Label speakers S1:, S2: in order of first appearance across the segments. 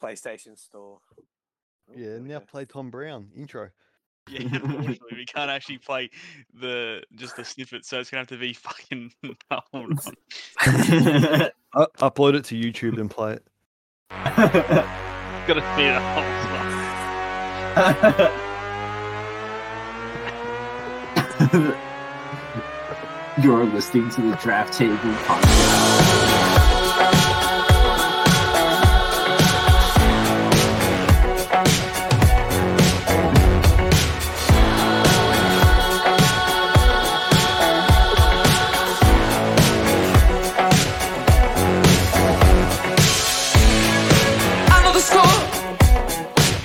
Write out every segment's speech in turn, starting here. S1: PlayStation Store. Oh,
S2: Yeah, now play Tom Brown intro.
S3: Yeah, unfortunately, we can't actually play the just the snippet, so it's gonna have to be fucking. oh, Hold on.
S2: U- upload it to YouTube and play it.
S3: Gotta see the whole song.
S4: You're listening to the Draft Table Podcast.
S5: I know the score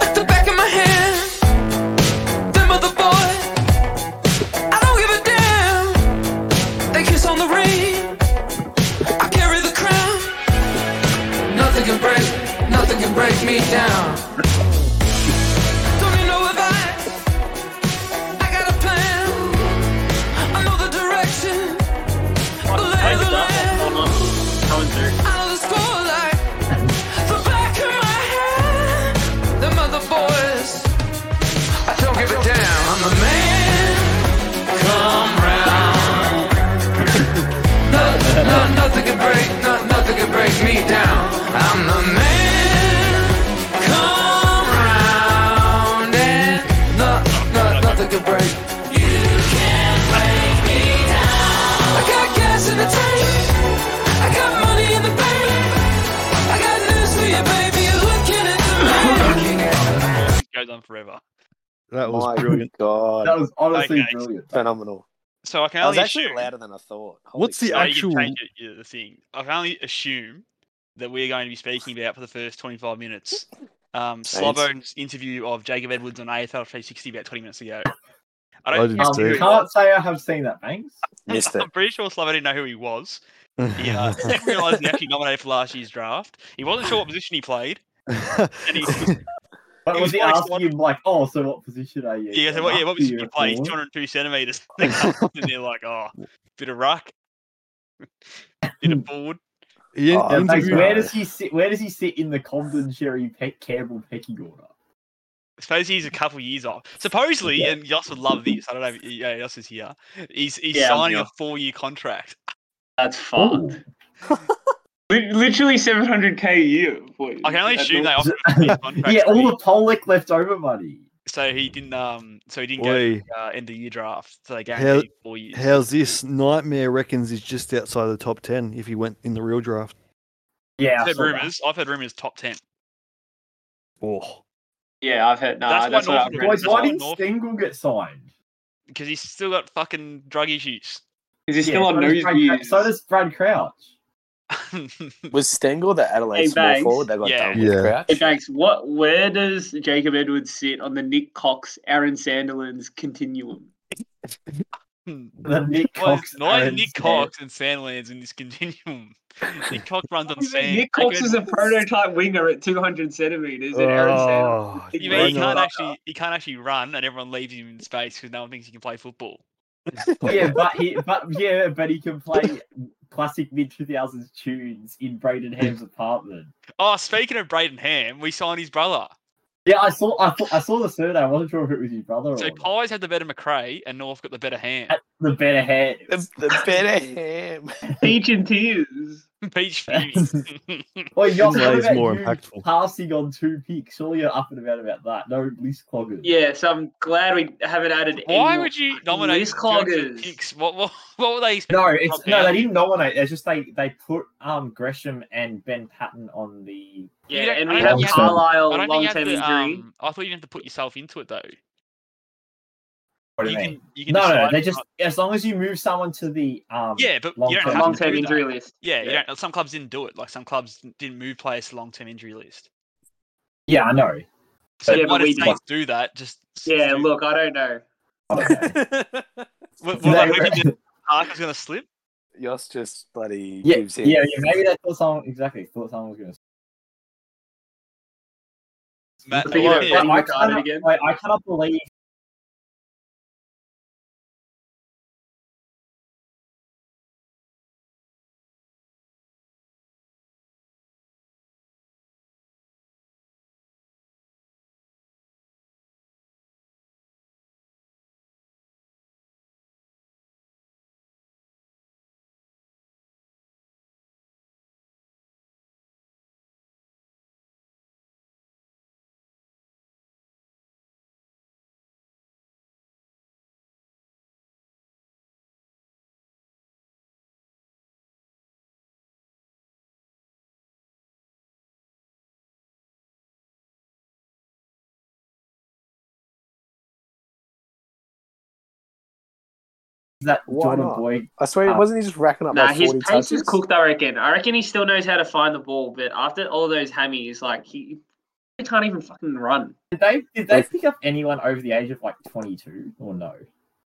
S5: at the back of my hand. Them other boys, I don't give a damn. They kiss on the ring. I carry the crown. Nothing can break, nothing can break me down. Don't need no advice. I got a plan. I know the direction. The lay of the land. I know the scoreline. The back of my head, them other boys. I don't give a damn. I'm the man. Come round. no, no, nothing can break, no, nothing can break me down. I'm the man. Come round and no, no, nothing can break. You can't break me down. I got gas in the tank. I got money in the bank. I got news for you, baby. You're looking at the man.
S3: It goes on forever.
S2: That was
S1: My
S2: brilliant.
S1: God,
S4: That was honestly
S3: Okay.
S4: brilliant.
S1: phenomenal.
S3: So I can
S1: That was
S3: only
S1: actually
S3: assume.
S1: louder than I thought.
S2: What's the
S3: so you can
S2: actual?
S3: change it, yeah, the thing. I can only assume that we're going to be speaking about for the first 25 minutes. Um,
S1: Saints.
S3: Slobone's interview of Jacob Edwards on AFL 360 about 20 minutes ago.
S2: I
S3: I don't.
S2: didn't
S4: Um,
S2: see it.
S4: can't say I have seen that, Banks.
S1: Missed it.
S3: I'm pretty sure Slobo didn't know who he was. Yeah, didn't realise he actually nominated for last year's draft. He wasn't sure what position he played, and he
S4: But
S3: It
S4: was
S3: was
S4: he
S3: like
S4: asking
S3: someone-
S4: him like, "Oh, so what position are you?"
S3: Yeah, so what, yeah, what was
S4: Must be
S3: you
S4: a
S3: play? He's
S4: forward.
S3: 202 centimeters. They come up and they're like, oh, bit of ruck, bit of forward.
S2: He in-
S1: Oh,
S4: Yeah,
S1: I'm
S4: Banks,
S2: interviewed-
S1: thinking-
S4: where does he sit? Where does he sit in the Condon Sherry Pe- Campbell pecking order?
S3: I suppose he's a couple years off. Supposedly,
S4: Yeah.
S3: and Yoss would love this. I don't know. If, yeah, Yoss is here. He's he's
S6: Yeah, I'm
S3: signing
S6: here.
S3: a four-year contract.
S6: That's fun. Li- Literally 700k a year. Boy.
S3: I can only
S6: That's
S3: assume they
S6: all-
S3: offered him a four-year contract.
S4: yeah, all
S3: so,
S4: the Pollock leftover money.
S3: he, so he didn't. Um, so he didn't go
S2: Oi,
S3: uh, end of year draft. So they
S2: How-
S3: guaranteed four years.
S2: how's this? Nightmare reckons he's just outside the top ten if he went in the real draft.
S3: I've
S4: Yeah, I
S3: heard
S4: saw that.
S3: rumors. I've heard rumors top ten.
S2: Oh,
S6: Yeah, I've heard. Nah,
S3: That's
S6: that's,
S3: why
S6: what I've
S3: Northern
S6: read.
S4: Boys,
S3: That's
S4: why
S3: all
S4: didn't
S3: North-
S4: Stengel get signed?
S3: because he's still got fucking drug issues.
S6: Is he still
S4: Yeah,
S6: on
S4: so does Brad Cra-
S6: newsviews?
S4: So does Brad Crouch.
S1: Was Stengel the Adelaide
S6: Hey,
S1: small
S6: Banks.
S1: forward that got
S3: Yeah.
S1: done with
S2: Yeah.
S1: Crouch?
S6: Hey, Banks, what? Where does Jacob Edwards sit on the Nick Cox, Aaron Sanderlands continuum?
S4: The Nick
S3: Why is,
S4: Cox.
S3: why is
S4: Aaron
S3: Nick
S4: Stan-
S3: Cox and Sandlands in this continuum? Nick Cox runs on sand.
S6: Nick Cox
S3: Jacob-
S6: is a prototype winger at 200 centimeters, and Aaron Sanderlands.
S2: oh,
S3: You mean he
S6: Run
S3: can't
S6: on.
S3: actually he can't actually run, and everyone leaves him in space because no one thinks he can play football.
S4: Yeah, but he, but yeah, but he can play classic mid two thousands tunes in Bradenham's apartment.
S3: Oh, speaking of Braden Ham, we signed his brother.
S4: Yeah, I saw, I, thought, I saw the survey. I wasn't sure if it was his brother or
S3: So
S6: Oh.
S4: not.
S3: Pies had the better McRae, and North got the better Ham.
S4: the better hair.
S1: The, the better ham.
S6: Peach and tears.
S3: Peach Fury.
S4: Well, Yoss,
S2: His way
S4: what
S2: is
S4: about
S2: more
S4: you
S2: impactful.
S4: passing on two picks? Surely you're up and about about that. No least cloggers.
S6: Yeah, so I'm glad we haven't added. any
S3: Why
S6: more
S3: would you
S6: fucking
S3: nominate
S6: list
S3: Johnson
S6: cloggers?
S3: Hicks? What, what what were they? expecting?
S4: No, it's
S3: Okay.
S4: no, they didn't nominate. It's just they they put um Gresham and Ben Patton on the.
S3: You
S6: Yeah,
S3: don't-
S6: and
S3: I
S6: we
S3: don't
S6: have
S4: think you have to-
S6: Carlisle
S3: I don't
S6: long
S3: think
S6: term
S3: you
S6: injury.
S3: have to, um, I thought you didn't have to put yourself into it though.
S4: What do you
S3: can,
S4: mean?
S3: you can
S4: No, no,
S3: decide
S4: they
S3: if
S4: just
S3: not- as
S4: as long as you move someone to the um.
S3: yeah, but you
S4: long-term-
S3: don't have
S6: long
S3: to
S6: term
S3: do that.
S6: injury list.
S3: Yeah, you
S6: Yeah.
S3: don't, some clubs didn't do it. Like some clubs didn't move players to long term injury list.
S4: yeah, I know.
S3: So
S6: Yeah,
S3: why
S6: but
S3: do
S6: we
S3: states do that? Just
S6: Yeah,
S3: do-
S6: look, I don't know.
S4: I don't know.
S3: Well,
S4: They
S3: well, like,
S4: were-
S3: maybe Parker's going to slip.
S1: Yoss just bloody
S4: yeah,
S1: gives him.
S4: yeah, yeah. Maybe they thought someone exactly thought someone was gonna.
S3: Matt,
S6: Speaking of
S3: Lloyd,
S6: Buddy
S4: I,
S6: McGuire
S4: cannot,
S6: again.
S4: I, I cannot believe. that
S1: Why
S4: Jordan
S1: not?
S4: Boyd?
S1: I swear,
S4: Ah.
S1: wasn't he just racking up
S6: Uh, Nah,
S1: like
S6: his
S1: 40
S6: pace
S1: touches?
S6: is cooked. I reckon. I reckon he still knows how to find the ball, but after all those hammies, like he, he can't even fucking run.
S4: Did they did they
S1: Like-
S4: pick up anyone over the age of like twenty two or no?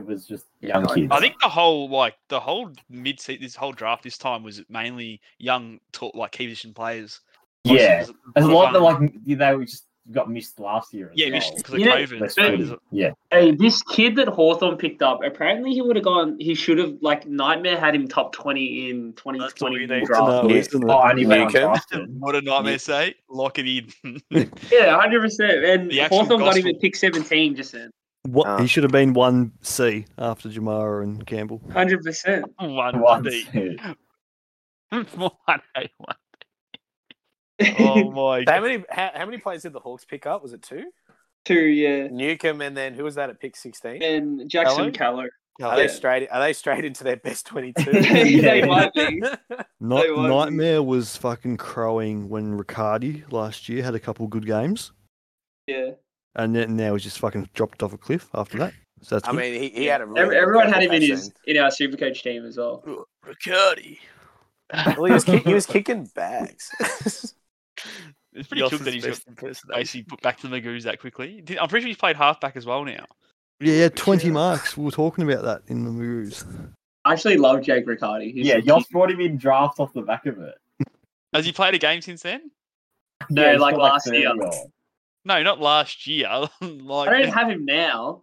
S4: It was just young
S1: like-
S4: kids.
S3: I think the whole like the whole mid season, this whole draft this time was mainly young, ta- like key position players. Obviously,
S4: yeah,
S3: there's
S4: there's a lot that
S3: um,
S4: like they were just got missed last year. As
S3: yeah,
S4: well.
S3: because of
S6: You know,
S3: COVID.
S4: Less
S3: so
S6: but-
S3: there's a-
S4: voted. yeah.
S6: Hey, this kid that Hawthorn picked up, apparently he would have gone. He should have like nightmare had him top twenty in twenty
S3: That's all
S6: twenty
S3: we need to
S6: draft.
S2: know.
S1: Yeah.
S2: isn't it?
S4: Oh, only
S1: Yeah,
S4: round
S1: okay.
S4: after.
S3: What a nightmare say. Lock it in.
S6: Yeah, hundred percent. And
S3: The actual
S6: Hawthorn got him
S3: gospel.
S6: at pick seventeen. Just then,
S2: What
S1: Ah.
S2: he should have been one C after Jamara and Campbell.
S6: hundred percent.
S3: one
S4: Once.
S3: D. One A one. Oh my
S1: How
S3: god.
S1: many, how, how many players did the Hawks pick up? Was it two?
S6: Two, yeah.
S1: Newcomb and then who was that at pick 16?
S6: And Jackson Callow.
S1: Are they straight? Are they straight into their best twenty-two?
S6: they might be.
S2: Night,
S6: They won't be.
S2: Nightmare was fucking crowing when Riccardi last year had a couple good games,
S6: Yeah.
S2: and then now he's just fucking dropped off a cliff after that. So that's
S1: I
S2: good.
S1: mean, he, he had a. Really
S6: Every-
S1: good
S6: Everyone had him in
S1: comeback
S6: his in our supercoach team as well.
S3: Riccardi.
S1: scene. Well, he was, kick, he was kicking bags.
S3: It's pretty cool that he's got basically put back to the Magoos that quickly. Did- I'm pretty sure he's played halfback as well now.
S2: yeah, yeah, twenty marks. We were talking about that in the moves.
S6: I actually love Jake Riccardi. He's
S4: yeah, Yoss brought him in draft off the back of it.
S3: Has he played a game since then?
S6: No,
S4: he's
S6: like
S4: got,
S6: last
S4: 30
S6: year.
S4: or-
S3: No, not last year. like
S6: I don't have him now.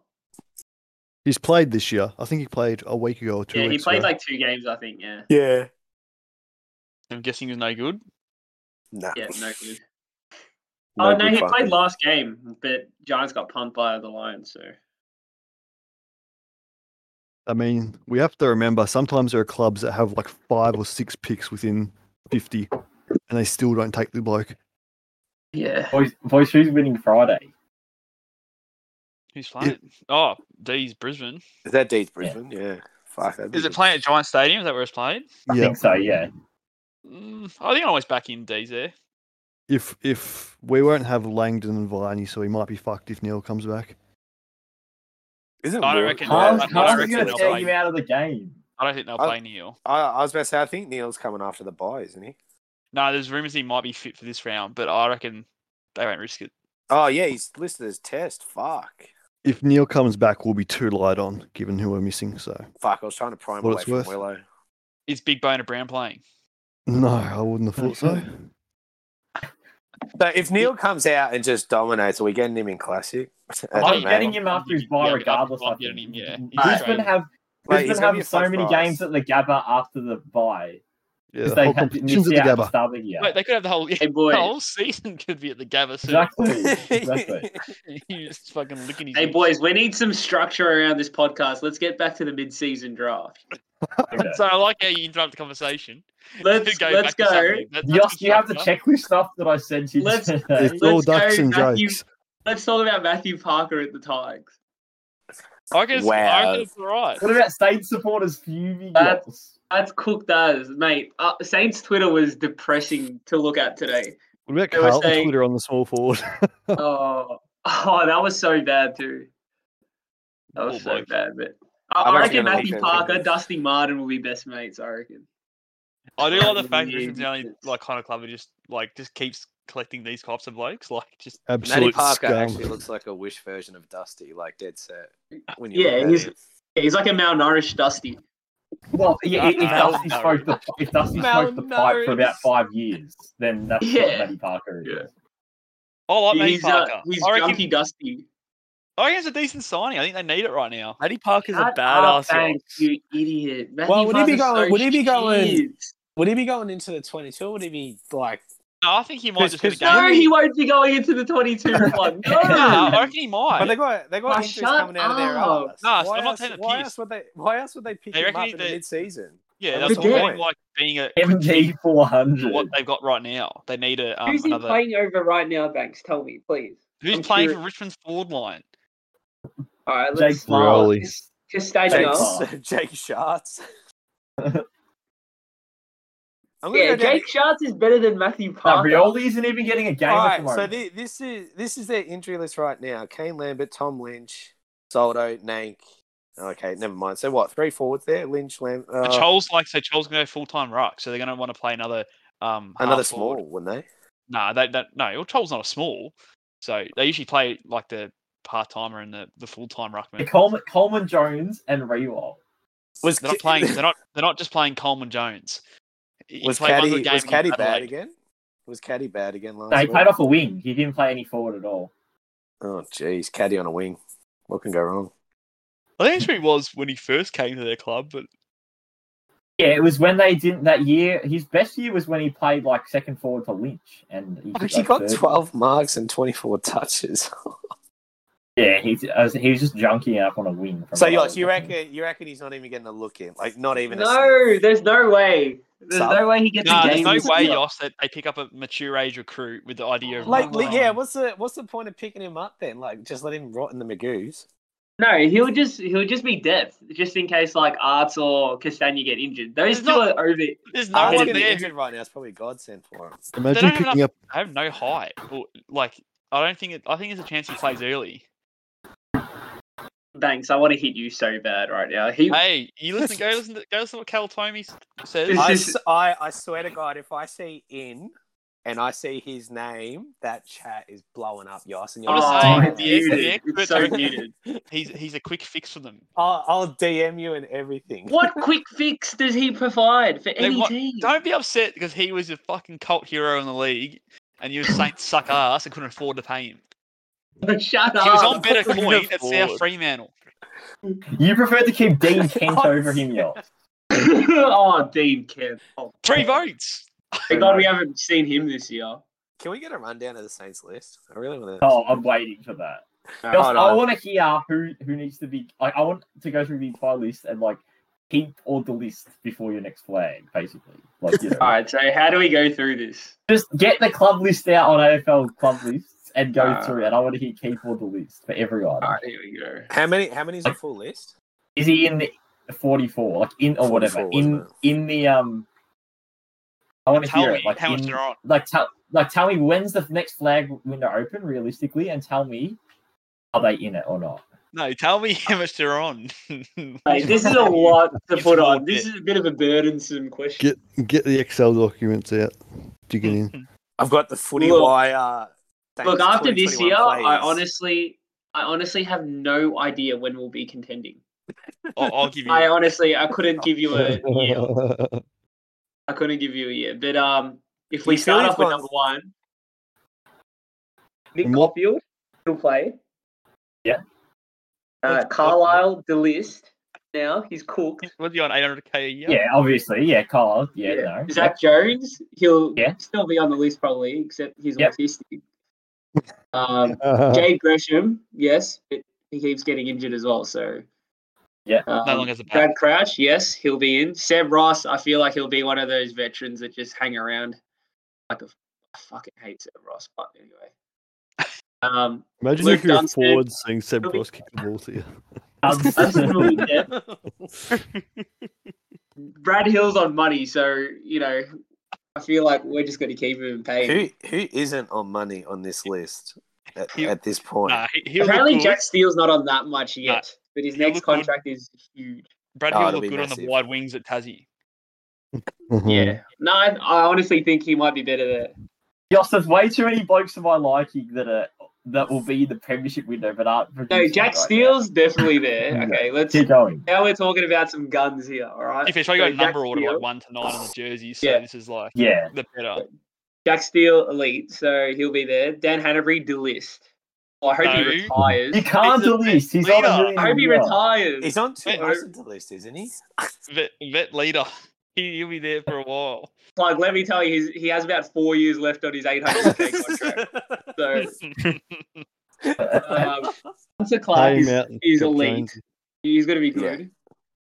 S2: He's played this year. I think he played a week ago or two.
S6: yeah, he
S2: weeks
S6: played
S2: ago.
S6: like two games, I think. Yeah.
S1: yeah.
S3: I'm guessing he's no good.
S1: Nah.
S6: Yeah, no good. oh, no,
S1: good
S6: he
S1: fucking-
S6: played last game, but Giants got pumped by the Lions, so.
S2: I mean, we have to remember sometimes there are clubs that have like five or six picks within fifty, and they still don't take the bloke.
S6: Yeah.
S4: Boys, boys, who's winning Friday?
S3: Who's playing? it? Oh, D's Brisbane.
S1: Is that Deeds Brisbane? Yeah. Fuck that.
S3: Is it playing at Giant Stadium? Is that where it's played?
S4: I
S2: Yeah,
S4: think so. Yeah,
S3: Mm, I think I always back in D's there.
S2: if if we won't have Langdon and Viney, so he might be fucked if Neil comes back.
S1: Isn't
S3: I don't
S1: Lord-
S3: reckon-
S4: Carl's,
S3: I- I
S4: Carl's
S3: reckon
S4: gonna
S3: they'll
S4: take
S3: play.
S4: him out of the game.
S3: I don't think they'll
S1: I-
S3: play Neil.
S1: I, I was about to say, I think Neil's coming after the buy, isn't he?
S3: No, there's rumours he might be fit for this round, but I reckon they won't risk it.
S1: Oh yeah, he's listed as test. Fuck.
S2: If Neil comes back, we'll be too light on given who we're missing. So
S1: Fuck. I was trying to prime
S2: What
S1: away
S2: it's
S1: from
S2: worth.
S1: Willow.
S3: Is Big Bone and Brown playing?
S2: no, I wouldn't have thought so.
S1: But if Neil comes out and just dominates, are we getting him in classic?
S3: Oh,
S4: I'm
S3: you
S4: getting
S1: Like,
S4: him after his
S3: Yeah,
S4: buy,
S3: but after
S4: regardless.
S3: the bye,
S4: I
S3: getting him,
S4: think.
S3: yeah. He's
S4: Brisbane
S3: traded.
S4: have
S1: he's
S4: Brisbane
S1: gonna be
S4: have
S1: a
S4: so
S1: first
S4: many
S1: prize.
S4: games at the Gabba after the buy
S2: Yeah,
S4: because
S2: the
S4: they
S2: whole
S4: had
S2: competition's
S4: missed
S2: at the
S4: out the
S2: Gabba.
S4: start of the year.
S3: Wait, they could have the whole,
S6: Hey,
S3: yeah,
S6: boy.
S3: the whole season could be at the Gabba. soon.
S4: Exactly. exactly.
S3: He's just fucking licking his
S6: Hey,
S3: lips.
S6: boys, we need some structure around this podcast. Let's get back to the mid-season draft.
S4: Okay.
S3: So I like how you interrupt the conversation.
S6: Let's, let's
S3: back to
S6: go.
S3: something. That- that's
S4: Yoss, do you have the
S3: constructive.
S4: checklist stuff that I sent you?
S6: Let's-
S4: today?
S2: It's all
S6: Let's go,
S2: ducks and
S6: Matthew.
S2: jokes.
S6: Let's talk about Matthew Parker at the Tigers.
S3: I reckon it's, I reckon
S1: Wow.
S3: it's all right.
S4: What about state supporters fuming?
S6: That's-
S4: Yoss?
S6: That's cooked as, mate. Uh, Saints Twitter was depressing to look at today.
S2: What about
S6: They were
S2: Carl on
S6: saying-
S2: Twitter on the small forward?
S6: Oh, oh, that was so bad, too. That was
S3: Poor
S6: so
S3: bloke.
S6: bad, but I,
S1: I'm
S6: I
S1: not
S6: reckon
S1: gonna like
S6: Matthew
S1: that.
S6: Parker, Dusty Martin will be best mates. I reckon.
S3: I do like the fact that
S6: Yeah,
S3: this is the only
S6: it's-
S3: like kind of club that just like just keeps collecting these types of blokes. Like just
S1: Matty
S2: Absolute
S1: Parker
S2: scum.
S1: actually looks like a wish version of Dusty, like dead set. When you
S6: Yeah,
S1: look at
S6: he's-
S1: it.
S6: Yeah, he's like a malnourished Dusty.
S4: Well, yeah, if, if
S3: Mal-
S4: Dusty smoked the if Dusty smoked the pipe for about five years, then that's
S6: Yeah.
S4: what Matty Parker is.
S6: Yeah.
S3: I like Matty
S6: He's, uh,
S3: Parker.
S6: he's
S3: I reckon,
S6: junky Dusty.
S3: I reckon it's a decent signing. I think they need it right now.
S7: Matty Parker's
S6: Shut
S7: a
S6: up,
S7: badass.
S6: Banks, you idiot. Matthew
S1: Well, would he be
S6: Parker's
S1: going-
S6: so
S1: would he be going-
S6: shit.
S1: Would he be going into the twenty-two? Would he be like?
S3: No, I think he might
S1: Cause-
S3: just get a
S1: cause-
S3: game.
S6: No, he won't be going into the 22 one. No.
S3: Nah, I reckon he might.
S1: But they got they got
S6: Well,
S1: injuries
S6: shut
S1: coming out of their
S6: up.
S1: ass.
S3: Nah,
S1: why
S3: I'm not
S1: else,
S3: taking the
S1: why
S3: piss.
S1: else would they? Why else would they pick
S3: They
S1: him
S3: reckon
S1: up
S3: he-
S1: in the
S3: they-
S1: mid-season?
S3: yeah,
S1: I'm
S3: that's
S1: not
S3: what I
S1: doing
S3: mean.
S1: it.
S3: Like being a
S4: MD four hundred.
S3: what they've got right now. They need a um,
S6: Who's he
S3: another.
S6: playing over right now, Banks? Tell me, please.
S3: who's
S6: I'm
S3: playing
S6: curious.
S3: for Richmond's forward line?
S6: All right,
S4: Jake
S6: let's
S2: Rowley.
S6: Just, just stage it
S1: Jake,
S6: up.
S1: Jake Sharts. I'm gonna
S6: Yeah,
S1: go down-
S6: Jake Schatz is better than Matthew
S4: Now,
S6: Parker.
S4: Rioli isn't even getting a game
S1: All
S4: at
S1: right,
S4: the
S1: so
S4: moment.
S1: thi- this is this is their injury list right now: Kane Lambert, Tom Lynch, Soldo, Nank, Okay, never mind. So what? Three forwards there: Lynch, Lamb,
S3: The
S1: uh,
S3: Choles, like so, Choles can go full time ruck, so they're going to want to play another um half
S1: another
S3: forward.
S1: small, wouldn't they?
S3: Nah, they, they, no, well, Choles not a small, so they usually play like the part timer and the, the full time ruckman.
S4: Coleman, Coleman Jones and Rewall.
S1: Was
S3: They're not
S1: Ki-
S3: playing. They're not. They're not just playing Coleman Jones. He- he
S1: was
S3: played one good
S1: Caddy
S3: game
S1: was
S3: against
S1: Caddy bad
S3: Adelaide.
S1: again? Was Caddy bad again last
S4: No, he
S1: week?
S4: played off a wing. He didn't play any forward at all.
S1: Oh, jeez, Caddy on a wing. What can go wrong?
S3: I think that's what he was when he first came to their club, but
S4: Yeah, it was when they didn't that year. His best year was when he played like second forward to Lynch, and he, took,
S1: Oh, He
S4: like,
S1: got
S4: third.
S1: twelve marks and twenty-four touches.
S4: Yeah, he, I was- he was just junking up on a wing. From
S1: so
S4: what
S1: you
S4: I
S1: like
S4: was
S1: you
S4: looking.
S1: reckon you reckon he's not even getting a look in? Like not even a
S6: No, there's no way. There's
S1: Sub?
S6: no way he gets
S3: no,
S6: a
S3: there's
S6: game.
S3: no
S6: this
S3: way,
S6: year.
S3: Yoss, that they pick up a mature age recruit with the idea of
S1: Like,
S3: running
S1: li- yeah,
S3: around.
S1: what's the what's the point of picking him up then? Like, just let him rot in the magoos.
S6: No, he'll just he'll just be depth, just in case like Arts or Castagna get injured.
S3: It's
S6: Those two
S3: not-
S6: are over.
S3: There's no
S1: No
S6: Art's
S1: one's
S3: one
S1: getting
S3: there. who-
S1: injured right now. It's probably a godsend for him.
S2: Imagine
S3: have
S2: picking up.
S3: I have no height. Well, like, I don't think. It, I think there's a chance he plays early.
S6: Thanks, I want to hit you so bad right now. He
S3: Hey, you listen. Go listen. To, go listen to what Cal Tomey s- says.
S1: I,
S6: It's
S1: s-
S6: just-
S1: I- I swear to God, if I see in and I see his name, that chat is blowing up, Yoss. And you're
S3: I'm just
S6: oh,
S3: saying,
S6: it's
S3: the ex- the
S6: muted.
S3: expert
S6: It's so
S3: don't-
S6: muted.
S3: He's he's a quick fix for them.
S1: I'll, I'll DM you and everything.
S6: What quick fix does he provide for any
S3: want-
S6: team?
S3: Don't be upset because he was a fucking cult hero in the league, and you Saints suck ass and couldn't afford to pay him.
S6: Shut up.
S3: He was on better coin at
S1: afford.
S3: South Fremantle.
S4: you prefer to keep Dean Kent over him, yo.
S6: oh, Dean Kemp. Oh,
S3: Three votes.
S6: thank God we haven't seen him this year.
S1: Can we get a rundown of the Saints list? I really want to.
S4: Oh, I'm waiting for that. Yes,
S1: hold
S4: I
S1: on.
S4: want to hear who who needs to be. Like, I want to go through the entire list and like keep all the list before your next flag, basically. Like, you know,
S6: All right, so how do we go through this?
S4: just get the club list out on AFL club lists and go
S6: Alright.
S4: through it. I want to hear keep all the list for everyone.
S6: All right, here we go.
S1: How many? How many is the full list?
S4: Is he in the forty-four, like in or whatever,
S1: 44,
S4: in
S1: wasn't
S4: in the um? I want to
S3: Tell
S4: hear
S3: me
S4: it. Like
S3: how much
S4: in-
S3: they're on.
S4: like tell like tell me when's the next flag window open realistically, and tell me are they in it or not.
S3: No, tell me how much they're on.
S6: Mate, this is a lot to
S3: It's
S6: put on.
S3: worth
S6: This
S3: it.
S6: is a bit of a burdensome question.
S2: Get get the Excel documents out. Dig it in.
S1: I've got the footy
S6: Look-
S1: wire. Saints
S6: Look, after this
S1: 2021
S6: year, I
S1: players.
S6: honestly, I honestly have no idea when we'll be contending.
S3: I'll, I'll give you.
S6: I honestly, I couldn't give you a year. I couldn't give you a year. But um, if we
S1: You
S6: start
S1: feel
S6: off with
S1: it's
S6: number one, Nick
S2: And what-
S6: Caulfield, he'll play.
S4: Yeah.
S6: Uh, Carlisle, the list. Now he's cooked.
S3: What's he on? 800k a year.
S4: Yeah, obviously, yeah, Kyle, yeah, no,
S6: Zach Jones, he'll
S4: Yeah.
S6: still be on the list probably, except he's
S4: Yep.
S6: autistic. Um,
S2: Uh-huh.
S6: Jay Gresham, yes, but he keeps getting injured as well. So
S4: Yeah.
S6: um,
S3: No longer has a back.
S6: Brad Crouch, yes, he'll be in. Sam Ross, I feel like he'll be one of those veterans that just hang around. Like a, I fucking hate Sam Ross, but anyway. Um,
S2: Imagine
S6: Luke
S2: if you're a
S6: Dunstead.
S2: forward seeing Seb
S6: He'll be-
S2: Ross kick the ball to you.
S6: that's
S4: yeah.
S6: really depth. Brad Hill's on money, so you know, I feel like we're just going to keep him in pay. him.
S1: Who who isn't on money on this list at,
S3: Who-
S1: at this point?
S3: Nah, he, he'll
S6: Apparently,
S3: look good.
S6: Jack Steele's not on that much yet, but his
S3: He'll
S6: next
S3: look good.
S6: contract is huge.
S3: Brad
S1: Oh,
S3: Hill
S1: it'll
S3: looked
S1: be
S3: good on the
S1: massive.
S3: wide wings at Tassie.
S6: No, I, I honestly think he might be better there.
S4: Yoss, there's way too many blokes to my liking that are that will be in the premiership window, but aren't.
S6: No,
S4: producing
S6: Jack
S4: right now.
S6: Steele's definitely there. Okay, let's.
S4: Keep going.
S6: Now we're talking about some guns here, all right?
S3: If it's you
S6: So
S3: got a
S6: Jack
S3: number order
S6: Steele-
S3: like one to nine on the jerseys, so
S6: Yeah.
S3: this is like
S4: Yeah,
S3: the better.
S6: Jack Steele, elite, so he'll be there. Dan Hanbury, the list. Well, I hope
S3: No.
S6: he retires.
S4: you can't
S3: He's a
S4: do this. He's
S3: leader.
S4: on a million.
S6: I hope he
S4: a year.
S6: retires.
S1: He's on two
S3: Wait,
S1: listen to the list, isn't he?
S3: Vet, vet leader. He, he'll be there for a while.
S6: Like, let me tell you, he's, he has about four years left on his 800k contract. So, um, Hunter Clark
S2: Pay him
S6: is,
S2: out and
S6: is
S2: Jack
S6: elite.
S2: Jones.
S6: He's going to be
S1: Yeah.
S6: good.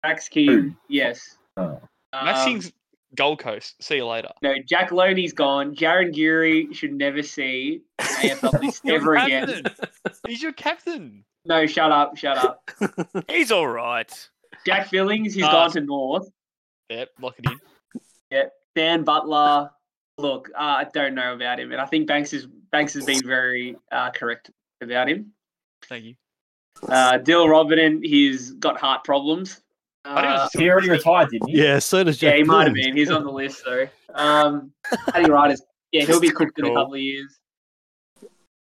S6: Max Key,
S4: Who?
S6: yes.
S4: Oh.
S3: Max
S6: Um,
S3: King's Gold Coast. See you later.
S6: No, Jack Loney's gone. Jaron Geary should never see an AFL list
S3: You're
S6: ever
S3: your
S6: again.
S3: captain. He's your captain.
S6: No, shut up, shut up.
S7: He's all right.
S6: Jack Billings, he's
S3: Ah.
S6: gone to North.
S3: Yep, lock it in.
S6: Dan Butler, look, uh, I don't know about him, and I think Banks is Banks has been very uh, correct about him.
S3: Thank you.
S6: Uh, Dill Robin, he's got heart problems.
S3: I think it
S6: Uh,
S3: was
S4: He already retired, didn't he?
S2: Yeah, so does Jeff.
S6: yeah, he might have
S2: Koons.
S6: been. He's on the list though. Um, Paddy Ryder's yeah, he'll be cooked in a
S3: Cool.
S6: couple of years.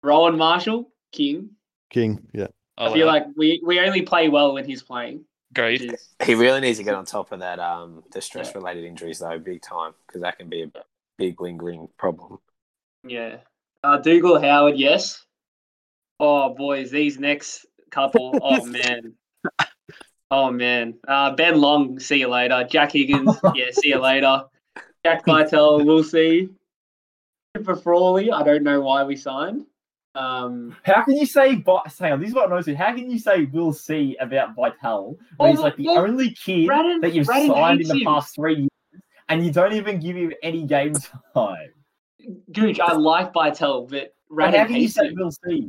S6: Rowan Marshall, King.
S2: King. Yeah.
S3: Oh,
S6: I feel like we, we only play well when he's playing. which
S3: great.
S6: is-
S1: He really needs to get on top of that um the stress related injuries though, big time, because that can be a big lingering problem.
S6: yeah. Uh, Dougal Howard, yes. Oh boys, these next couple. Oh man. Oh man. Uh, ben Long, see you later. Jack Higgins, yeah, see you later. Jack Vitale, we'll see. Christopher Frawley, I don't know why we signed. Um,
S4: How can you say, Vi- hang on, this is what annoys me. How can you say we'll see about Vital when he's like the
S6: Well, well,
S4: only kid
S6: Radin-
S4: that you've
S6: Radin
S4: signed in
S6: hates
S4: the
S6: him.
S4: past three years and you don't even give him any game time?
S6: Gooch, I like Vital, but
S4: Right,
S6: Radin
S4: how can you
S6: hates
S4: say
S6: him.
S4: we'll see?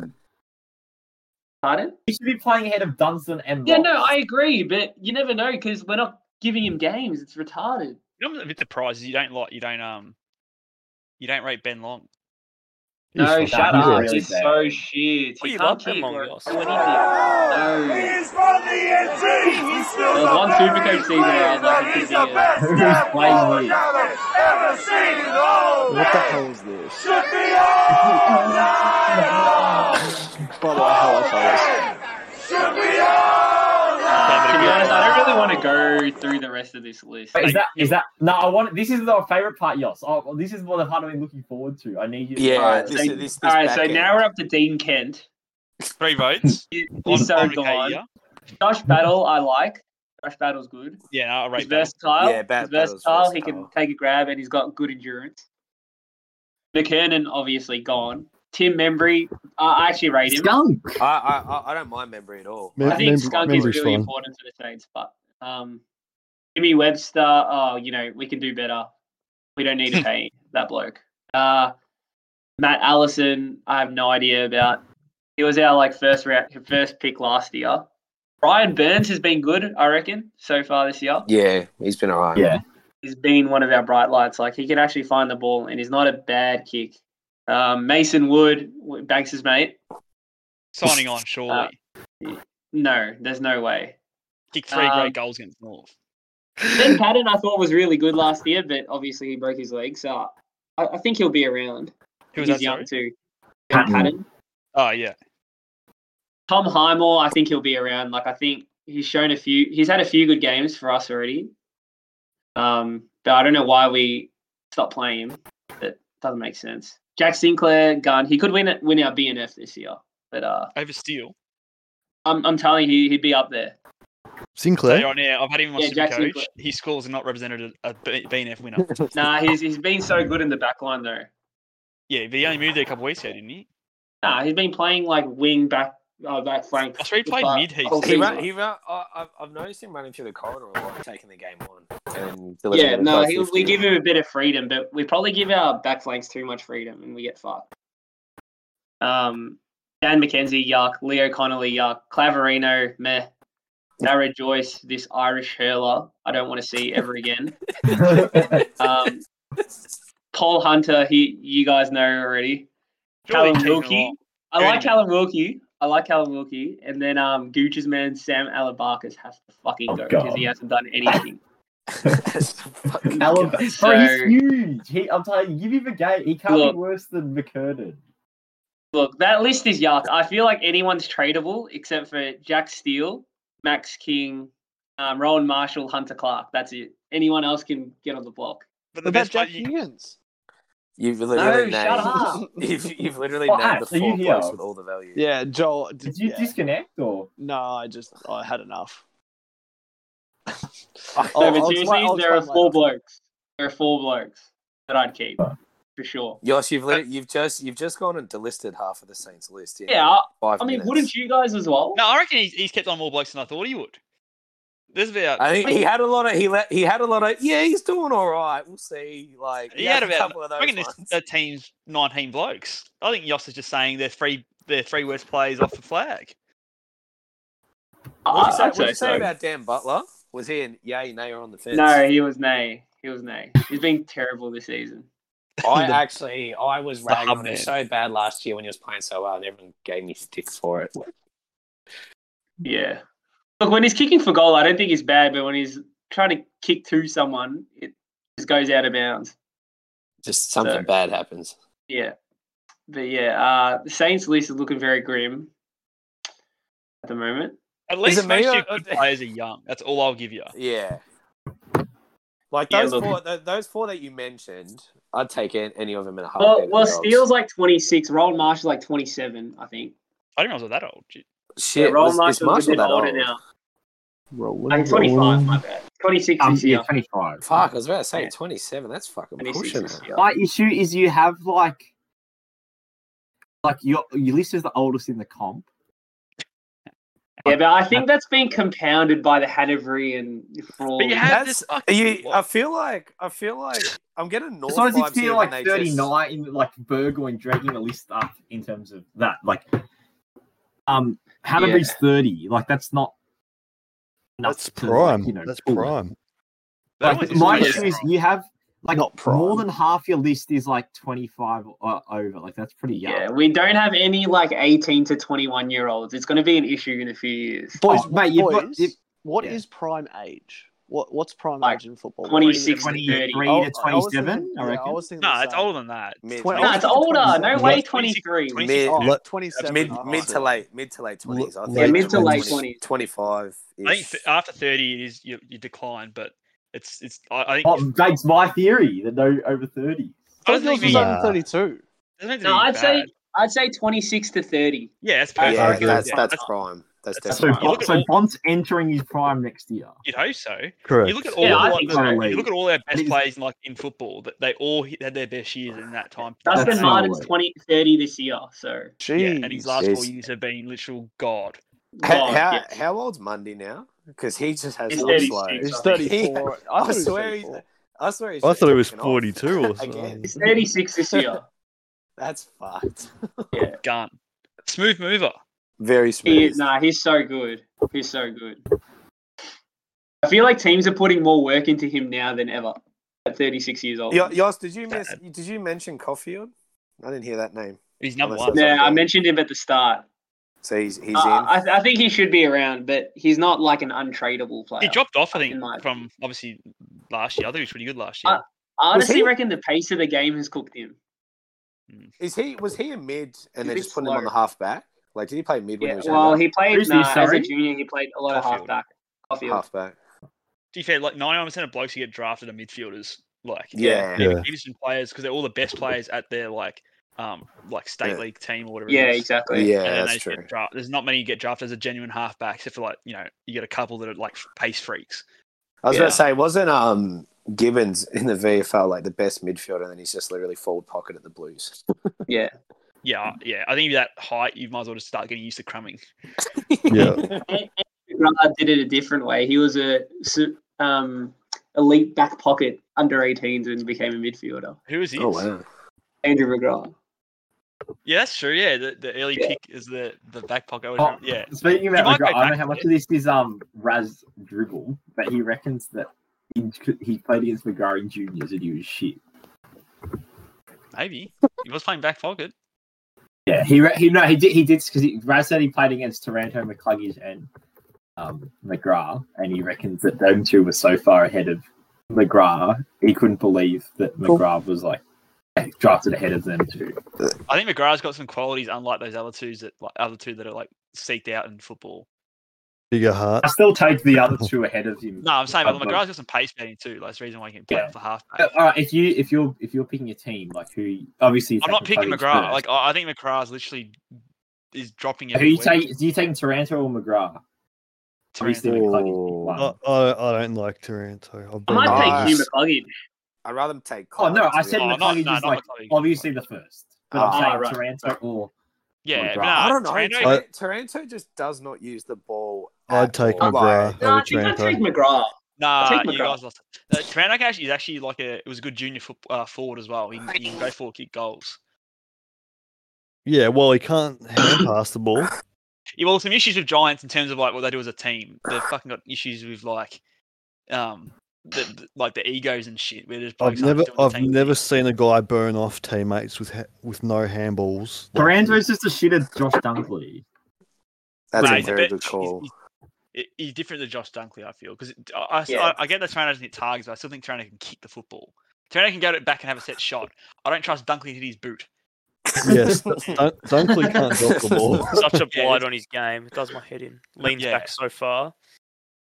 S6: Pardon?
S4: He should be playing ahead of Dunstan and
S6: Yeah,
S4: Ross.
S6: no, I agree, but you never know because we're not giving him games. It's retarded.
S3: I'm a bit surprised you don't like you don't um you don't rate Ben Long.
S2: He's
S6: no,
S2: fucking
S4: he's
S6: shut up.
S2: hero.
S4: really
S6: He's
S4: bad.
S6: so shit.
S3: Well,
S6: He
S3: you
S6: can't
S3: love Ben
S6: kick
S3: Long,
S6: or
S3: Ross.
S6: do anything. No. There was one Supercoach season where I was like, he's the best.
S4: Who's playing me?
S7: What the hell is this? Brother, how I thought
S6: To be honest, I don't really want to go through the rest of this list.
S4: Wait, is that is that no? I want this is our favorite part, Yoss. Oh, well, this is what I've been looking forward to. I need you.
S1: Yeah,
S6: Alright,
S1: this,
S6: so-
S1: this, this
S6: All right,
S1: back
S6: so
S1: end.
S6: now we're up to Dean Kent.
S3: Three votes.
S6: He-
S3: on-
S6: He's so
S3: on Ricky,
S6: gone.
S3: yeah?
S6: Josh Battle, I like. Josh Battle's good.
S3: Yeah, no, I
S6: He's
S3: rate Ben.
S6: versatile.
S1: Yeah, Bat-
S6: he's
S1: Battle's
S6: versatile. He can
S1: versatile.
S6: take a grab and he's got good endurance. McKernan, obviously gone. Tim Membry, I I actually rate him.
S1: I, I I- I don't mind memory at all.
S2: Me-
S6: I think
S2: Membry-
S6: Skunk is
S2: Membry's
S6: really
S2: fine.
S6: important for the Saints, but um, Jimmy Webster, oh, you know, we can do better. We don't need to pay that bloke. Uh, Matt Allison, I have no idea about. He was our like first round, first pick last year. Brian Burns has been good, I reckon, so far this year.
S1: Yeah, he's been alright.
S4: Yeah.
S6: He's been one of our bright lights. Like he can actually find the ball, and he's not a bad kick. Um, Mason Wood, Banks's mate.
S3: Signing on, surely.
S6: uh, No, there's no way.
S3: Kick three
S6: um,
S3: great goals against North.
S6: Ben Patton, I thought was really good last year, but obviously he broke his leg, so I, I think he'll be around.
S3: Who was
S6: He's
S3: that?
S6: young
S3: Sorry?
S6: too. Ben
S4: Patton.
S6: Patton.
S3: Oh yeah.
S6: Tom Highmore, I think he'll be around. Like I think he's shown a few. He's had a few good games for us already. Um, but I don't know why we stopped playing him. That doesn't make sense. Jack Sinclair, gun. He could win it, win our BNF this year, but uh,
S3: Over Steel.
S6: I'm I'm telling you, he'd be up there.
S3: So
S2: Sinclair.
S3: right now, I've had him in my
S6: Yeah,
S3: super
S6: Jack
S3: coach.
S6: Sinclair.
S3: His scores are not represented a B- BNF winner.
S6: Nah, he's he's been so good in the back line though.
S3: yeah, but he only moved there a couple weeks ago, didn't he?
S6: Nah, he's been playing like wing back, uh, back flank.
S3: I swear he
S6: the
S3: played
S6: fa-
S3: mid heaps.
S6: whole
S1: He
S6: season.
S1: ran, he ran, I, I've, I've noticed him running through the corridor a lot, taking the game on. And delivering
S6: Yeah,
S1: it
S6: no,
S1: above
S6: he,
S1: 50.
S6: we give him a bit of freedom, but we probably give our back flanks too much freedom and we get fucked. Um, Dan McKenzie, yuck. Leo Connolly, yuck. Claverino, meh. Sarah Joyce, this Irish hurler, I don't want to see ever again. Um, Paul Hunter, he, you guys know already.
S3: Surely
S6: Callum
S3: keep him
S6: Wilkie.
S3: along.
S6: I like
S3: Journeyman.
S6: Callum Wilkie. I like Callum Wilkie. And then um, Gooch's man, Sam Alabarkas, has to fucking
S4: Oh,
S6: go because
S4: God.
S6: he hasn't done anything.
S1: Fucking
S4: Alan,
S1: guy.
S4: bro, he's
S6: So-
S4: huge. He, I'm telling you, give him a game. He can't
S6: Look.
S4: be worse than McKernan.
S6: Look, that list is yuck. I feel like anyone's tradable except for Jack Steele, Max King, um, Rowan Marshall, Hunter Clark. That's it. Anyone else can get on the block.
S3: But the
S7: What about
S3: best
S7: Jack
S3: part, you,
S7: Higgins?
S1: You've literally
S6: No,
S1: named,
S6: shut up.
S1: You've, you've literally
S4: Oh,
S1: named
S4: Ash,
S1: the
S4: are you
S1: four
S4: here?
S1: blokes with all the value.
S7: Yeah, Joel. d-
S4: Did you
S7: yeah.
S4: disconnect or?
S7: No, I just I had enough. Oh,
S6: No,
S7: I'll-
S6: but
S7: I'll
S6: seriously,
S7: explain- I'll
S6: there are
S7: explain
S6: four
S7: later.
S6: blokes. There are four blokes that I'd keep for sure.
S1: Yosh, you've lit, you've just you've just gone and delisted half of the Saints list. in
S6: Yeah, I,
S1: five
S6: I mean,
S1: minutes.
S6: wouldn't you guys as well?
S3: no, I reckon he's, he's kept on more blokes than I thought he would. There's about
S1: I think he had a lot of he let he had a lot of yeah he's doing all right. We'll see. Like
S3: He had
S1: a
S3: about-
S1: couple of
S3: I
S1: those
S3: reckon
S1: ones.
S3: this, the team's 19 blokes. I think Yoss is just saying they're three they're three worst plays off the flag.
S1: What did you say,
S6: I- I'd
S1: what did
S6: say
S1: you say
S6: so.
S1: about Dan Butler? Was he an yay nay or on the fence?
S6: No, he was nay. He was nay. He's been terrible this season.
S1: I actually I was
S4: Oh,
S1: ragging
S3: hub
S1: on
S3: man.
S1: him so bad last year when he was playing so well, and everyone gave me stick for it.
S6: Yeah. Look, when he's kicking for goal, I don't think he's bad, but when he's trying to kick to someone, it just goes out of bounds.
S8: Just something
S6: So-
S8: bad happens.
S6: Yeah. But yeah, uh, the Saints list is looking very grim at the moment.
S3: At least
S1: it
S3: most
S1: me
S3: of
S1: or-
S3: your good players are young. That's all I'll give you.
S8: Yeah.
S1: Like
S6: Yeah,
S1: those
S6: look-
S1: four, th- those four that you mentioned.
S8: I'd take an- any of them in a heartbeat.
S6: Well,
S8: of
S6: well,
S8: the dogs.
S6: Steele's like 26. Roland Marshall's like 27, I think.
S3: I didn't realize I was that old. Shit.
S8: Shit,
S6: Roland
S8: was- is
S6: Marshall's a
S8: Marshall
S6: bit
S8: that
S6: older
S8: old?
S6: now.
S7: Rolling.
S6: Like 25, my bad. 26
S4: Um,
S6: this
S4: yeah,
S6: year.
S4: 25.
S8: Fuck, I was about to say
S6: Yeah.
S8: 27. That's fucking
S6: 26
S8: pushing
S6: this
S8: it.
S6: year.
S4: My issue is you have like, like your your list is the oldest in the comp.
S6: Yeah, but I think that's been compounded by the Hadavery and fraud.
S3: But you have this fucking.
S1: You, I feel like I feel like I'm getting north
S4: As long as you
S1: vibes here
S4: feel
S1: when
S4: like
S1: they
S4: thirty
S1: just-
S4: nine, in like Burgoyne dragging the list up in terms of that, like, um, Hanbury's thirty. Like that's not. enough
S2: That's
S4: to, like,
S2: prime.
S4: you know,
S2: That's
S4: pull it.
S2: prime.
S3: That
S4: Like,
S3: one's just
S4: my
S3: really
S4: issue is
S3: strong.
S4: you have like
S7: Not prime.
S4: more than half your list is like twenty five or over. Like that's pretty young.
S6: Yeah, we don't have any like 18 to 21 year olds. It's going to be an issue in a few years.
S7: Boys,
S4: Oh, mate, you've got-
S7: boys,
S4: if-
S7: what
S4: yeah.
S7: is prime age? What what's prime
S6: Like,
S7: age in football?
S6: 26
S4: twenty
S6: 30.
S4: three
S7: Oh,
S4: to
S7: I- I
S4: twenty
S7: was
S4: seven.
S7: thinking-
S4: I
S7: yeah,
S4: reckon.
S7: was thinking the
S3: Nah,
S1: um,
S3: it's
S7: same.
S3: older than that.
S1: Mid-
S6: No,
S7: Twen- I
S6: it's
S7: was thinking
S6: older. No
S7: 27.
S6: way,
S3: Like, 26
S6: 23.
S1: mid,
S7: Oh,
S2: Let-
S7: 27.
S1: mid,
S7: Oh,
S1: mid
S7: so-
S1: to late, mid to late twenties. I
S2: L-
S1: think
S2: Yeah,
S6: mid to late
S1: 20s.
S6: 20s.
S1: Twenty-five.
S3: I think th- after 30 it is you, you decline, but it's it's. I, I think
S4: Oh, that's my theory that no over thirty.
S3: I
S7: I
S3: don't
S7: thought yours
S3: think
S7: was
S3: it
S2: Yeah.
S7: only 32.
S3: doesn't have to
S6: No,
S3: be
S6: I'd say
S3: bad.
S6: I'd say 26 to 30.
S3: yeah, that's
S1: yeah,
S3: perfect.
S1: that's,
S3: Yeah,
S1: that's,
S3: yeah.
S1: prime. That's,
S3: That's
S1: definitely
S4: So,
S3: right.
S1: prime.
S3: look
S4: Bont,
S3: at
S4: so
S3: all-
S4: Bont's entering his prime next year.
S3: You'd hope so.
S2: Correct.
S3: You look at all
S6: Yeah, I
S3: like,
S6: think
S3: the-
S4: so.
S3: you look at all our best
S4: It is-
S3: players like in football that they all hit- had their best years in that time.
S4: That's
S6: Dustin
S4: not
S6: Harden's
S4: right.
S6: 20 30 this year. So,
S7: Jeez.
S3: yeah, and his last four
S8: Jeez.
S3: years have been literal god.
S1: How,
S6: God,
S1: how,
S6: yeah.
S1: how old's Mundy now? Because he just has
S6: He's
S1: looked
S6: 36.
S1: slow.
S6: I
S7: He's
S1: think-
S7: 34. I, thought he was
S1: swear he's-
S7: 34.
S1: I swear he's
S2: I
S1: just
S2: thought it was
S1: kicking off.
S2: 42 or
S1: Again.
S2: something.
S6: He's 36 this year.
S1: That's fucked.
S3: Gun. Smooth mover.
S1: Very
S6: He
S1: smooth.
S6: is, nah, he's so good. He's so good. I feel like teams are putting more work into him now than ever at 36 years old.
S1: Yo- Yos, did you miss? Did you mention Caulfield? I didn't hear that name.
S3: He's number
S1: Honestly.
S3: one.
S6: Nah, I mentioned him at the start.
S1: So he's he's
S6: Uh,
S1: in.
S6: I, I think he should be around, but he's not like an untradeable player.
S3: He dropped off, I
S6: In
S3: think,
S6: my-
S3: from obviously last year. I think he was pretty good last year.
S6: Uh, I honestly
S1: he-
S6: reckon the pace of the game has cooked him.
S1: Is he was he a mid and
S6: a
S1: they
S6: bit
S1: just put him on
S6: slow.
S1: the half back? Like did he play mid when
S6: Yeah,
S1: he was
S6: well,
S1: younger?
S6: he played
S4: Who's
S6: nah,
S4: this,
S6: as a
S4: sorry?
S6: junior. He played a lot of
S3: Caulfield.
S6: halfback. Caulfield.
S1: half back.
S3: to be fair, like 99% of blokes who get drafted are midfielders. Like,
S1: Yeah.
S2: Yeah.
S3: Peterson players because they're all the best players at their like um like state
S1: Yeah.
S3: league team or whatever. it
S6: Yeah,
S3: is.
S1: Yeah,
S6: exactly.
S3: And then they
S1: that's
S3: just get
S1: true.
S3: Draft. There's not many who get drafted as a genuine halfback, except for like you know you get a couple that are like pace freaks.
S1: I was
S3: Yeah.
S1: gonna say, wasn't um Gibbons in the VFL like the best midfielder and then he's just literally forward pocket at the blues.
S6: Yeah.
S3: Yeah, yeah. I think if you're that height, you might as well just start getting used to crumbing.
S2: Yeah.
S6: Grant did it a different way. He was a su- um, elite back pocket under 18s and became a midfielder.
S3: Who is he?
S1: Oh wow.
S6: Andrew McGrath.
S3: Yeah, that's true. Yeah, the, the early
S6: Yeah.
S3: kick is the the back pocket. I always
S4: Oh.
S3: remember- Yeah,
S4: Speaking
S3: You
S4: about
S3: might
S4: McGrath,
S3: go
S4: I don't know
S3: back
S4: how
S3: to
S4: much
S3: it.
S4: of this is um Raz dribble, but he reckons that he, he played against McGrath in juniors and he was shit.
S3: maybe he was playing back pocket.
S4: Yeah, he re- he no he did he did because Raz said he played against Taranto McCluggage and um McGrath, and he reckons that them two were so far ahead of McGrath he couldn't believe that McGrath was like drafted ahead of them too.
S3: I think McGrath's got some qualities, unlike those other twos that like other two that are like seeked out in football.
S2: Bigger heart.
S4: I still take the other two ahead of him.
S3: No, I'm saying but
S4: I'd love-
S3: McGrath's got some pace betting too. Like, that's the reason why he can play
S4: Oh, Yeah.
S3: for halfback.
S4: Uh, all right, if you if you're if you're picking a team like who obviously
S3: I'm not picking
S4: McCluggage
S3: McGrath.
S4: first.
S3: Like I I think McGrath's literally is dropping
S4: Who you
S3: every week.
S4: take? Do you take Taranto or McGrath? Obviously,
S3: Taranto.
S4: McCluggage picked
S1: Oh.
S4: one.
S2: I, I, I don't like Taranto. I've
S6: I
S2: been there.
S1: Ah.
S6: might take Hugh McCluggage.
S1: I'd rather him take
S4: Oh, no,
S1: Collins,
S4: I
S1: to be
S4: said
S3: Oh,
S1: honest.
S3: not-
S4: McCluggage
S3: no,
S4: is
S3: not
S4: like
S3: McCluggage.
S4: obviously the first, but
S1: Ah,
S4: I'm saying
S6: right.
S4: Taranto or
S3: Yeah,
S4: McGrath.
S3: but
S1: I
S3: nah,
S1: don't know.
S3: Taranto,
S1: Taranto, Taranto just does not use the ball.
S2: I'd
S1: at
S2: take
S1: all.
S2: McGrath.
S6: No, I
S2: over
S6: think I'd take
S2: Taranto.
S6: McGrath.
S3: nah,
S6: take
S3: you
S6: McGrath.
S3: guys lost. Uh, Taranto cash is actually like a it was a good junior foot, uh, forward as well. He, can- he can go forward, kick goals.
S2: Yeah, well, he can't hand pass the ball.
S3: Yeah, well, some issues with Giants in terms of like what they do as a team. They've fucking got issues with like, um, the, the- like the egos and shit. Where there's
S2: I've
S3: blokes aren't
S2: never,
S3: doing the
S2: I've
S3: team
S2: never
S3: thing.
S2: seen a guy burn off teammates with ha- with no handballs. Like,
S4: Taranto's just a shit at Josh Dunkley.
S8: That's
S3: Nah,
S8: a
S3: he's
S8: very
S3: bit-
S8: good call.
S3: He's, he's- he's different to Josh Dunkley, I feel, because I, I,
S6: Yeah.
S3: I, get that Turner doesn't hit targets, but I still think Turner can kick the football. Turner can go back and have a set shot. I don't trust Dunkley to hit his boot.
S2: Yes, Dun- Dunkley can't drop the ball.
S9: Such a
S3: Yeah,
S9: blight on his game. It does my head in. Leans
S3: Yeah.
S9: back so far.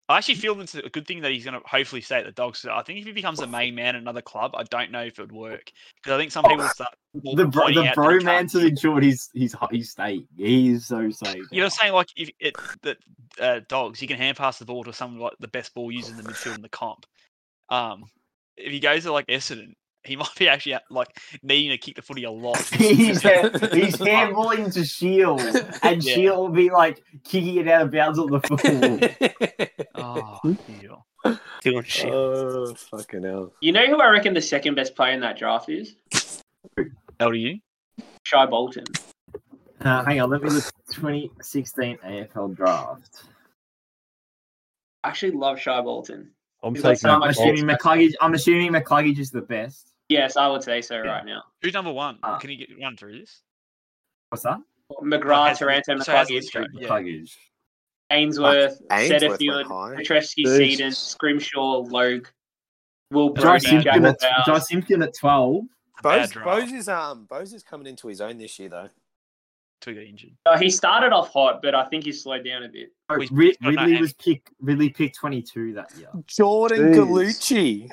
S3: I actually feel it's a good thing that he's going to hopefully stay at the Dogs. 'cause I think if he becomes a main man at another club, I don't know if it would work because I think some people start
S4: The bro,
S3: pointing
S4: the
S3: out that he can't
S4: bromance has ensured his his his state. He's so safe.
S3: You know, what I'm saying like if it that uh, dogs, you can hand pass the ball to someone like the best ball user in the midfield in the comp. Um, if he goes to like Essendon, he might be actually uh, like needing to kick the footy a lot.
S4: He's he's handballing to Shield, and
S3: Yeah.
S4: Shield will be like kicking it out of bounds on the football.
S3: oh, deal.
S9: Doing shit.
S8: Oh, fucking hell.
S6: You know who I reckon the second best player in that draft is?
S3: LDU.
S6: Shy Bolton.
S4: Uh, hang on, let me look. 2016 AFL draft.
S6: I actually love Shy Bolton.
S2: I'm
S6: He's got
S2: taking
S6: so
S4: I'm
S2: it.
S6: much
S4: assuming McCluggage. I'm assuming McCluggage is the best.
S6: Yes, I would say so right now.
S3: Who's number one?
S4: Ah.
S3: Can you get run through this?
S4: What's that?
S6: McGrath,
S3: has-
S6: Taranto,
S3: so has this
S6: McCluggage,
S3: guy. Yeah.
S4: McCluggage.
S6: Ainsworth,
S8: Ainsworth
S6: Setterfield,
S8: went high.
S6: Petrescu,
S2: Jeez.
S6: Seaton, Scrimshaw, Logue, Will
S3: Josh
S4: Josh
S6: Brody,
S3: Simpkin
S6: Jack
S4: Simpkin, at,
S6: Bowles.
S4: Josh Simpkin at 12.
S3: Bad
S8: Bose,
S3: draft.
S8: Bose is um Bose is coming into his own this year though.
S3: Two got injured.
S6: Uh, he started off hot, but I think he slowed down a bit.
S4: Oh,
S3: We-
S4: Rid-
S3: we got that
S4: Ridley was picked. Ridley picked 22 that year.
S1: Jordan
S7: Jeez.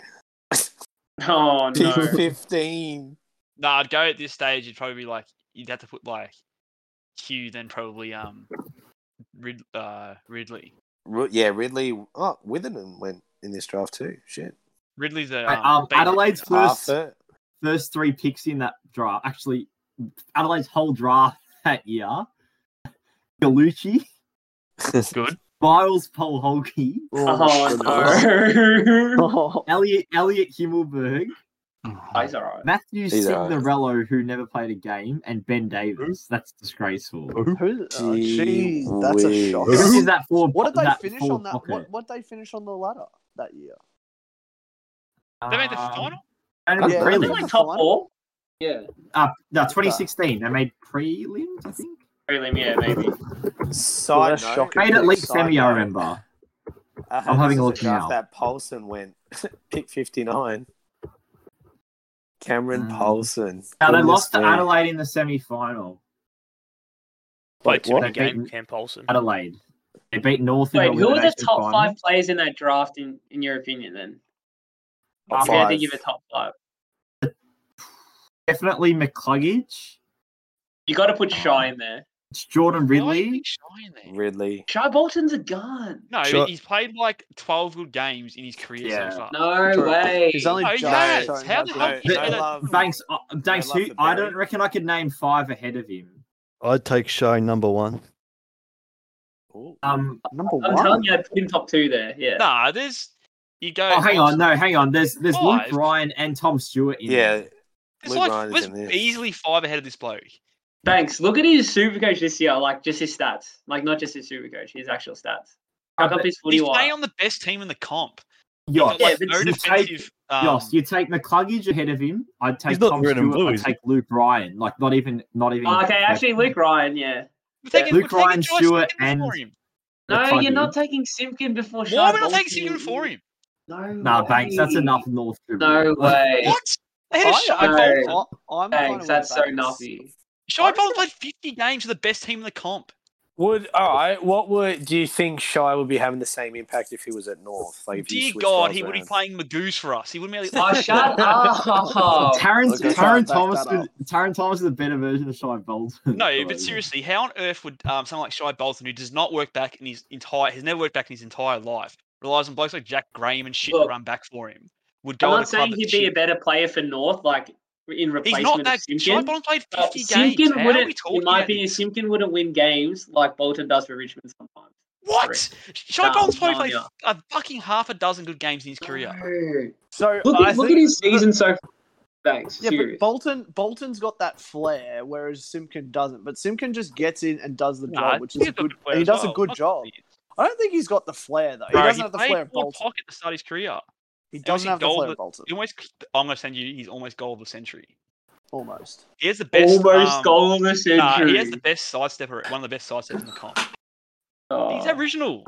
S1: Galucci,
S6: Oh
S1: P
S6: no!
S1: fifteen.
S3: No, I'd go at this stage. You'd probably be like you'd have to put like Hugh, then probably um Rid- uh, Ridley.
S8: Ru- yeah, Ridley. Oh, Witherden went in this draft too. Shit.
S3: Ridley's a
S4: Right,
S3: um,
S4: um,
S3: beta.
S4: Adelaide's first
S8: Arthur.
S4: first three picks in that draft. Actually, Adelaide's whole draft that year. Galucci,
S3: good.
S4: Miles Polholke,
S6: Oh no!
S7: Oh,
S4: Elliot Elliot Himmelberg,
S6: Oh, He's alright.
S4: Matthew
S8: He's alright.
S4: Signorello, who never played a game, and Ben Davis. That's disgraceful. Who
S7: who- oh,
S8: Gee
S7: Jeez, that's a
S8: whiz.
S7: shock.
S4: is that for?
S7: What did they
S4: that
S7: finish
S4: four
S7: on that?
S4: pocket?
S7: What, what did they finish on the ladder that year?
S3: They made the
S4: Um,
S3: final.
S4: and it
S7: Yeah,
S4: was
S6: Really?
S7: Really?
S4: prelims.
S7: The
S6: top
S7: final?
S6: four? Yeah,
S4: Uh, no, 2016. They made prelims, I think.
S6: prelim. Yeah, maybe.
S1: Side
S7: that's
S1: note,
S7: shocking.
S4: Made at least
S1: Side
S4: semi. I
S1: note,
S4: remember.
S1: uh,
S4: I'm having
S1: this is
S4: a look
S1: the draft
S4: now.
S1: That Paulson went pick fifty nine. Cameron
S4: Mm.
S1: Paulson.
S4: Now they
S1: Goodness
S4: lost to
S1: me.
S4: Adelaide in the semi final.
S9: Played too
S4: what?
S9: many
S4: They
S9: games,
S4: beat-
S9: Cam Polson.
S4: Adelaide. They beat North. in
S6: Wait, who were the
S4: elimination
S6: top
S4: final.
S6: five players in that draft, in, in your opinion? Then
S8: Top
S6: if you had to
S8: five.
S6: give a top five,
S4: Definitely McCluggage.
S6: you got to put Shy in there.
S4: It's Jordan
S3: Why do you
S4: Ridley.
S3: think Shy in there?
S8: Ridley.
S6: Shy Bolton's a gun.
S3: No,
S2: Sure.
S3: he's played like 12 good games in his career
S4: Yeah.
S3: so far.
S6: No way.
S7: He's only
S3: No, he
S7: Joe.
S3: has.
S7: Sorry,
S3: How the
S7: no,
S3: hell can
S7: Joe.
S3: you say
S1: I
S3: that?
S1: love-
S4: Thanks, uh, thanks.
S1: I love
S4: Who,
S1: the
S4: I
S1: Barry.
S4: don't reckon I could name five ahead of him.
S2: I'd take Shay number one.
S4: Um.
S7: Number
S6: I'm
S7: one.
S6: telling you, I put him top two there. Yeah.
S3: Nah, there's. You go.
S4: Oh, hang on. No, hang on. There's there's
S3: Five?
S4: Luke Ryan and Tom Stewart in.
S8: Yeah.
S4: there.
S3: It's
S8: Luke
S3: like,
S8: Ryan
S3: there's
S8: is in there.
S3: easily five ahead of this bloke.
S6: Thanks. Look at his super coach this year, like just his stats. Like not just his super coach, his actual stats.
S4: Uh,
S6: Chuck up his footy
S3: He's
S6: wire.
S3: playing on the best team in the comp. He's
S4: Yoss,
S3: got, like,
S6: Yeah,
S3: no
S6: but
S4: you take-
S3: defensive. um,
S4: Yoss, you take McCluggage ahead of him. I'd take
S2: not
S4: Tom
S2: red and
S4: Stewart.
S2: blue,
S4: I'd
S2: is he?
S4: take Luke Ryan. Like not even not even.
S6: Oh, okay, actually, Luke Ryan. Yeah.
S3: we're taking,
S4: Luke
S3: we're taking
S4: Ryan,
S3: Josh
S4: Stewart,
S3: Simpkin before
S4: and-
S3: him.
S6: No,
S4: McCluggage.
S6: you're not taking Simpkin before.
S3: Why
S6: Shy
S3: are we not
S6: Bolton.
S3: taking Stewart for him?
S6: No.
S4: Nah, Banks. That's
S6: way.
S4: enough North.
S6: No way.
S3: What? Ahead of Shy
S6: no.
S3: Bolton.
S7: I, I'm kinda
S6: Banks,
S7: with
S6: that's so
S7: Banks.
S6: nothing.
S3: Shy Bolton played 50 games for the best team in the comp.
S1: Would all right? What would do you think Shy would be having the same impact if he was at North? Like, if you
S3: Dear
S1: switched
S3: God,
S1: roles
S3: he would be
S1: around?
S3: playing Magoose for us. He wouldn't be
S6: Oh, shut up.
S4: Taryn,
S7: Okay, sorry,
S4: Taryn
S7: back
S4: Thomas.
S7: that
S4: Is, Taryn Thomas is a better version of Shy Bolton.
S3: No, but seriously, how on earth would um, someone like Shy Bolton, who does not work back in his entire, has never worked back in his entire life, relies on blokes like Jack Graham and shit
S6: Look,
S3: to run back for him, would go
S6: I'm
S3: to
S6: not
S3: the club
S6: saying
S3: and
S6: he'd be a
S3: shit.
S6: better player for North, like in
S3: He's
S6: replacement
S3: not that.
S6: of
S3: Shy
S6: Simpkin.
S3: Bolton played
S6: Uh,
S3: 50 games.
S6: Simpkin
S3: How are we
S6: wouldn't,
S3: talking
S6: in my
S3: about
S6: opinion,
S3: this?
S6: Simpkin wouldn't win games like Bolton does for Richmond sometimes.
S3: What? Shy
S6: Nah,
S3: Bolton's probably
S6: nah,
S3: played
S6: yeah.
S3: a fucking half a dozen good games in his career.
S6: No.
S7: So
S6: Look,
S7: I
S6: at, look
S7: think-
S6: at his season so far. Thanks.
S7: Yeah,
S6: serious.
S7: but Bolton Bolton's got that flair, whereas Simkin doesn't. But Simkin just gets in and does the job,
S3: Nah,
S7: which
S3: he's
S7: is a
S3: got
S7: good.
S3: flair
S7: He
S3: as
S7: does
S3: well.
S7: a good
S3: Fuck
S7: job.
S3: it.
S7: I don't think he's got the flair though. He
S3: Bro,
S7: doesn't have the
S3: played
S7: flair of
S3: full
S7: Bolton.
S3: pocket to start his career.
S7: He
S3: was
S7: doesn't
S3: he
S7: have the
S3: goal
S7: flair
S3: that-
S7: of Bolton.
S3: He almost, I'm gonna send you. He's almost goal of the century.
S7: Almost.
S3: He has the best.
S6: Almost
S3: um,
S6: goal of the
S3: Nah,
S6: century.
S3: he has the best sidestepper, one of the best sidesteppers in the comp.
S6: Oh.
S3: He's Aboriginal.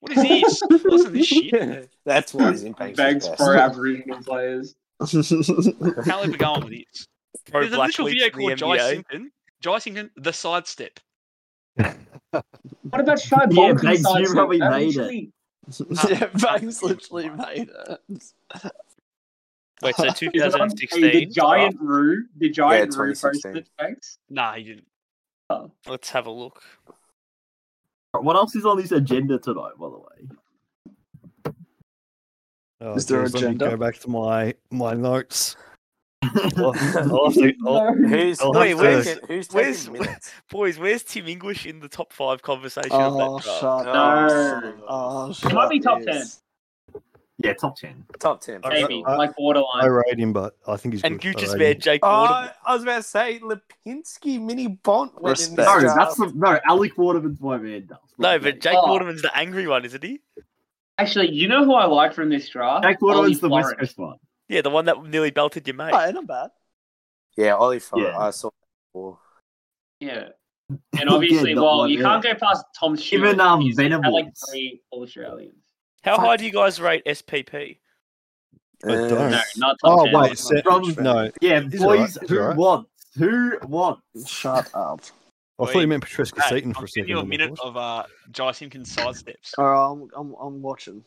S3: What is this? Listen to this shit.
S10: That's why his impact's
S6: Bags for Aboriginal players.
S3: I can't leave it going with this.
S11: Pro
S3: There's a
S11: Black
S3: little
S11: Week
S3: video
S11: for the
S3: called Jai
S11: NBA.
S3: Simpson. Jai Simpson, the sidestep.
S6: What about Shy
S4: Yeah,
S6: Bolton?
S4: Bags,
S6: side
S4: you
S6: step?
S4: probably
S6: That
S4: made
S6: literally-
S7: yeah, Bangs literally made it.
S11: Wait, so
S6: Is it on- hey,
S11: 2016.
S6: The giant Roo, the giant Roo
S1: 2016.
S6: posted Bags.
S3: Oh, Nah, he didn't.
S11: Oh. Let's have a look.
S4: What else is on this agenda tonight, by the way?
S2: Oh,
S7: Is there a
S2: geez, let me
S7: gender?
S2: Go back to my my notes. I'll- I'll have to- I'll-
S1: Who's,
S4: Oh,
S2: I'll
S11: Wait,
S2: have to-
S11: where's-
S1: who's
S11: where's-
S1: taking minutes?
S11: Boys, where's Tim English in the top five conversation of
S7: Oh,
S11: that draft?
S7: shut
S1: Oh,
S7: up.
S1: son of a-
S7: Oh,
S6: It might
S7: shut
S6: be top ten,
S7: this.
S4: yeah, top ten.
S1: Top 10.
S2: I-
S6: maybe
S10: Uh,
S2: I-
S6: like
S2: I
S6: borderline.
S2: rate him, but I think he's
S11: And
S2: good. I
S11: you
S6: Uh,
S11: just
S2: rate
S11: made
S2: him.
S11: Jake
S10: Oh,
S11: Waterman.
S10: I was about to say Lipinski Mini Bont went in this
S7: Respect.
S4: No,
S10: draft.
S4: that's the, no. Alec Waterman's my man. Dubs.
S11: No,
S4: Not
S11: but
S4: Jake.
S11: Jake
S6: Oh.
S11: Waterman's the angry one, isn't he?
S6: Actually, you know who I like from this draft?
S4: Jake Waterman's the
S6: Ollie
S4: West
S6: Florent.
S4: Coast one.
S11: Yeah, the one that nearly belted your mate.
S7: Oh, not bad.
S1: Yeah, Ollie Farrell.
S4: Yeah.
S1: I saw that before.
S6: Yeah. And obviously,
S4: Yeah, that
S6: well,
S4: one,
S6: you
S4: yeah.
S6: can't go past Tom Stewart.
S4: Even, um,
S6: He's had like
S4: Venables.
S6: three All Australians.
S11: How high do you guys rate SPP?
S4: Oh,
S2: I
S1: Uh,
S2: don't.
S6: No, not top
S2: Oh
S6: 10.
S2: wait, se-
S4: From-
S2: no.
S4: Yeah,
S2: He's
S4: boys,
S2: alright, he's
S4: who
S2: alright.
S4: wants? Who wants?
S7: Shut up.
S2: I thought you meant Patricia
S3: Hey,
S2: Seaton for
S3: I'll
S2: a
S3: give
S2: second.
S3: you a
S2: I'm like,
S3: minute
S2: what?
S3: of uh, Jai Simpson's sidesteps.
S7: All right, I'm, I'm, I'm watching.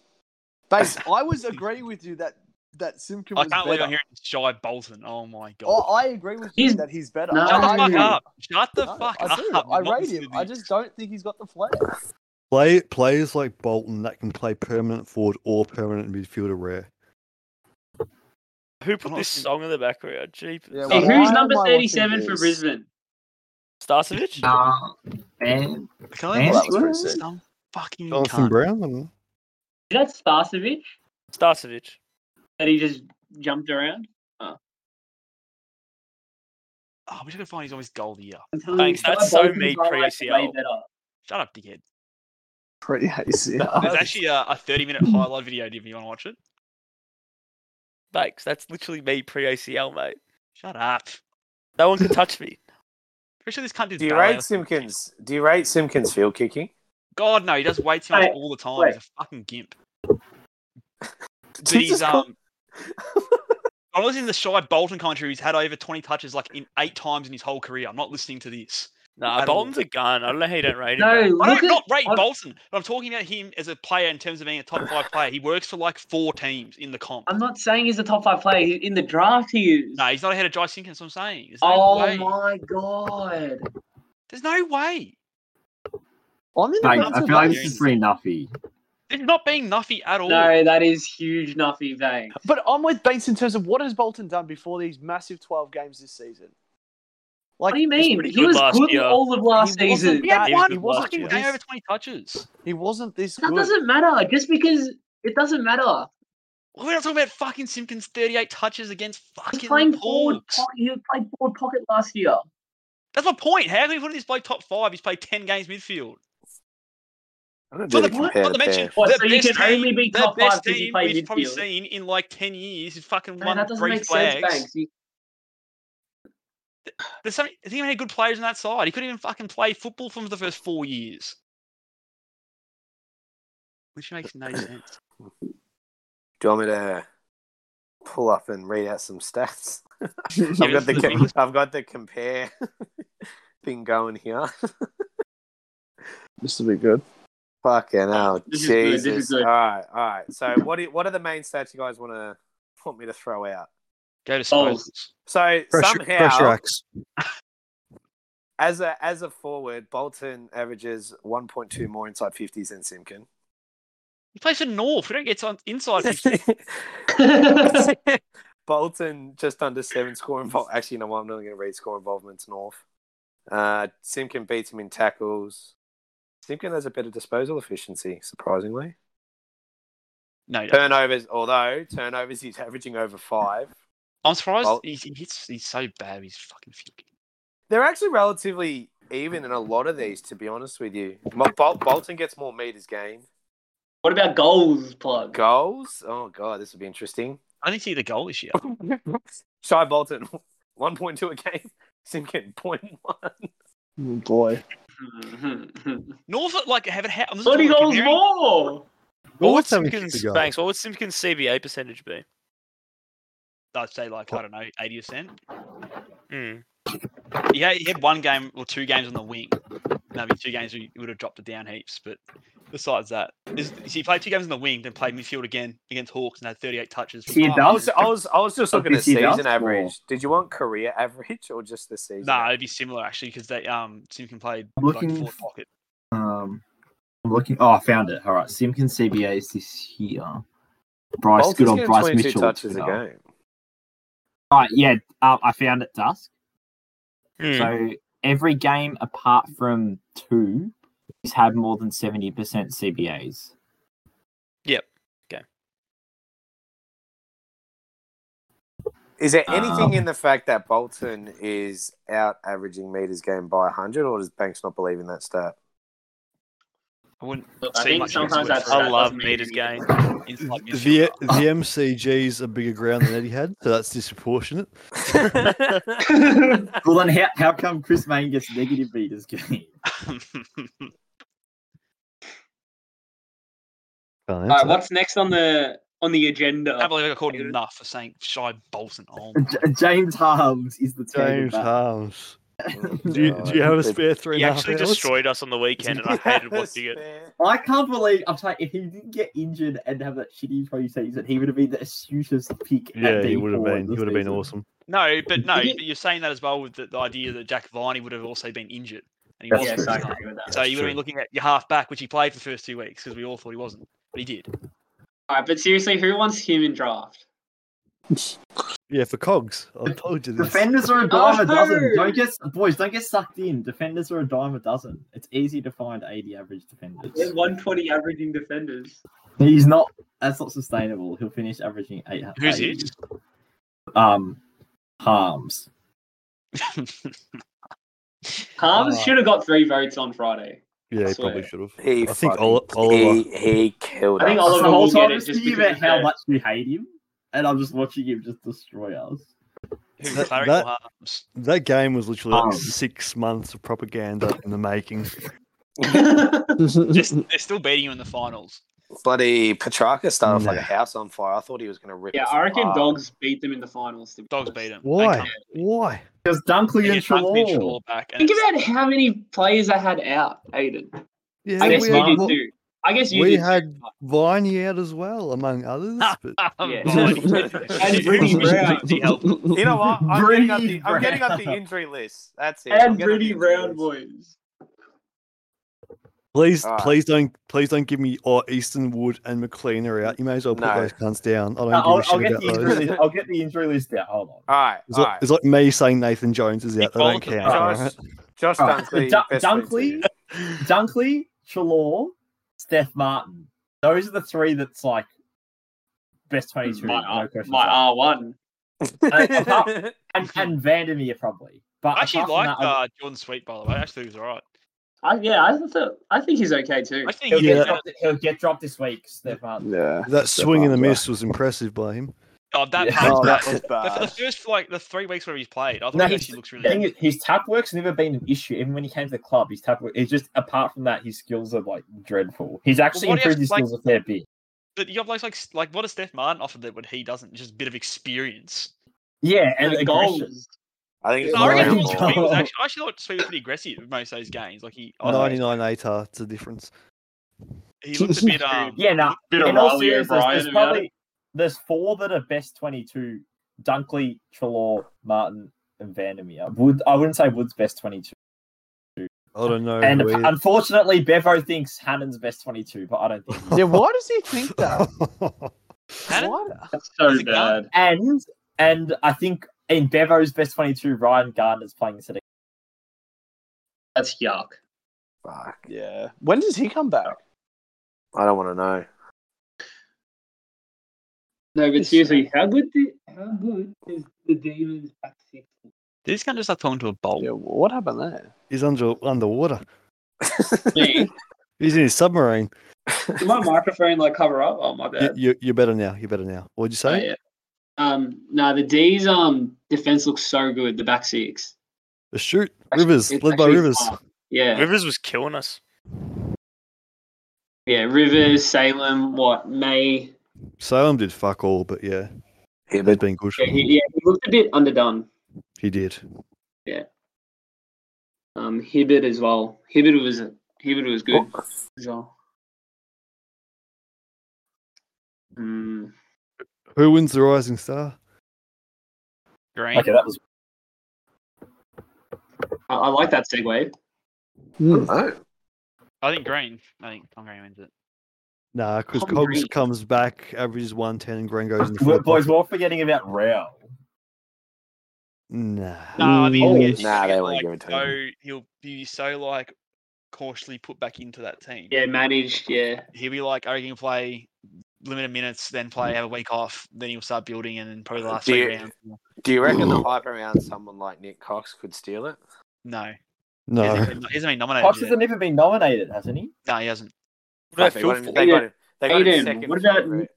S7: Base, I was agreeing with you that that Simkin
S3: I
S7: was
S3: can't believe I'm
S7: better.
S3: hearing Jai Bolton. Oh my god.
S7: Oh, I agree with you
S6: He's-
S7: that he's better.
S6: No.
S3: Shut the
S7: I
S3: fuck
S7: agree.
S3: up. Shut the
S7: No,
S3: fuck
S7: I do.
S3: up.
S7: I
S3: You're not
S7: rate
S3: listening
S7: him.
S3: to
S7: I
S3: this.
S7: just don't think he's got the flair.
S2: Play players like Bolton that can play permanent forward or permanent midfield are rare.
S11: Who
S3: I'm
S11: put
S3: not
S11: this
S3: seeing-
S11: song in the background? Jeep.
S7: Yeah,
S6: Hey,
S7: why
S6: who's
S7: am
S6: number
S7: I watching
S6: 37 for
S7: this?
S6: Brisbane?
S11: Starcevic?
S4: Nah, man.
S3: Can I
S4: Man,
S3: just
S4: that was pretty
S3: say
S4: sick.
S3: some fucking
S2: Jonathan
S3: cunt?
S2: Brown. I don't know.
S6: Is that Starcevic
S11: Starcevic.
S6: that he just jumped around?
S3: Oh, we're just gonna find he's always gold here.
S6: I'm telling
S11: Thanks,
S6: Sky
S11: that's so
S6: Bolton's
S11: me
S6: I like
S11: pre-ACL.
S6: way better.
S3: Shut up, dickhead.
S7: Pretty hazy.
S3: There's actually a, a 30 minute highlight video. Do you want to watch it?
S11: Bakes, that's literally me pre ACL, mate.
S3: Shut up.
S11: No one can touch me.
S3: Pretty sure this cunt did
S1: Do you
S3: ballet.
S1: rate Simpkins? Do you rate Simpkins field kicking?
S3: God no, he does way too much
S6: Hey,
S3: all the time.
S6: wait.
S3: He's a fucking gimp. But
S1: Jesus
S10: uh,
S3: he's um. I was in the shy Bolton commentary. He's had over 20 touches like in eight times in his whole career. I'm not listening to this.
S11: Nah,
S3: At all.
S11: Bolton's a gun. I don't know how you don't rate him.
S6: No,
S11: mate.
S6: look
S3: I don't
S6: at,
S3: not rate
S6: I'm-
S3: Bolton, but I'm talking about him as a player in terms of being a top five player. He works for like four teams in the comp.
S6: I'm not saying he's a top five player. He- In the draft, he is.
S3: No, he's not ahead of Jai Simpkins. I'm saying. There's no
S6: oh
S3: way.
S6: my god.
S3: There's no way.
S7: I'm in the
S4: Mate,
S7: mental
S4: I feel like this
S7: health.
S4: is pretty nuffy.
S3: It's not being nuffy at all.
S6: No, that is huge, Nuffy Vang.
S7: But I'm with Bates in terms of what has Bolton done before these massive 12 games this season? Like,
S6: What do you mean?
S11: pretty
S6: He
S11: good
S6: was
S11: last
S6: good
S11: year.
S6: all of last
S7: He wasn't
S6: season.
S3: He had
S7: He
S11: was
S3: one
S11: good
S3: fucking
S11: last year.
S3: game over 20 touches.
S7: He wasn't this
S6: That
S7: good.
S6: doesn't matter. Just because it doesn't matter.
S3: We're not talking about fucking Simpkins 38 touches against
S6: He's
S3: fucking
S6: playing forward
S3: Hawks.
S6: pocket. He played forward pocket last year.
S3: That's my point. How can you put this bloke top five? He's played 10 games midfield.
S1: I'm not
S3: Not
S1: really
S3: the, not
S1: compare the
S3: to mention,
S1: pair.
S6: What,
S3: the
S6: so you
S3: best
S6: can only
S3: team,
S6: be
S3: the
S6: top
S3: best
S6: five 'cause you
S3: team
S6: play
S3: we've probably
S6: midfield?
S3: seen in like 10 years is fucking
S6: No,
S3: one
S6: that doesn't
S3: three
S6: make
S3: flags.
S6: sense, Banks. You-
S3: There's something, there's even any good players on that side. He couldn't even fucking play football for the first four years. Which makes no sense.
S1: Do you want me to pull up and read out some stats?
S3: Yeah,
S1: I've got the,
S3: this is
S1: com-
S3: biggest-
S1: I've got the compare thing going here.
S7: This will be good.
S1: Fucking hell,
S6: This is good,
S1: Jesus!
S6: this is good.
S1: All right, all right. So, what do, what are the main stats you guys want to want me to throw out?
S3: Go to
S6: Bowls.
S3: Spurs.
S1: So
S2: Pressure,
S1: somehow,
S2: pressure axe.
S1: as a as a forward, Bolton averages one point two more inside fifties than Simkin.
S3: He plays for North. We don't get some inside. 50.
S1: Bolton just under seven score involvement. Actually, no, I'm not going to read score involvements north. Uh, Simkin beats him in tackles. Simkin has a better disposal efficiency, surprisingly.
S3: no, he doesn't.
S1: Turnovers, although turnovers, he's averaging over five.
S3: I'm surprised
S1: Bolt-
S3: he's, he's, he's so bad. He's fucking fucking.
S1: They're actually relatively even in a lot of these, to be honest with you. Mo- Bol- Bolton gets more meters gained.
S6: What about goals, plug?
S1: Goals? Oh, God, this would be interesting.
S3: I didn't see the goal this year.
S1: Shy Bolton, 1.2 a game. Simkin, 0.1.
S7: Oh, boy.
S3: North like have it. Ha- I'm just
S6: Hmm, Thirty
S3: talking
S6: goals
S3: comparing-
S6: more.
S2: Well,
S9: What would
S2: let's have a kick
S9: Simpkins
S2: to go.
S9: Banks? What would Simpkins CBA percentage be?
S3: I'd say like I don't know, eighty percent.
S9: Mm.
S3: He had, he had one game or two games on the wing. Maybe two games we would have dropped it down heaps. But besides that, is, so he played two games on the wing, then played midfield again against Hawks and had 38 touches.
S4: See,
S3: Oh,
S4: that
S1: I
S4: was-
S1: was, I was, I was just
S4: Oh,
S1: looking at
S4: this year,
S1: season
S4: that's
S1: average.
S4: more.
S1: Did you want career average or just the season?
S3: Nah, it'd be similar actually because they um Simkin played
S4: I'm
S3: like
S4: looking-
S3: four pocket.
S4: Um, I'm looking. Oh, I found it. All right, Simpkins CBA is this year. Bryce, good old Bryce Mitchell.
S1: touches a
S4: All
S1: game.
S4: right, yeah, uh, I found it. Dusk.
S9: Mm.
S2: Hmm.
S4: So every game apart from two, he's had more than seventy percent CBAs.
S1: Is there anything
S4: Um,
S1: in the fact that Bolton is out averaging meters game by 100, or does Banks not believe in that stat?
S3: I wouldn't
S6: Look, I
S3: see
S6: think
S3: much
S6: sometimes
S3: that's
S6: that's-
S9: I
S6: that
S9: love
S6: doesn't mean
S9: meters game.
S6: anything.
S3: He's
S2: The,
S3: like
S2: the MCG's a bigger ground than Eddie had, so that's disproportionate.
S4: Well, then how, how come Chris Main gets negative meters game?
S3: midfielder.
S2: Can't
S6: All right,
S2: answer that.
S6: what's next on the on the agenda?
S3: I can't believe I got called enough for saying Shy Bolton. Oh, my-
S4: J- James Harms is the
S2: James
S4: team.
S2: Harms. Do you, do you have a spare three
S9: He
S2: and a half
S9: actually
S2: hours?
S9: destroyed us on the weekend, and I hated watching it.
S4: I can't believe I'm saying if he didn't get injured and have that shitty preseason, he would have been the astutest pick.
S2: Yeah,
S4: at
S2: he
S4: D4
S2: would have been. He
S4: this
S2: would have been
S4: season.
S2: awesome.
S3: no, but no,
S6: Did he-
S3: but you're saying that as well with the, the idea that Jack Viney would have also been injured. And he
S4: That's
S3: wasn't
S6: yes,
S4: true.
S6: I
S3: this time.
S6: agree with that.
S3: So
S2: That's
S3: you would have been looking at your half back, which he played for the first two weeks because we all thought he wasn't, but he did.
S6: All right, but seriously, who wants human draft?
S2: Yeah, for cogs. I told you this.
S4: Defenders are a dime a dozen.
S6: No!
S4: Don't get boys. Don't get sucked in. Defenders are a dime a dozen. It's easy to find 80 average defenders.
S6: 120 averaging defenders.
S4: He's not. That's not sustainable. He'll finish averaging eight.
S3: Who's
S4: 80.
S3: it?
S4: Um, Harms.
S6: Harms
S2: Oh.
S6: should have got three votes on Friday.
S2: Yeah,
S6: I
S2: he
S6: swear.
S2: probably should have.
S1: He
S2: I think
S1: fucking-
S2: Oli-
S1: he,
S2: Oliver.
S1: he killed
S6: I think
S1: us.
S6: Oliver
S4: the whole
S6: will get
S4: time
S6: it
S4: just
S6: just
S4: thinking
S6: because
S4: about
S6: he's
S4: how
S6: there.
S4: much you hate him, and I'm just watching him just destroy us.
S3: Who,
S2: That-
S3: Cleric or
S2: that-
S3: Harms?
S2: That game was literally like
S4: Um.
S2: six months of propaganda in the making.
S3: Just, they're still beating you in the finals.
S1: Bloody Petrarca started like
S4: Nah.
S1: a house on fire. I thought he was going to rip.
S6: yeah,
S1: us
S6: I reckon
S1: apart.
S6: dogs beat them in the finals. To be
S3: Dogs
S6: honest.
S3: beat him.
S2: Why? Why?
S4: Because Dunkley and Trelaw.
S3: Trelaw back. And
S6: Think
S3: it's-
S6: about how many players they had out, Aiden.
S2: Yeah,
S6: I
S2: we
S6: guess you
S2: had,
S6: did
S2: Mo-
S6: too. I guess you
S2: we
S6: did.
S2: had
S6: too.
S2: Viney out as well, among others. But
S3: Um,
S6: Yeah.
S3: Viney.
S6: And Rudy Brown.
S3: He helped.
S1: You know what? I'm
S4: Brady
S1: getting, up the, I'm getting up the
S4: Brown.
S1: injury list. That's it. I'm
S6: And
S1: getting up the
S6: Rudy
S1: injury
S6: Brown,
S1: list.
S6: boys.
S2: please,
S1: Alright.
S2: please don't, please don't give me or Easton Wood and McLean are out. You may as well put
S1: No.
S2: those cunts down. I don't
S4: No, Uh, I'll,
S2: give a
S4: I'll
S2: shit
S4: get
S2: about
S4: the injury
S2: those.
S4: list. I'll get the injury list out. Hold on.
S1: All right.
S2: It's
S1: All
S2: like,
S1: right.
S2: it's like me saying Nathan Jones is out.
S3: Nick
S2: They don't
S3: Bolton.
S2: count.
S1: Josh,
S2: alright?
S1: Josh
S4: All right.
S1: Dunkley.
S4: Dun-
S1: best friend to
S4: Dunkley?
S1: you.
S4: Dunkley, Trelaw, Steph Martin. Those are the three that's like best 22.
S6: My,
S4: no
S6: R-
S4: questions
S6: my
S4: asked.
S6: R1.
S4: Uh, apart- and, and Vandermeer probably. But
S3: I actually
S4: apart from
S3: liked
S4: that, I-
S3: uh, John Sweet, by the way. I actually was all right.
S6: I, yeah, I, thought, I think he's okay too.
S3: I think
S4: he'll,
S3: he
S4: get
S2: Yeah.
S3: did
S4: dropped, he'll get dropped this week, Steph Martin.
S8: Yeah.
S2: That swing and a miss was impressive by him.
S3: oh, that
S4: Yeah.
S3: part.
S1: Oh, that
S3: but-
S1: was
S3: but for the
S1: bad.
S3: first like the three weeks where he's played, I thought
S4: No,
S3: he
S4: he's-
S3: actually looks
S4: The
S3: really
S4: thing
S3: good.
S4: is, his tap work's never been an issue. Even when he came to the club, his tap work is just apart from that, his skills are like dreadful. He's actually
S3: Well, what
S4: improved
S3: if,
S4: his
S3: like-
S4: skills a fair bit.
S3: But you have like like like what does Steph Martin offer that when he doesn't? Just a bit of experience.
S4: Yeah, and
S6: the
S4: aggression.
S6: goals.
S1: I think it's
S3: I reckon
S1: Brown
S4: he's
S1: ball.
S4: gone.
S3: Sweet was actually, I actually thought Sweet was pretty aggressive in most of those games. Like he, I don't know,
S2: 99 ATAR, it's a difference.
S3: he looked a bit um.
S4: Yeah, no.
S6: Bit of
S4: in all
S6: Riley
S4: seriousness,
S6: O'Brien
S4: there's
S6: about
S4: probably there's four that are best 22: Dunkley, Trelaw, Martin, and Vandermeer. Wood, I wouldn't say Wood's best 22,
S2: I don't know.
S4: and
S2: who he-
S4: unfortunately, Bevo thinks Hannon's best 22, but I don't think.
S7: Yeah, why does he think that?
S3: Hannon?
S7: Why?
S6: That's so
S3: He's a gun.
S6: bad.
S4: And and I think in Bevo's best 22, Ryan Gardner's playing instead. of-
S6: That's yuck.
S1: Fuck.
S7: Yeah. When does he come back?
S1: I don't want to know.
S6: No, but
S7: It's-
S6: seriously, how good the how good is the Demons back six?
S3: This kind of just like talking to a bolt.
S7: Yeah, what happened there?
S2: He's under underwater.
S6: Me?
S2: He's in his submarine.
S6: Did my microphone like cover up? Oh my
S2: You,
S6: bad.
S2: you, you're better now. You're better now. What'd you
S6: Oh,
S2: say?
S6: yeah. Um, no, the D's um defense looks so good. The back six.
S2: A shoot.
S6: Actually-
S2: Rivers.
S6: it's
S2: Led by
S6: actually
S2: Rivers.
S6: far- Yeah.
S12: Rivers was killing us.
S6: Yeah, Rivers, Salem, what, May.
S2: Salem did fuck all, but yeah, they've been good.
S6: Yeah, he, yeah, he looked a bit underdone.
S2: He did.
S6: Um, Hibbert as well. Hibbert was Hibbert was good as well. Mm,
S2: Who wins the Rising Star?
S3: Green.
S4: Okay, that was
S6: I, I like that segue.
S3: I think Green. I think Tom Green wins it.
S2: Nah, because
S6: Tom
S2: Cogs
S6: Green.
S2: comes back, averages one ten, and Green goes in the
S4: We're-
S2: fourth.
S4: boys. We're all forgetting about Rao.
S2: Nah.
S3: No, I mean,
S4: Oh,
S3: he'll get-
S1: nah,
S3: he'll get,
S1: they won't
S3: like,
S1: give it to
S3: so, He'll be so like cautiously put back into that team.
S6: Yeah, managed. Yeah,
S3: He'll be like, I can play limited minutes, then play
S6: Mm.
S3: have a week off, then he'll start building, and then probably the last
S1: Uh, Do
S3: three
S1: you-
S3: rounds.
S1: Do you reckon the hype around someone like Nick Cox could steal it?
S3: No,
S2: No.
S3: he hasn't been- he hasn't been
S4: Cox
S3: nominated.
S4: has
S3: yet.
S4: never been nominated, hasn't he?
S3: No, he hasn't.
S12: What about
S1: They
S12: Phil
S1: got him-
S12: Ford?
S1: they got him- they got him
S6: Aiden,
S1: second
S6: what about-
S1: favourite.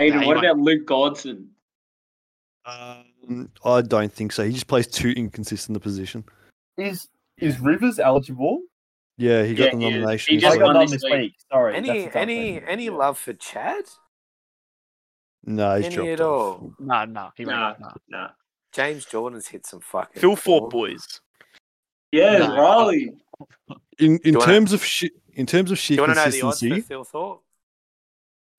S6: Aiden,
S3: he
S6: what
S3: won't.
S6: about Luke Godson?
S2: Um, I don't think so. He just plays too inconsistent a position.
S4: Is is Rivers eligible?
S2: Yeah, he got
S6: Yeah,
S2: the
S6: he is. He
S2: nomination.
S6: just
S4: I got
S6: won
S4: none
S6: this
S4: this
S6: week.
S4: week. Sorry. that's
S1: Any
S4: the
S1: any
S4: tough
S1: any
S4: thing.
S1: love for Chad?
S2: no, he's
S1: Any
S2: dropped
S1: at
S2: off.
S1: all?
S3: No, no, he won't.
S6: Nah.
S3: no.
S6: Nah.
S1: James Jordan's hit some fucking.
S12: Phil Ford
S1: ball.
S12: boys.
S6: Yeah,
S3: Nah.
S6: Riley.
S2: In in
S1: you wanna-
S2: terms of shit, in terms of
S1: Do
S2: shit
S1: you want to know the odds for
S2: consistency,
S1: Phil Thorpe?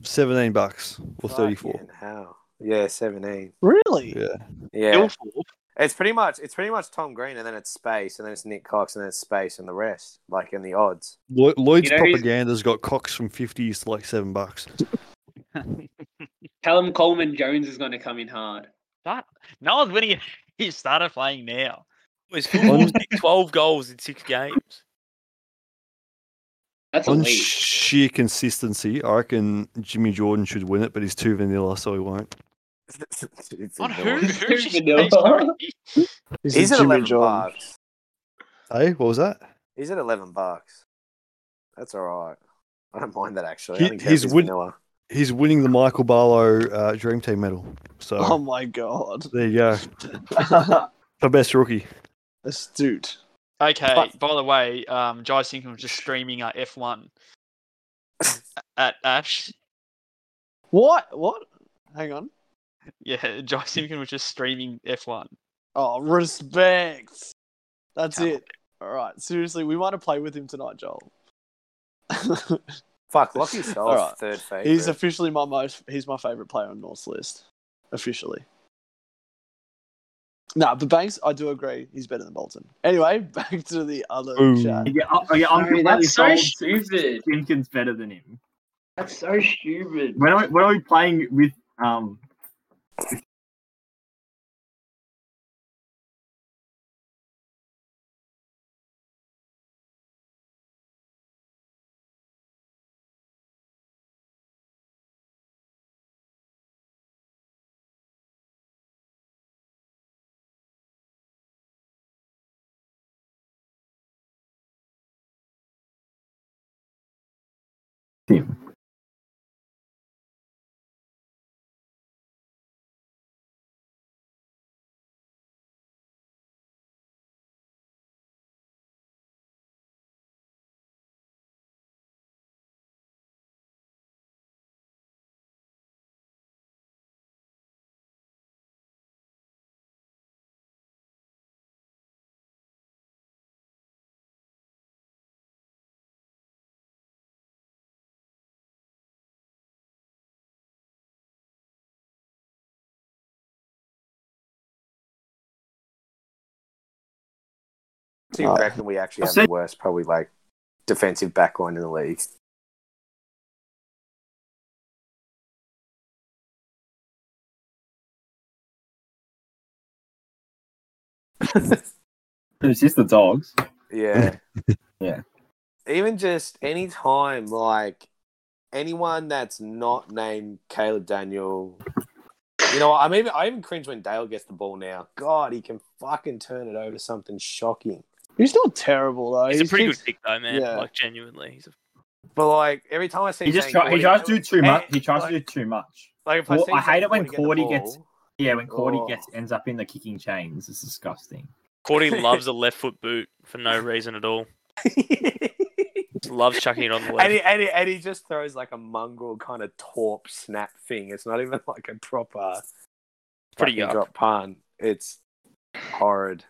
S2: seventeen bucks or thirty four.
S1: Fucking hell. Yeah, seventeen.
S7: Really?
S2: Yeah.
S1: Yeah,
S3: Phil Ford.
S1: it's pretty much it's pretty much Tom Green, and then it's space, and then it's Nick Cox, and then it's space, and the rest like in the odds.
S2: Lo- Lloyd's
S6: You know who's-
S2: propaganda's got cocks from fifties to like seven bucks.
S6: Callum Coleman Jones is going to come in hard.
S3: That no one's winning. it. He started playing now.
S12: Boys, Phil Ford kicked 12 goals in six games.
S6: That's
S2: On
S6: elite.
S2: sheer consistency, I reckon Jimmy Jordan should win it, but he's too vanilla, so he won't.
S1: It's
S3: On who?
S1: annoying.
S3: Who she
S6: Vanilla.
S3: say, sorry?
S7: Is it
S1: He's at
S7: Jimmy
S1: eleven
S7: Jordan?
S1: bucks.
S2: Hey, what was that?
S1: He's at eleven bucks. That's all right. I don't mind that actually.
S2: He-
S1: I don't care if
S2: he's
S1: he's
S2: win-
S1: vanilla.
S2: He's winning the Michael Barlow uh, Dream Team medal. So
S7: Oh my god.
S2: there you go, for best rookie.
S7: Astute.
S3: Okay.
S7: But-
S3: by the way, um, Jai Sinkham was just streaming uh, F1 at Ash.
S7: What? What? Hang on.
S3: Yeah, Jai Sinkham was just streaming F1.
S7: Oh, respect. That's
S3: Come on.
S7: it. All right. Seriously, we might have played with him tonight, Joel.
S1: Fuck, Lockie Shaw's
S7: All right.
S1: third favorite.
S7: he's officially my most. He's my favorite player on North's list. Officially. Nah, but Banks, I do agree. He's better than Bolton. Anyway, back to the other
S2: Ooh.
S7: chat.
S4: Yeah, I- yeah, I'm
S6: Sorry,
S4: completely
S6: that's so
S4: sold.
S6: stupid.
S4: Jenkins better than him.
S6: That's so stupid.
S4: When are we, when are we playing with um?
S1: So you reckon we actually
S4: I've
S1: have
S4: seen-
S1: the worst, probably like defensive backline in the league.
S4: It's just the dogs.
S1: Yeah.
S4: Yeah.
S1: Even just any time, like anyone that's not named Caleb Daniel. You know, what, I'm even, I even cringe when Dale gets the ball now. God, he can fucking turn it over to something shocking.
S7: He's not terrible though.
S12: He's a pretty
S7: keeps-
S12: good pick, though, man.
S7: yeah.
S12: Like, genuinely. He's a...
S1: But like every time I see,
S4: He just
S1: Zane
S4: try, he
S1: Cordy-
S4: tries to do too
S1: Hey,
S4: much. He tries
S1: like-
S4: to do too much.
S1: Like if
S4: Well,
S1: see
S4: I hate
S1: Zane
S4: it when Cordy
S1: get the
S4: gets-
S1: ball-
S4: Yeah, when Cordy
S1: Oh.
S4: gets ends up in the kicking chains, it's disgusting.
S12: Cordy loves a left foot boot for no reason at all.
S9: Just loves chucking it on the
S1: And
S9: left.
S1: he, and, he, and he just throws like a mongrel kind of torp snap thing. It's not even like a proper
S9: Pretty
S1: fucking
S9: yuck.
S1: drop pun. It's horrid.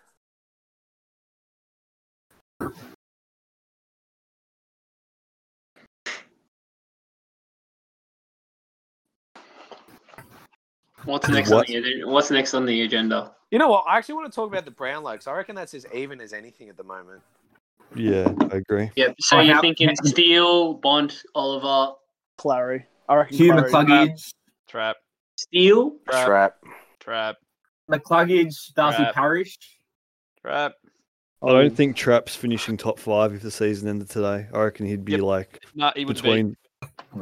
S6: What's next
S2: What?
S6: on the agenda? What's next on the agenda?
S1: You know what? I actually want to talk about the Brownlow because I reckon that's as even as anything at the moment.
S2: Yeah, I agree.
S6: Yep. So
S4: Oh,
S6: you're
S4: how-
S6: thinking Steele, Bond, Oliver,
S7: Clary. I reckon
S4: Hugh
S7: Clary-
S4: McCluggage,
S3: Trap.
S6: Steele,
S3: Trap.
S1: Trap.
S3: Trap.
S4: McCluggage, Darcy
S3: Crap.
S4: Parish.
S3: Trap.
S2: I don't think Trap's finishing top five if the season ended today. I reckon he'd be
S3: Yep.
S2: like
S3: No, he would be.
S2: between.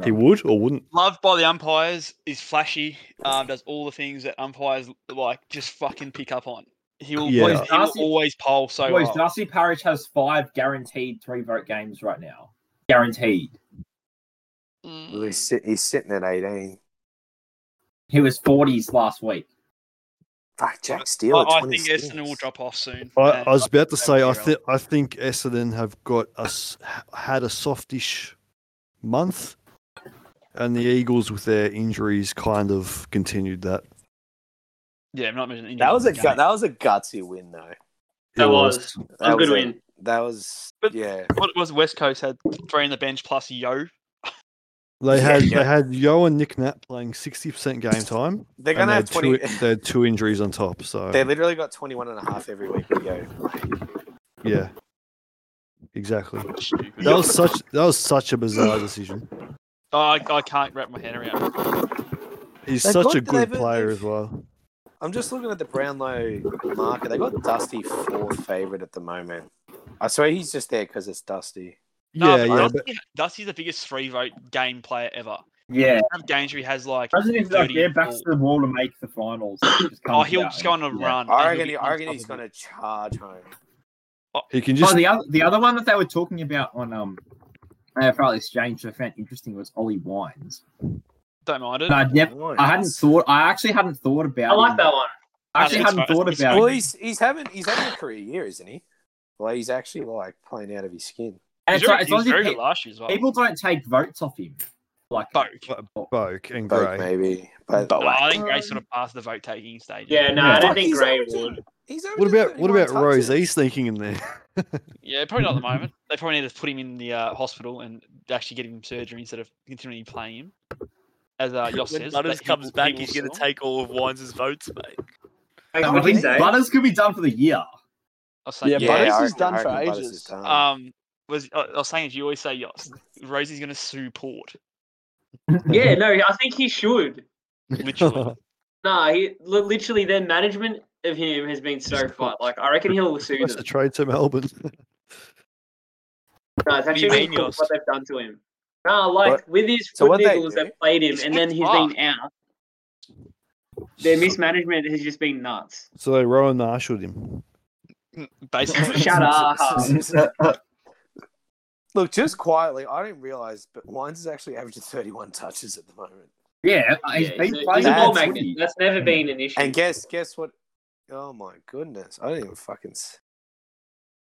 S2: He would or wouldn't.
S3: Loved by the umpires, is flashy, um, does all the things that umpires like just fucking pick up on. He will,
S2: Yeah.
S3: always, he will
S4: Darcy-
S3: always poll so uh,
S4: Boys,
S3: well.
S4: Darcy Parish has five guaranteed three vote games right now. Guaranteed.
S1: Well, He's, sit- he's sitting at 18.
S4: He was 40s last week.
S1: Fuck, Jack
S3: I,
S1: Steele. at
S3: I think
S1: 26.
S3: Essendon will drop off soon.
S2: I,
S3: and
S2: I was about to
S3: they'll
S2: say
S3: be
S2: I
S3: around.
S2: think I think Essendon have got us had a softish month, and the Eagles with their injuries kind of continued that.
S3: Yeah, I'm not mentioning
S1: That was a
S3: England.
S1: gut, that was a gutsy win though.
S6: That
S2: It
S6: was,
S1: That
S6: a good
S1: was a-
S6: win.
S1: That was
S3: But-
S1: yeah.
S3: What it was West Coast had three on the bench plus Yo.
S2: They had they had Yo and Nick Nat playing sixty percent game time.
S1: They're
S2: and
S1: gonna
S2: they
S1: have
S2: had
S1: twenty.
S2: Two, they had two injuries on top, so
S1: they literally got 21 and a half every week. with Yo.
S2: yeah, exactly. That was such that was such a bizarre decision.
S3: Oh, I, I can't wrap my head around. it.
S2: He's
S1: They've
S2: such
S1: got-
S2: a good
S1: they've-
S2: player
S1: they've-
S2: as well.
S1: I'm just looking at the Brownlow market. They got Dusty fourth favorite at the moment. I swear he's just there because it's Dusty.
S3: No,
S2: Yeah,
S3: but
S2: yeah,
S3: Dusty, Dusty's the biggest three vote game player ever.
S4: Yeah.
S3: Have games where he has like
S4: Imagine if like,
S3: 30
S4: they're back
S3: or-
S4: to the wall to make the finals. it just
S3: Oh,
S4: comes
S3: he'll
S4: out
S3: just go on a
S4: and- yeah.
S3: run.
S1: I
S3: and
S1: reckon,
S3: he'll be
S1: he, I reckon he's
S3: unstoppable.
S1: going to charge home.
S2: he can
S4: oh,
S2: just
S4: the other the other one that they were talking about on um AFL Exchange that I found interesting was Ollie Wines.
S3: Don't mind it.
S4: And I'd never, I hadn't thought. I actually hadn't thought about.
S6: I like
S4: him.
S6: that one.
S4: I actually
S3: That's-
S4: hadn't thought
S3: it's-
S4: about.
S1: Well,
S4: him.
S1: he's he's having he's having a career year, isn't he? Like he's actually like playing out of his skin.
S4: And
S3: He's
S4: it's like,
S3: very-
S4: as
S3: he
S4: long
S3: was
S4: as you
S3: very
S4: pe-
S3: good last year as well.
S4: people don't take votes off him, like
S3: Vote.
S2: Boke and
S1: Both
S2: Gray.
S1: maybe, but
S3: No, I think Gray sort of passed the vote taking stage.
S6: Yeah, no, I
S2: Yeah.
S6: don't think
S1: He's
S6: Gray
S1: averaging-
S6: would.
S1: he's
S2: What
S1: averaging
S2: about what
S1: 31
S2: about
S1: touches.
S2: Rosé sneaking in there?
S3: Yeah, probably not at the moment. They probably need to put him in the uh, hospital and actually get him surgery instead of continuing playing him. As uh, Yoss
S9: When
S3: says,
S9: Butters
S3: that he
S9: comes
S3: will- he
S9: back,
S3: will
S9: he's going to
S3: still-
S9: take all of Wines' votes, mate.
S6: Like,
S4: I
S6: what'd
S4: think
S6: you say?
S4: Butters could be done for the year.
S3: I'll say,
S7: Yeah,
S3: yeah,
S1: Yeah,
S7: Butters
S1: I
S7: is
S1: reckon-
S7: done
S1: I
S7: for
S1: reckon Butters
S7: ages.
S1: is done.
S3: Um, was I, I was saying, as you always say, Yoss, Rosie's going to sue Port.
S6: Yeah, no, I think he should.
S3: Literally.
S6: Nah, he li- literally their management of him has been so far. Like, I reckon he'll sue
S2: That's a
S6: them.
S2: trade to Melbourne.
S6: No, it's
S9: What do you
S6: actually
S9: mean,
S6: ridiculous
S9: Yost?
S6: what they've done to him. Nah, like with his
S1: So
S6: foot
S1: what'd they
S6: niggles,
S1: do?
S6: they've played him,
S3: He's
S6: and then
S3: kicked
S6: he's been out. Their mismanagement has just been nuts.
S2: So they Rowan Marshalled him.
S3: Basically.
S6: Shut up.
S1: Look, just quietly, I didn't realize, but Wines is actually averaging 31 touches at the moment.
S4: Yeah, uh, he's
S6: Yeah,
S4: been
S6: Uh, he's a-
S4: playing
S6: he's a ball
S4: that's
S6: magnet.
S4: footy.
S6: That's never been an issue.
S1: And guess, guess what? Oh my goodness, I didn't even fucking. s-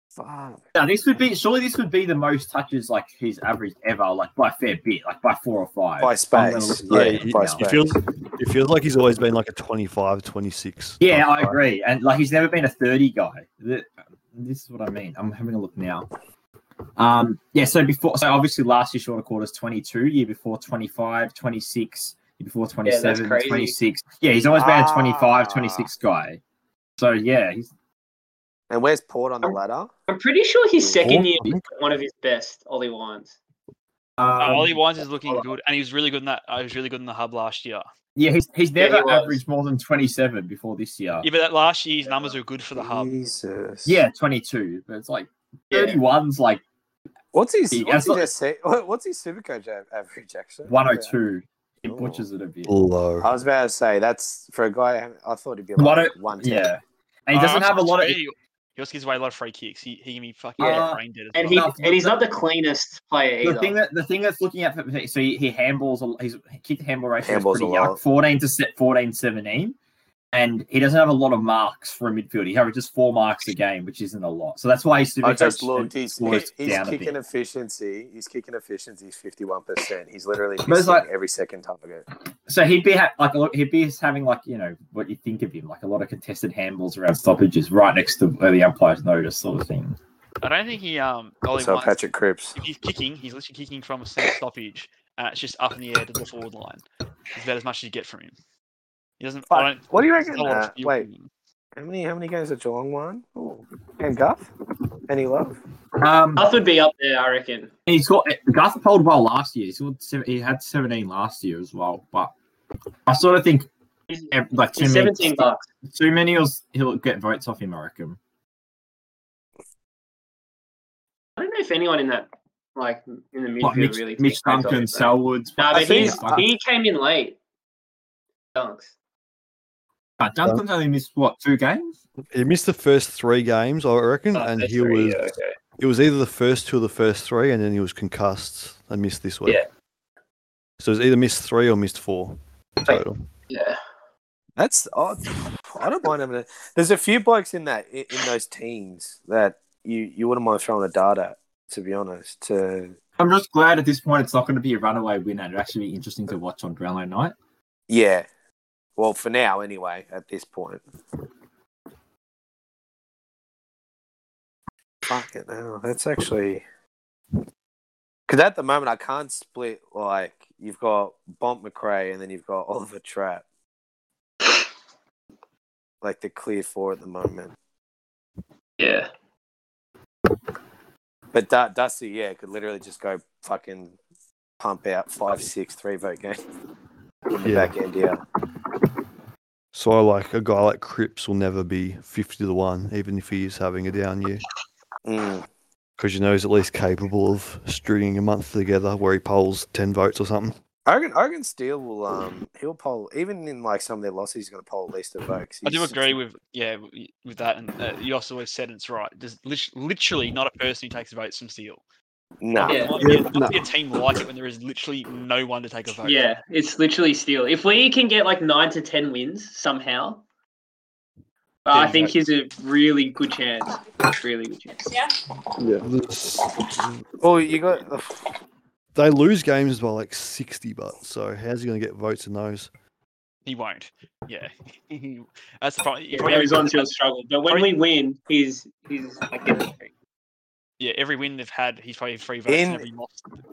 S1: Fuck.
S4: Now this would be surely this would be the most touches like he's averaged ever, like by a fair bit, like by four or five.
S1: By
S4: I'm gonna
S1: space,
S4: look
S1: yeah,
S4: at it
S1: by
S4: now.
S1: space.
S2: It feels it feels like he's always been like a 25, 26.
S4: Yeah, I
S2: type guy.
S4: agree. And like he's never been a 30 guy. Th- This is what I mean. I'm having a look now. Um yeah, so before so obviously last year shorter quarters 22, year before 25, 26, year before
S6: that's
S4: 27,
S6: crazy.
S4: 26. Yeah, he's always been a 25,
S1: Ah.
S4: 26 guy. So yeah, he's
S1: And where's Port on the ladder?
S6: I'm pretty sure his second
S2: Fourth,
S6: year
S2: I
S6: is
S2: think.
S6: one of his best, Ollie Wines.
S4: um,
S6: Oh,
S3: Uh, Ollie Wines is looking
S4: hold on.
S3: good, and he was really good in that. I was really good in the hub last year.
S4: Yeah, he's he's
S6: Yeah, he
S4: never
S6: was.
S4: averaged more than 27 before this year.
S3: Yeah, but that last year his numbers were good for the hub.
S1: Jesus.
S4: Yeah, 22, but it's like
S6: Yeah.
S4: 31's like
S1: What's his?
S4: Yeah,
S1: What's
S4: that's not-
S1: his, SA what's his supercoach a- average actually?
S4: 102. He
S1: Oh.
S4: oh butchers it a bit.
S2: Low.
S1: I was about to say that's for a guy. I thought he'd be
S4: Why
S1: like
S4: don't-
S1: one.
S4: oh, Yeah.
S3: Uh,
S4: And
S8: Oh,
S4: he doesn't have a lot of
S3: He he also gives away a lot of free kicks. He, he can be fucking
S4: Yeah.
S3: brain dead as
S6: And
S3: well.
S6: he
S4: No,
S6: and he's not the cleanest player either.
S4: The thing that the thing that's looking at for so he, he handballs a- his kick to handball ratio
S1: Handballs
S4: is
S1: a
S4: pretty
S1: lot.
S4: yuck. 14 to set 14 17. and he doesn't have a lot of marks for a midfield. He averages four marks a game, which isn't a lot. So that's why he's super
S8: I just
S4: coached
S8: looked.
S4: and
S8: He's, he-
S4: slows
S8: he's
S4: down a
S8: kicking
S4: bit.
S8: efficiency. He's kicking efficiency. He's fifty-one percent. He's literally
S4: But it's
S8: missing
S4: like-
S8: every second target.
S4: So he'd be ha- like a lot- he'd be having like you know what you think of him, like a lot of contested handballs around stoppages, right next to where the umpires notice, sort of thing.
S3: I don't think he um goalie
S8: So
S3: might-
S8: Patrick Cripps.
S3: if he's kicking, he's literally kicking from a set stoppage, and it's just up in the air to the forward line. Is about as much as you get from him. He doesn't. I don't,
S8: What do you
S3: there's
S8: reckon?
S3: not a lot of
S8: Nah,
S3: feel
S8: wait,
S3: from him.
S8: how many how many games did Geelong won? Ooh. And Guff? Any love?
S4: Um,
S6: Guth would be up there, I reckon.
S4: And he scored. Garth polled well last year. He scored. seven- He had seventeen last year as well. But I sort of think
S6: He's,
S4: eh, like too
S6: he's
S4: many,
S6: 17 bucks.
S4: too many will he'll get votes off him. I reckon.
S6: I don't know if anyone in that, like in the midfield,
S4: Like Mitch,
S6: really.
S4: Mitch
S6: takes votes off
S4: Duncan,
S6: him, so-
S4: Selwood.
S6: Nah,
S8: I
S6: but
S8: think-
S6: he's, he came in late. Dunks.
S4: But Duncan's only missed what two games?
S2: He missed the first three games, I reckon,
S6: Oh,
S2: and
S6: that's
S2: he
S6: three,
S2: was
S6: yeah, okay.
S2: it was either the first two or the first three, and then he was concussed and missed this week.
S6: Yeah.
S2: So it's either missed three or missed four total.
S6: Yeah.
S8: That's odd. I don't mind having a. There's a few blokes in that in those teams that you you wouldn't mind throwing a dart at. To be honest, to
S4: I'm just glad at this point it's not going to be a runaway winner. It'll actually be interesting to watch on Brownlow night.
S8: yeah. Well, for now, anyway. At this point, fuck it. Now that's actually because at the moment I can't split. Like you've got Bomp McRae and then you've got Oliver Trapp. Like the clear four at the moment.
S6: Yeah.
S8: But Du- Dusty, yeah, could literally just go fucking pump out five, six, three vote game in the
S2: Yeah.
S8: back end. Yeah,
S2: So like a guy like Cripps will never be fifty to one, even if he is having a down year,
S8: mm.
S2: because you know he's at least capable of stringing a month together where he polls ten votes or something.
S8: I reckon, I reckon Steele will. Um, he'll poll even in like some of their losses. He's going to poll at least a vote. 'cause
S3: I do
S8: he's-
S3: agree with yeah w- with that, and uh, you also always said and it's right. There's lit- literally not a person who takes votes from Steel.
S8: No,
S3: There
S6: Yeah.
S3: might be a-
S7: no.
S3: might be a team like it when there is literally no one to take a vote.
S6: Yeah. It's literally steel. If we can get like nine to ten wins somehow,
S3: Yeah,
S6: I think he's a really good chance. Really good chance. Yeah.
S8: Well, you got.
S2: They lose games by like sixty, but so how's he going to get votes in those?
S3: He won't. Yeah. That's the problem.
S6: Yeah, he's on to a struggle, but when we win, he's he's like getting free.
S3: yeah, every win they've had, he's probably free votes. and
S8: In-
S3: every loss,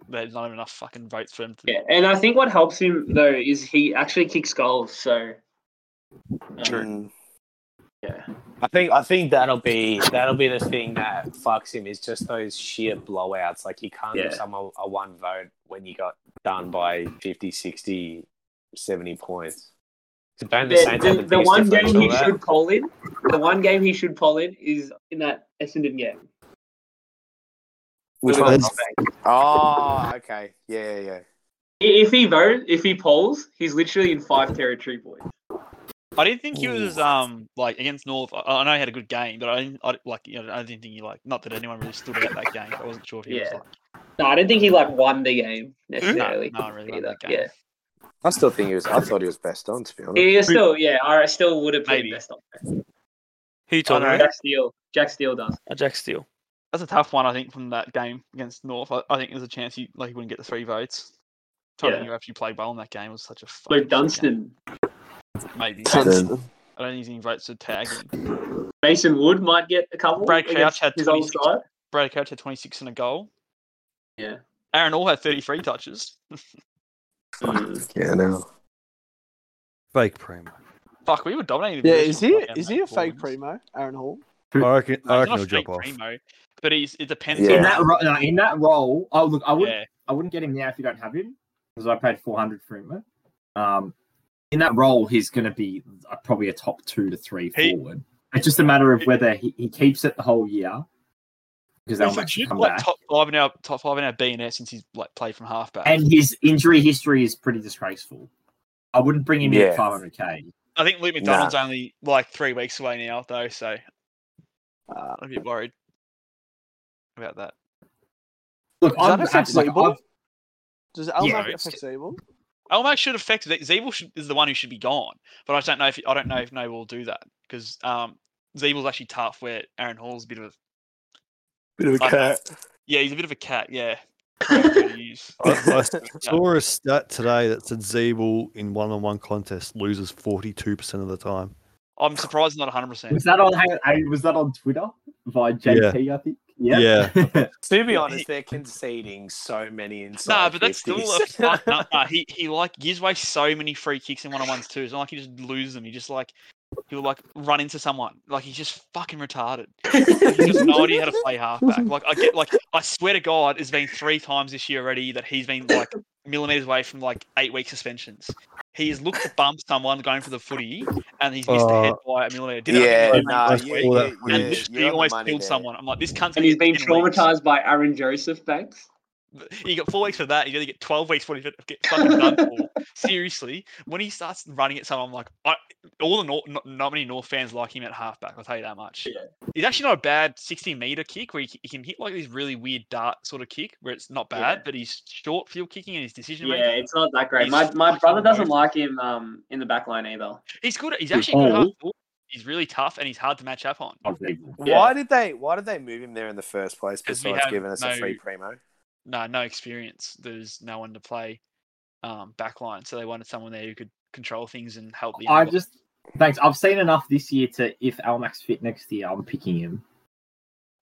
S3: there's not even enough fucking votes for him. To,
S6: Yeah, and I think what helps him though is he actually kicks goals. So um,
S8: Mm.
S6: Yeah.
S1: I think I think that'll be that'll be the thing that fucks him is just those sheer blowouts. Like you can't give
S6: Yeah.
S1: someone a one vote when you got done by 50, 60, 70 points. So don't the, Saints
S6: The,
S1: have the,
S6: the, the
S1: biggest
S6: one game
S1: differential
S6: he
S1: there?
S6: should poll in, the one game he should poll in is in that Essendon game.
S8: Which
S2: one?
S8: one? Oh, okay. Yeah, yeah, yeah.
S6: I- If he votes, if he polls, he's literally in five territory points.
S3: I didn't think he was um like against North. I, I know he had a good game, but I didn't I, like you know I didn't think he like not that anyone really stood out that game. I wasn't sure if he was
S6: Yeah.
S3: like
S6: No, I don't think he like won the game
S3: no,
S6: necessarily.
S3: no, I really like
S6: either,
S3: that game.
S6: yeah,
S8: I still think he was. I thought he was best on. To be honest,
S6: he is still yeah. I still would have put him
S3: Maybe.
S6: best on.
S9: Who you
S6: Oh,
S9: talking
S6: no,
S9: about?
S6: Jack Steele. Jack Steele does.
S9: Oh, Jack Steele.
S3: That's a tough one. I think from that game against North, I, I think there's a chance he like he wouldn't get the three votes. Totally,
S6: Yeah.
S3: you actually played well in that game. It was such a fucking shit
S6: Luke
S3: game,
S6: Dunstan,
S3: maybe. I don't think he votes to tag him.
S6: Mason Wood might get a couple.
S3: Brad Crouch
S6: against
S3: had
S6: his old
S3: 26.
S6: side.
S3: Brad Couch had 26 and a goal.
S6: Yeah.
S3: Aaron All had 33 touches. Hmm.
S8: yeah, no.
S2: Fake primo.
S3: Fuck, we were dominating. the
S7: Yeah,
S3: division
S7: is he
S3: with like our
S7: is
S3: main
S7: he a fake
S3: performance.
S7: primo, Aaron Hall?
S2: I reckon.
S3: No,
S2: I
S3: he's
S2: reckon
S3: not a
S2: he'll
S3: fake
S2: drop off.
S3: primo, but he's, it depends.
S8: Yeah.
S4: In
S3: on
S4: that ro- no, in that role, oh look, I would
S3: yeah.
S4: I wouldn't get him now if you don't have him because I paid four hundred for him. Um, in that role, he's going to be uh, probably a top two to three
S3: He-
S4: forward. It's just a matter of whether he, he keeps it the whole year
S3: He's
S4: because they'll actually
S3: legit,
S4: come
S3: like
S4: back.
S3: top five in our top five in our B and S since he's like played from halfback.
S4: And his injury history is pretty disgraceful. I wouldn't bring him in
S8: Yeah.
S4: at five hundred k.
S3: I think Luke McDonald's only like three weeks away now, though, so
S7: Uh,
S3: I'm a bit worried about that.
S4: Look,
S7: Is that
S4: I'm
S7: a
S4: absolutely.
S7: flexible?
S4: I've-
S7: Does Al
S4: Yeah,
S7: yeah, get
S3: it's-
S7: flexible?
S3: Elmac should affect it. Zeeble should, is the one who should be gone, but I don't know if I don't know if Noble will do that because um, Zeeble's actually tough. Where Aaron Hall's a bit of a
S1: Bit of a
S3: I-
S1: cat.
S3: yeah, he's a bit of a cat. Yeah. Use.
S2: I, I saw a stat today that said Zeeble in one-on-one contests loses forty-two percent of the time.
S3: I'm surprised it's not 100. percent
S4: Was that on? hang- I- Was that on Twitter by JT? I think. Yeah.
S1: To be honest, they're conceding so many inside.
S3: Nah, but that's still a
S1: 50s.
S3: fuck. Nah, nah, he he like gives away so many free kicks in one on ones too. It's not like he just loses them. He just like he'll like run into someone. Like he's just fucking retarded. Like, he's just no idea how to play halfback. Like I get like I swear to God, it's been three times this year already that he's been like millimeters away from like eight week suspensions. He's looked to bump someone going for the footy, and he's missed
S2: Oh.
S3: the head by a millimeter. Did it
S1: yeah,
S3: again,
S1: nah,
S2: that's
S1: you,
S2: all that-
S1: you-
S3: and
S1: yeah,
S3: literally
S1: you're on
S3: he
S1: the
S3: almost
S1: money
S3: killed
S1: there.
S3: someone. I'm like, this cunt's
S6: And he's
S3: gonna
S6: been
S3: get 10 weeks.
S6: traumatized by Aaron Joseph, thanks.
S3: You got four weeks for that. You got to get twelve weeks for it. Get fucking done for. Seriously, when he starts running at someone, I'm like, I, all the North, not, not many North fans like him at halfback. I'll tell you that much.
S6: Yeah.
S3: He's actually not a bad sixty meter kick where he, c- he can hit like this really weird dart sort of kick where it's not bad, but he's short field kicking and his decision
S6: Yeah,
S3: making.
S6: it's not that great.
S3: He's
S6: My my
S3: fucking
S6: brother doesn't
S3: amazing.
S6: like him um in the back line either.
S3: He's good. At, he's
S4: Dude,
S3: actually good. At
S4: oh.
S3: half-forward. he's really tough and he's hard to match up on.
S4: Yeah.
S1: Why did they? Why did they move him there in the first place?
S3: 'Cause we
S1: Besides
S3: have
S1: giving us
S3: no-
S1: a free primo.
S3: No, no experience. There's no one to play um, back line, so they wanted someone there who could control things and help the.
S4: I
S3: other guy.
S4: just thanks. I've seen enough this year to if Almax fit next year, I'm picking him.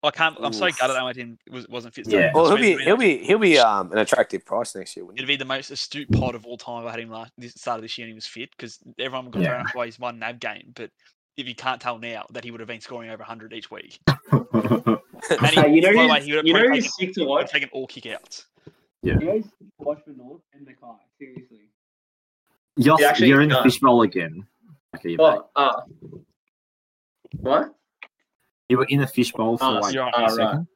S3: I can't. I'm so
S1: Oof.
S3: gutted I didn't was, wasn't fit.
S4: Yeah.
S1: Well, he'll be he'll be he'll be um an attractive price next year,
S3: It'd
S1: wouldn't
S3: be the most astute pod of all time. if I had him last this start of this year and he was fit because everyone got
S4: Yeah.
S3: thrown off by his one nab game. But if you can't tell now that he would have been scoring over 100 each week, and he,
S6: Hey, you know,
S3: by the way,
S6: who's,
S3: he would have
S6: you know
S3: probably
S6: who's
S3: taken,
S6: sick to
S3: would have
S6: watch?
S3: taken all kick outs.
S6: You know who's sick to watch for North and Mackay, seriously.
S4: You're,
S6: Yeah, actually,
S4: you're in the
S6: no.
S4: fishbowl again. Okay, you're back.
S6: What? Uh, what?
S4: You were in the fishbowl for
S6: Oh,
S4: like
S3: you're
S4: a
S3: right,
S6: right.
S4: second.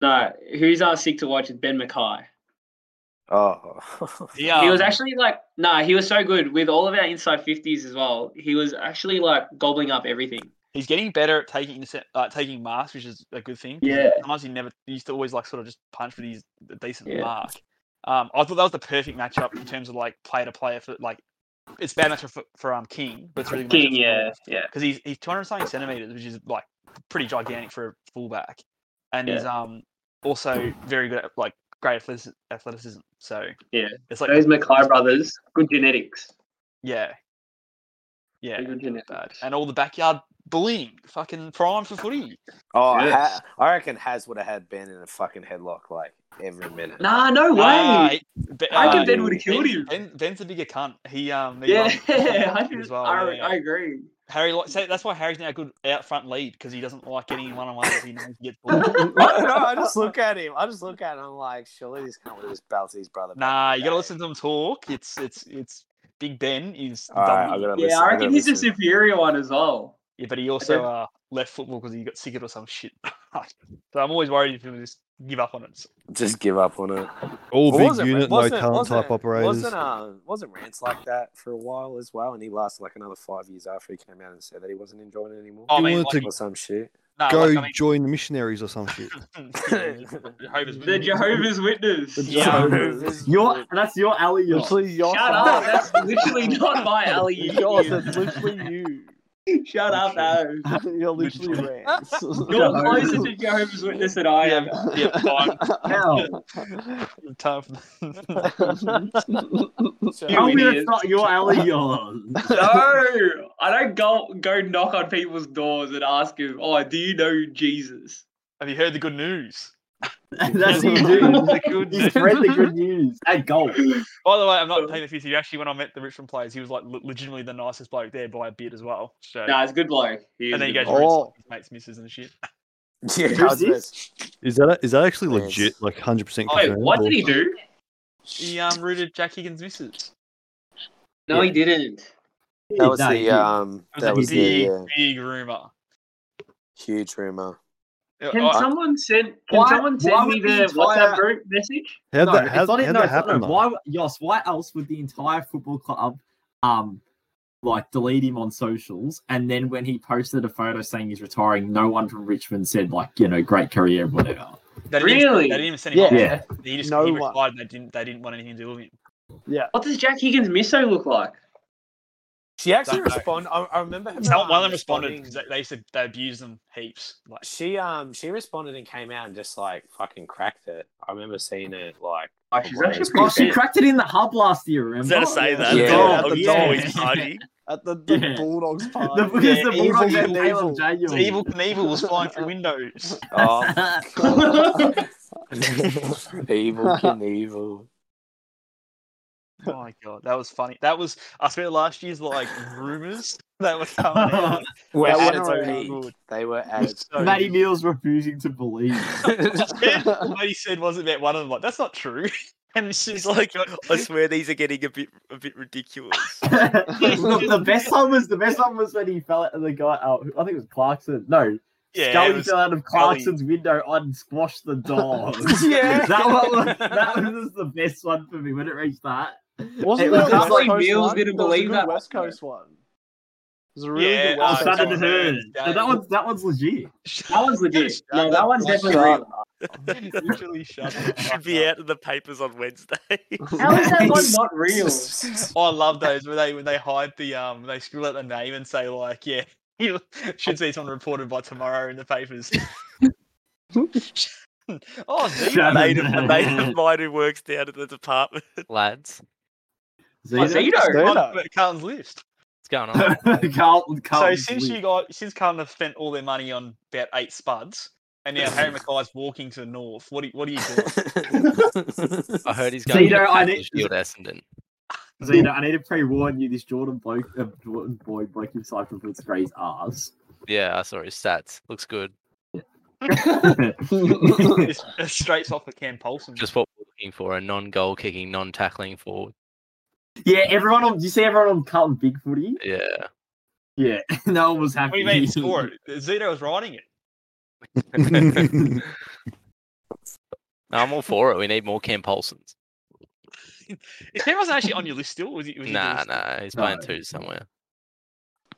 S6: No, who's our sick to watch is Ben Mackay.
S1: he? Oh,
S3: Yeah,
S6: he was actually like, nah, he was so good with all of our inside 50s as well. He was actually like gobbling up everything.
S3: he's getting better at taking intercep- uh, taking marks, which is a good thing.
S6: Yeah.
S3: Sometimes he never he used to always like sort of just punch for these a decent
S6: Yeah.
S3: mark. Um, I thought that was the perfect matchup in terms of like player to player for like it's bad matchup for, for um King, but it's really good matchup
S6: King,
S3: for
S6: yeah, yeah.
S3: because he's he's 200 something centimeters, which is like pretty gigantic for a fullback, and he's um also very good at like great athleticism. athleticism. So
S6: Yeah.
S3: it's like
S6: Those Mackay brothers, good genetics.
S3: yeah, yeah,
S6: Very good genetics.
S3: bad. And all the backyard bullying, fucking prime for footy.
S1: oh
S6: Yes.
S1: ha- I reckon Has would have had Ben in a fucking headlock like every minute.
S6: Nah, no way.
S3: Nah, it- Be-
S6: I
S1: reckon
S3: uh,
S1: Ben
S6: would've killed
S3: Ben-
S6: him.
S3: Ben, Ben's a bigger cunt. He um he
S6: yeah,
S3: loves
S6: I,
S3: as
S6: just,
S3: well,
S6: I,
S3: yeah.
S6: I agree.
S3: Harry. Like, so that's why Harry's now a good out front lead because he doesn't like getting one on one. He knows he gets bullied.
S1: I, don't know, I just look at him. I just look at him. I'm like, surely this can't just belt his brother. back
S3: Nah,
S1: in
S3: you
S1: the
S3: gotta
S1: day.
S3: listen to him talk. It's it's it's Big Ben is
S1: All right, I
S3: dummy.
S1: gotta listen.
S6: Yeah, I
S1: gotta
S6: reckon he's a
S1: listen.
S6: superior one as well.
S3: Yeah, but he also uh, left football because he got sick of it or some shit. so I'm always worried if he'll just give up on it. So-
S1: Just give up on it.
S2: All
S1: Well,
S2: big
S1: wasn't-
S2: unit, no
S1: wasn't-
S2: talent
S1: wasn't-
S2: type operators.
S1: Wasn't uh, wasn't Rance like that for a while as well? And he lasted like another five years after he came out and said that he wasn't enjoying it anymore
S3: I
S2: You
S3: mean,
S2: wanted
S3: like,
S2: to
S1: or some shit.
S3: nah,
S2: Go
S3: like, I mean,
S2: join the missionaries or some shit.
S3: Jehovah's
S6: The
S3: Witness.
S6: Jehovah's Witness.
S3: Yeah.
S4: Your that's your alley. Your
S7: Literally, you're
S6: Shut up. That's literally not my alley. You
S7: Yours,
S6: idiot.
S7: that's literally you.
S6: Shut up, no.
S7: You're literally Rance.
S6: You're closer to Jehovah's Witness than I am.
S3: Yeah, yeah, fine.
S4: hell.
S3: Tough.
S6: You
S4: Tell me that's
S6: idiot.
S4: not your alley. Your
S6: No, I don't go go knock on people's doors and ask them, "Oh, do you know Jesus?"
S3: Have you heard the good news?
S4: that's what you do.
S3: the good
S4: You
S3: news.
S4: spread the good news at golf.
S3: By the way, I'm not taking the piss. He actually, when I met the Richmond players, he was like le- legitimately the nicest bloke there by a bit as well. So,
S6: Nah, it's a good bloke. He is
S3: and then he
S6: a good
S3: goes,
S6: bloke.
S3: oh.
S7: Oh.
S3: his mates, misses and shit.
S1: Yeah, I was gonna-
S2: Is that is that actually
S1: Yes.
S2: legit? Like hundred percent.
S3: "Oh,
S6: Wait, what Oh, did he do?
S3: He um rooted Jack Higgins' misses.
S6: No, he didn't.
S1: that was
S4: No,
S1: the
S4: you-
S1: um,
S3: It was
S1: that
S3: a
S1: was the
S3: big,
S1: yeah,
S3: big rumor. Uh,
S1: huge rumor.
S6: Can someone send? Can
S4: Why-
S6: someone
S4: why
S6: send me
S4: would the
S6: the
S4: entire-
S6: WhatsApp group message?
S2: How
S4: no,
S2: that
S4: it's
S2: how,
S4: not,
S2: how'd
S4: no,
S2: that
S4: it's not-
S2: happen?
S4: no,
S2: though?
S4: Why, Yoss, why else would the entire football club um like delete him on socials and then when he posted a photo saying he's retiring, no one from Richmond said like, you know, great career, whatever.
S3: They didn't even-
S6: Really?
S3: they didn't even send him
S7: Yeah.
S3: off.
S4: Yeah.
S3: He just
S7: No
S3: he
S7: one.
S3: replied and they didn't they didn't want anything to do with him.
S7: Yeah.
S6: What does Jack Higgins miso look like?
S1: She actually
S3: Don't know.
S1: responded. I, I remember her.
S3: Some- one
S1: um,
S3: of them responded because
S1: responding-
S3: they, they said they abused them heaps. Like,
S1: She um she responded and came out and just like fucking cracked it. I remember seeing it like
S6: Oh, she's
S1: Well,
S6: actually
S1: it's
S4: Oh,
S6: pretty
S4: she
S6: fit.
S4: cracked it in the hub last year, remember?
S9: Is that to say
S7: yeah.
S9: that?
S1: Yeah.
S9: Yeah.
S7: Yeah.
S9: I'm
S7: Yeah.
S9: always party.
S7: At the, the
S4: Yeah.
S7: Bulldogs
S4: The,
S7: party.
S4: because the
S3: Yeah,
S4: Bulldogs
S7: evil
S4: had Caleb
S7: Knievel.
S3: it's
S4: Daniel.
S3: evil Knievel was flying through windows.
S1: oh
S6: That's
S1: evil Knievel.
S3: Oh my god, that was funny. That was I swear last year's like rumors that were coming out.
S1: Were
S7: That
S1: at
S7: went
S1: its
S7: around.
S1: peak. They were at its
S3: So
S4: Matty Neal's refusing to believe.
S3: what he said wasn't that one of them like that's not true. And she's
S9: It's
S3: like
S9: like, I swear these are getting a bit, a bit ridiculous.
S4: Look, the best one was the best one was when he fell out of the guy. Oh, I think it was Clarkson. No,
S3: yeah,
S4: Scully
S3: it was,
S4: fell out of Clarkson's window and squashed the door.
S1: Yeah.
S4: that one was, that was the best one for me when it reached that.
S7: Wasn't
S4: It
S7: there
S4: was
S7: a
S4: just
S7: West
S6: like
S7: Coast
S6: Mills
S7: one?
S6: didn't
S7: There was a
S6: believe
S7: good
S6: that
S7: West
S6: one,
S7: Coast one. It was a really
S3: Yeah,
S7: good
S3: I
S4: Oh,
S7: West
S3: saw
S7: Coast
S4: Shannon
S3: that.
S4: and
S7: one.
S4: Hearn. No, that one's that one's legit.
S6: That one's legit. No, that one's definitely
S1: Shut
S6: real.
S1: up.
S3: literally shut the
S9: Should
S3: fuck
S9: be
S3: up.
S9: out in the papers on Wednesday.
S6: How is that one not real?
S3: Oh, I love those where they when they hide the um they screw out the name and say like yeah you should see someone reported by tomorrow in the papers. oh,
S9: a
S4: Shut
S3: Zeno.
S4: up.
S9: mate, of, a mate of mine who works down at the department.
S13: lads.
S6: Oh,
S4: Zeno?
S6: Zeno.
S7: Zeno.
S3: on Carlton's list.
S13: What's going on?
S4: Carlton,
S3: So
S4: Carlton's
S3: since you
S4: lit.
S3: got since Carlton have spent all their money on about eight spuds, and now Harry Mackay's walking to the north. What do you, what do you call it?
S13: I heard he's going
S4: Zeno,
S13: to
S4: I
S13: the
S4: need-
S13: Shield Essendon.
S4: Zeno, I need to pre-warn you. This Jordan bloke, uh, Jordan Boyd bloke himself from Fitzgray's ass.
S13: Yeah, I saw his stats. Looks good.
S3: It's, it's straight off of Cam Paulson.
S13: Just
S6: Mm-hmm.
S13: what we're looking for—a non-goal kicking, non-tackling forward.
S4: yeah, everyone on. You see everyone on Carlton Big Footy?
S13: Yeah,
S4: Yeah, no one was
S3: what do
S4: happy.
S3: you mean score it? Zeno was riding it.
S13: No, I'm all for it. We need more Cam Paulsons.
S3: Is Cam Paulson actually on your list still? Was he? Was he
S13: Nah, nah, he's playing
S4: No.
S13: two somewhere.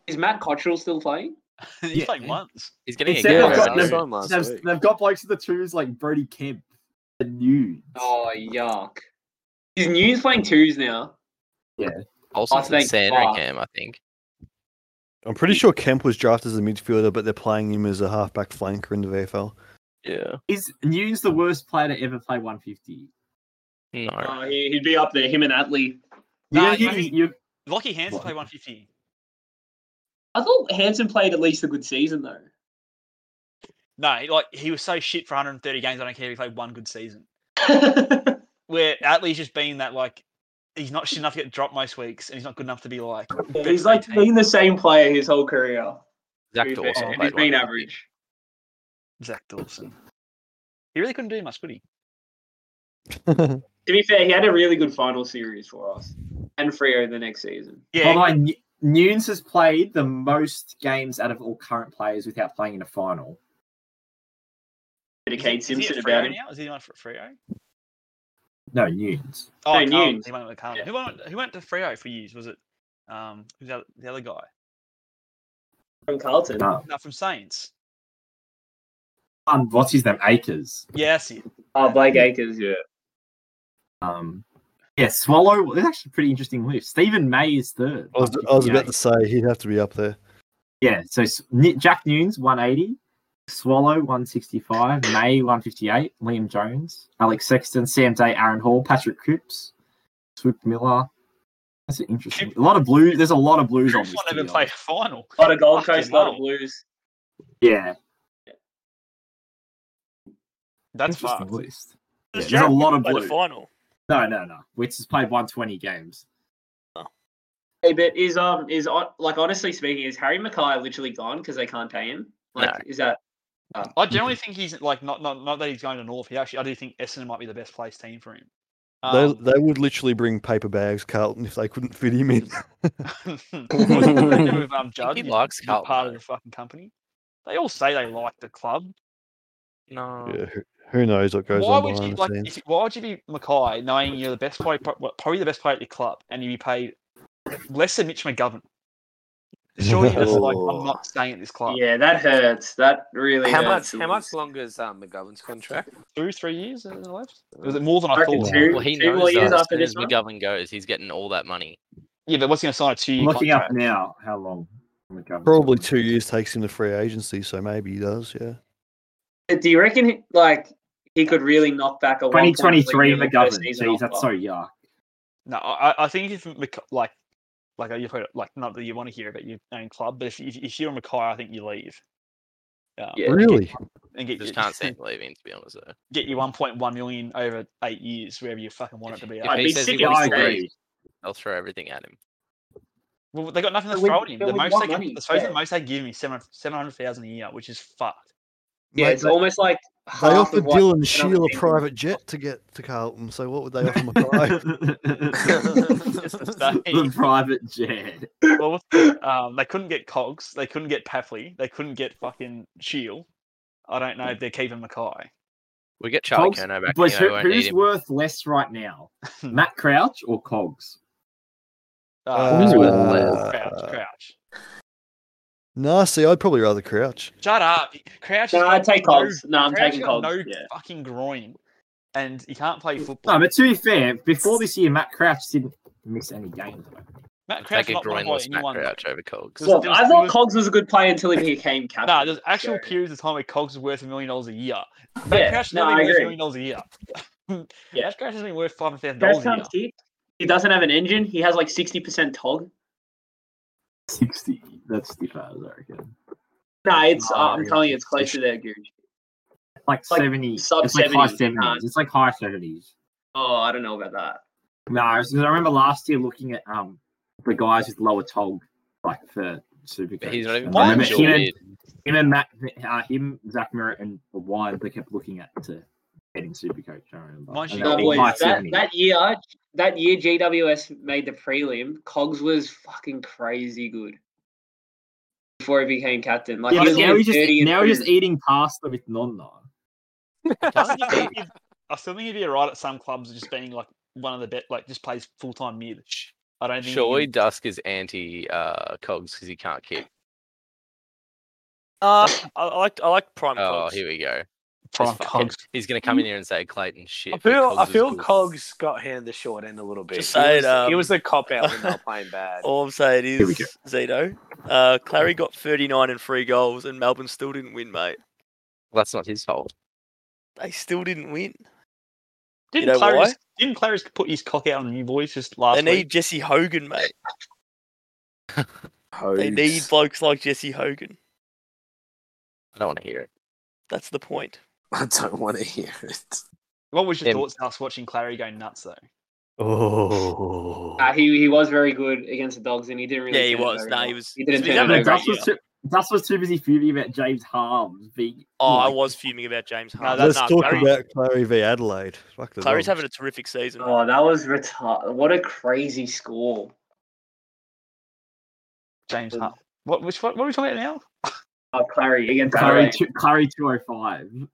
S6: Is Matt Cottrell still playing?
S3: He's
S4: Yeah.
S3: playing once.
S13: He's getting
S4: It's
S13: a
S4: Zeno,
S13: goal.
S1: Yeah,
S4: got
S1: I
S13: isn't
S4: no-
S13: he?
S1: saw him last
S4: They've,
S1: week.
S4: they've got blokes in the twos like Brody Kemp and nudes.
S6: Oh, yuck. Is News playing twos now?
S13: Paulson's
S6: I
S13: at
S6: think-
S13: Sandringham, I think.
S2: I'm pretty sure Kemp was drafted as a midfielder, but they're playing him as a halfback flanker in the VFL.
S13: Yeah.
S4: Is nudes the worst player to ever play 150?
S13: No.
S6: Oh, he- he'd be up there, him and Atley.
S4: You
S3: Nah,
S4: know, you,
S3: I mean-
S4: you-
S3: Lockie Hansen
S4: What?
S3: played 150.
S6: I thought Hanson played at least a good season, though.
S3: No, he- like he was so shit for 130 games. I don't care if he played one good season.
S6: I
S3: Where Atlee's just been that like he's not shit enough to get dropped most weeks, and he's not good enough to be like.
S6: Yeah,
S3: best
S6: he's like
S3: 18.
S6: been the same player his whole career.
S13: Zach
S6: to be fair,
S13: Dawson
S6: and
S13: played
S6: he's been
S13: one.
S6: average.
S3: Zach Dawson. He really couldn't do much, could he?
S6: To be fair, he had a really good final series for us and Frio the next season.
S3: Yeah,
S4: By the way, Nu- Nunes has played the most games out of all current players without playing in a final.
S6: Bit of
S3: Is he-
S6: Cade
S3: is he at
S6: Simpson
S3: Freo
S6: about him.
S3: Now? Is he on for Freo?
S4: No, Nunes.
S3: Oh,
S6: No,
S3: Carlton,
S6: Nunes.
S3: He went with Carlton.
S6: Yeah.
S3: Who went? Who went to Freo for years? Was it um who's the other, the other guy?
S6: From Carlton.
S4: No.
S3: No, from Saints.
S4: Um, what's his name? Akers.
S3: Yes, he-
S6: Oh, Blake Acres, yeah.
S4: Um, yeah, Swallow. It's actually a pretty interesting list. Stephen May is third.
S2: I was, I was about to say he'd have to be up there.
S4: Yeah, so S- Ni- Jack Nunes, 180. Swallow, 165. May, 158. Liam Jones, Alex Sexton, Sam Day, Aaron Hall, Patrick Cripps, Swoop Miller. That's an interesting. A lot of blues. There's a lot of blues on
S3: Bruce
S4: this.
S3: won
S4: to
S3: never
S4: be
S3: played
S4: honest.
S3: a final.
S6: A lot of Gold
S3: Fucking
S6: Coast, a lot of
S3: hell.
S6: Blues.
S4: Yeah,
S3: That's
S4: interesting
S3: fucked.
S4: list. Yeah,
S9: Does
S4: there's a
S9: Jared
S4: lot of
S9: play the
S4: blue.
S9: final.
S4: No, no, no. Which has played 120 games.
S6: Hey, but is um is hon- like honestly speaking, is Harry Mackay literally gone because they can't pay him? Like,
S9: No.
S6: is that
S2: Ah.
S3: I generally think he's like not not not that he's going to North. He actually, I do think Essendon might be the best placed team for him. Um,
S2: they, they would literally bring paper bags, Carlton, if they couldn't fit him in.
S3: with, um,
S13: think he
S3: Judd,
S13: likes
S3: he's not
S13: Carlton,
S3: part of the
S13: though.
S3: fucking company. They all say they like the club.
S13: No.
S2: yeah, who, who knows what goes
S3: Why
S2: on
S3: would you
S2: behind the
S3: like?
S2: scenes?
S3: If, you- why would you be Mackay knowing you're the best player, pro- well, probably the best player at your club, and you be paid less than Mitch McGovern? Surely you're just like, I'm not staying at this club.
S6: Yeah, that hurts. That really
S1: How much?
S6: hurts.
S1: How much longer is um, McGovern's contract?
S3: Two, three years uh, left? Was it more than I
S6: Reckon
S3: thought?
S6: two.
S13: Well, he
S6: Two more
S13: knows uh,
S6: years
S13: that as
S6: after
S13: soon
S6: this
S13: as
S6: one?
S13: McGovern goes, he's getting all that money.
S3: Yeah, but what's he going to sign a two
S4: I'm
S3: year
S4: looking up
S3: contract?
S4: now how long. McGovern's
S2: Probably
S4: been.
S2: two years takes him to free agency, so maybe he does. Yeah.
S6: Do you reckon he- like he could really knock back a
S4: 2023
S6: 1.3 million per
S4: McGovern.
S6: season
S4: Jeez,
S6: offer?
S4: that's so yuck.
S3: No, I, I think if Mc- like like you've heard it, like not that you want to hear about your own club, but if if, if you're a Mackay, I think you leave. Um,
S6: Yeah,
S2: really?
S3: And get
S13: Just
S3: your-
S13: can't see him leaving, to be honest. Though.
S3: get you 1.1 million over eight years, wherever you fucking want it to be.
S13: If
S3: at.
S6: I'd
S13: he
S6: be
S13: says
S6: sick
S13: he
S6: if
S13: wants
S4: I
S6: he
S13: to
S6: stays.
S13: leave,
S4: agree.
S13: they'll throw everything at him.
S3: Well, they got nothing to
S6: But we-
S3: throw at him.
S6: but
S3: The
S6: we
S3: most
S6: want
S3: they can,
S6: money,
S3: I suppose
S6: yeah.
S3: the most they give him is 700 700,000 a year, which is fucked.
S6: Yeah,
S2: Mate,
S6: it's
S2: they,
S6: almost like
S2: they
S6: half
S2: offered
S6: of what
S2: Dylan
S6: another
S2: Sheil a
S6: team-
S2: private jet to get to Carlton, so what would they offer Mackay?
S4: the private jet.
S3: Well, what's the- um, they couldn't get Cogs, they couldn't get Papley, they couldn't get fucking Shield. I don't
S13: Hmm.
S3: know if they're keeping Mackay.
S13: We get Charlie
S4: Cogs-
S13: Kerno back.
S4: Boys,
S13: anyway,
S4: who,
S13: won't need
S4: who's
S13: him.
S4: worth less right now, Matt Crouch or Cogs?
S3: Uh,
S2: Ooh.
S3: Crouch, Crouch.
S2: nah, see, I'd probably rather Crouch.
S3: Shut up. Crouch
S6: No,
S3: has got
S6: I'd take
S3: no-
S6: Cogs. No, I'm
S3: Crouch
S6: taking
S3: got
S6: Cogs.
S3: no
S6: yeah.
S3: fucking groin. And he can't play football.
S4: No, but to be fair, before this year, Matt Crouch didn't miss any games.
S3: Matt
S13: I'll
S3: Crouch
S13: take a
S3: not won by
S13: groinless Matt
S3: anyone.
S13: Crouch over Cogs.
S3: There's-
S6: Well,
S3: there's-
S6: I thought
S3: there's-
S6: Cogs was a good player until he became
S3: No,
S6: captain.
S3: there's actual
S6: so-
S3: periods of time where Cogs is worth a million dollars a year.
S6: Yeah,
S3: Matt Crouch
S6: no,
S3: not
S6: I
S3: even worth a
S6: agree.
S3: million dollars a year.
S6: Yeah.
S3: Matt Crouch has been worth five hundred thousand
S6: Crouch
S3: dollars a year.
S6: can't kick. He doesn't have an engine. He has like sixty percent tog.
S4: Sixty. That's stiffer, I reckon.
S6: No, it's
S4: No,
S6: uh, I'm
S4: yeah.
S6: telling you, it's close to there, Gooch.
S4: Like
S6: Like,
S4: seventy.
S6: sub
S4: it's like high
S6: 70,
S4: seventies. uh,
S6: nah.
S4: It's like high seventies.
S6: Oh, I don't know about that.
S4: No, it's 'cause I remember last year looking at um the guys with lower tog, like for super.
S13: But he's not even
S3: Why
S13: playing
S3: would
S13: Jill
S3: you-
S13: Beard.
S4: him and Matt, uh, him, Zach Merritt, and the Wines, they kept looking at to getting Supercoach. I remember.
S3: Once
S4: And
S3: you
S4: they
S3: got
S6: No,
S4: were
S3: all
S6: boys,
S4: high
S6: that,
S4: 70s.
S6: that year, that year GWS made the prelim. Cogs was fucking crazy good before he became captain. Like
S4: yeah,
S6: he
S4: but
S6: was
S4: now
S6: like
S4: he's just
S6: 30 and
S4: now he's just
S6: 30.
S4: eating pasta with Nonna.
S3: I still think he'd- I still think he'd be alright at some clubs just being like one of the best, like just plays full time mid. I don't think.
S13: Surely
S3: he can-
S13: Dusk is anti uh, Cogs because he can't kick.
S9: Uh, I, I like I like prime
S13: Oh,
S9: Cogs.
S13: here we go.
S3: Prime
S13: This fucking-
S3: Cogs.
S13: He's gonna come in here and say Clayton shit.
S1: I
S13: but
S1: feel I
S13: is
S1: feel
S13: good."
S1: Cogs got handed the short end a little bit.
S9: Just
S1: He
S9: say it,
S1: was, he
S9: um,
S1: was the cop out when they were playing bad.
S9: All I'm saying
S4: Here we
S9: is Zeno. Uh, Clary got 39 and three goals, and Melbourne still didn't win, mate.
S13: Well, that's not his fault.
S9: They still didn't win.
S3: Didn't
S9: know
S3: Clarice
S9: why?
S3: didn't Clarice put his cock out on you boys just last
S9: They
S3: week?
S9: need Jesse Hogan, mate.
S1: Oh,
S9: They need blokes like Jesse Hogan.
S13: I don't want to hear it.
S9: That's the point.
S1: I don't want to hear it.
S3: What was your
S13: him.
S3: thoughts us watching Clary go nuts though?
S2: Oh.
S6: Uh, he he was very good against the Dogs, and he didn't really.
S9: Yeah, he
S6: turn it
S9: was.
S6: over.
S9: Nah, he was.
S6: He didn't
S9: he's been
S6: turn
S9: having a
S6: it over.
S9: great
S4: Dust
S9: year.
S4: was, too, Dust was too busy fuming about James Harms. Being,
S9: Oh, I
S4: like,
S9: was fuming about James Harden.
S2: Let's
S9: Nah,
S2: talk
S9: Clary-
S2: about Clary v Adelaide. Fuck the
S9: Clary's
S2: Dogs.
S9: having a terrific season.
S6: Oh, that was retarded. What a crazy score.
S3: James
S6: Um,
S3: Hart. What which what, what are we talking about
S6: Oh, Clary against
S4: Clary,
S6: Adelaide.
S4: two, oh Clary 205.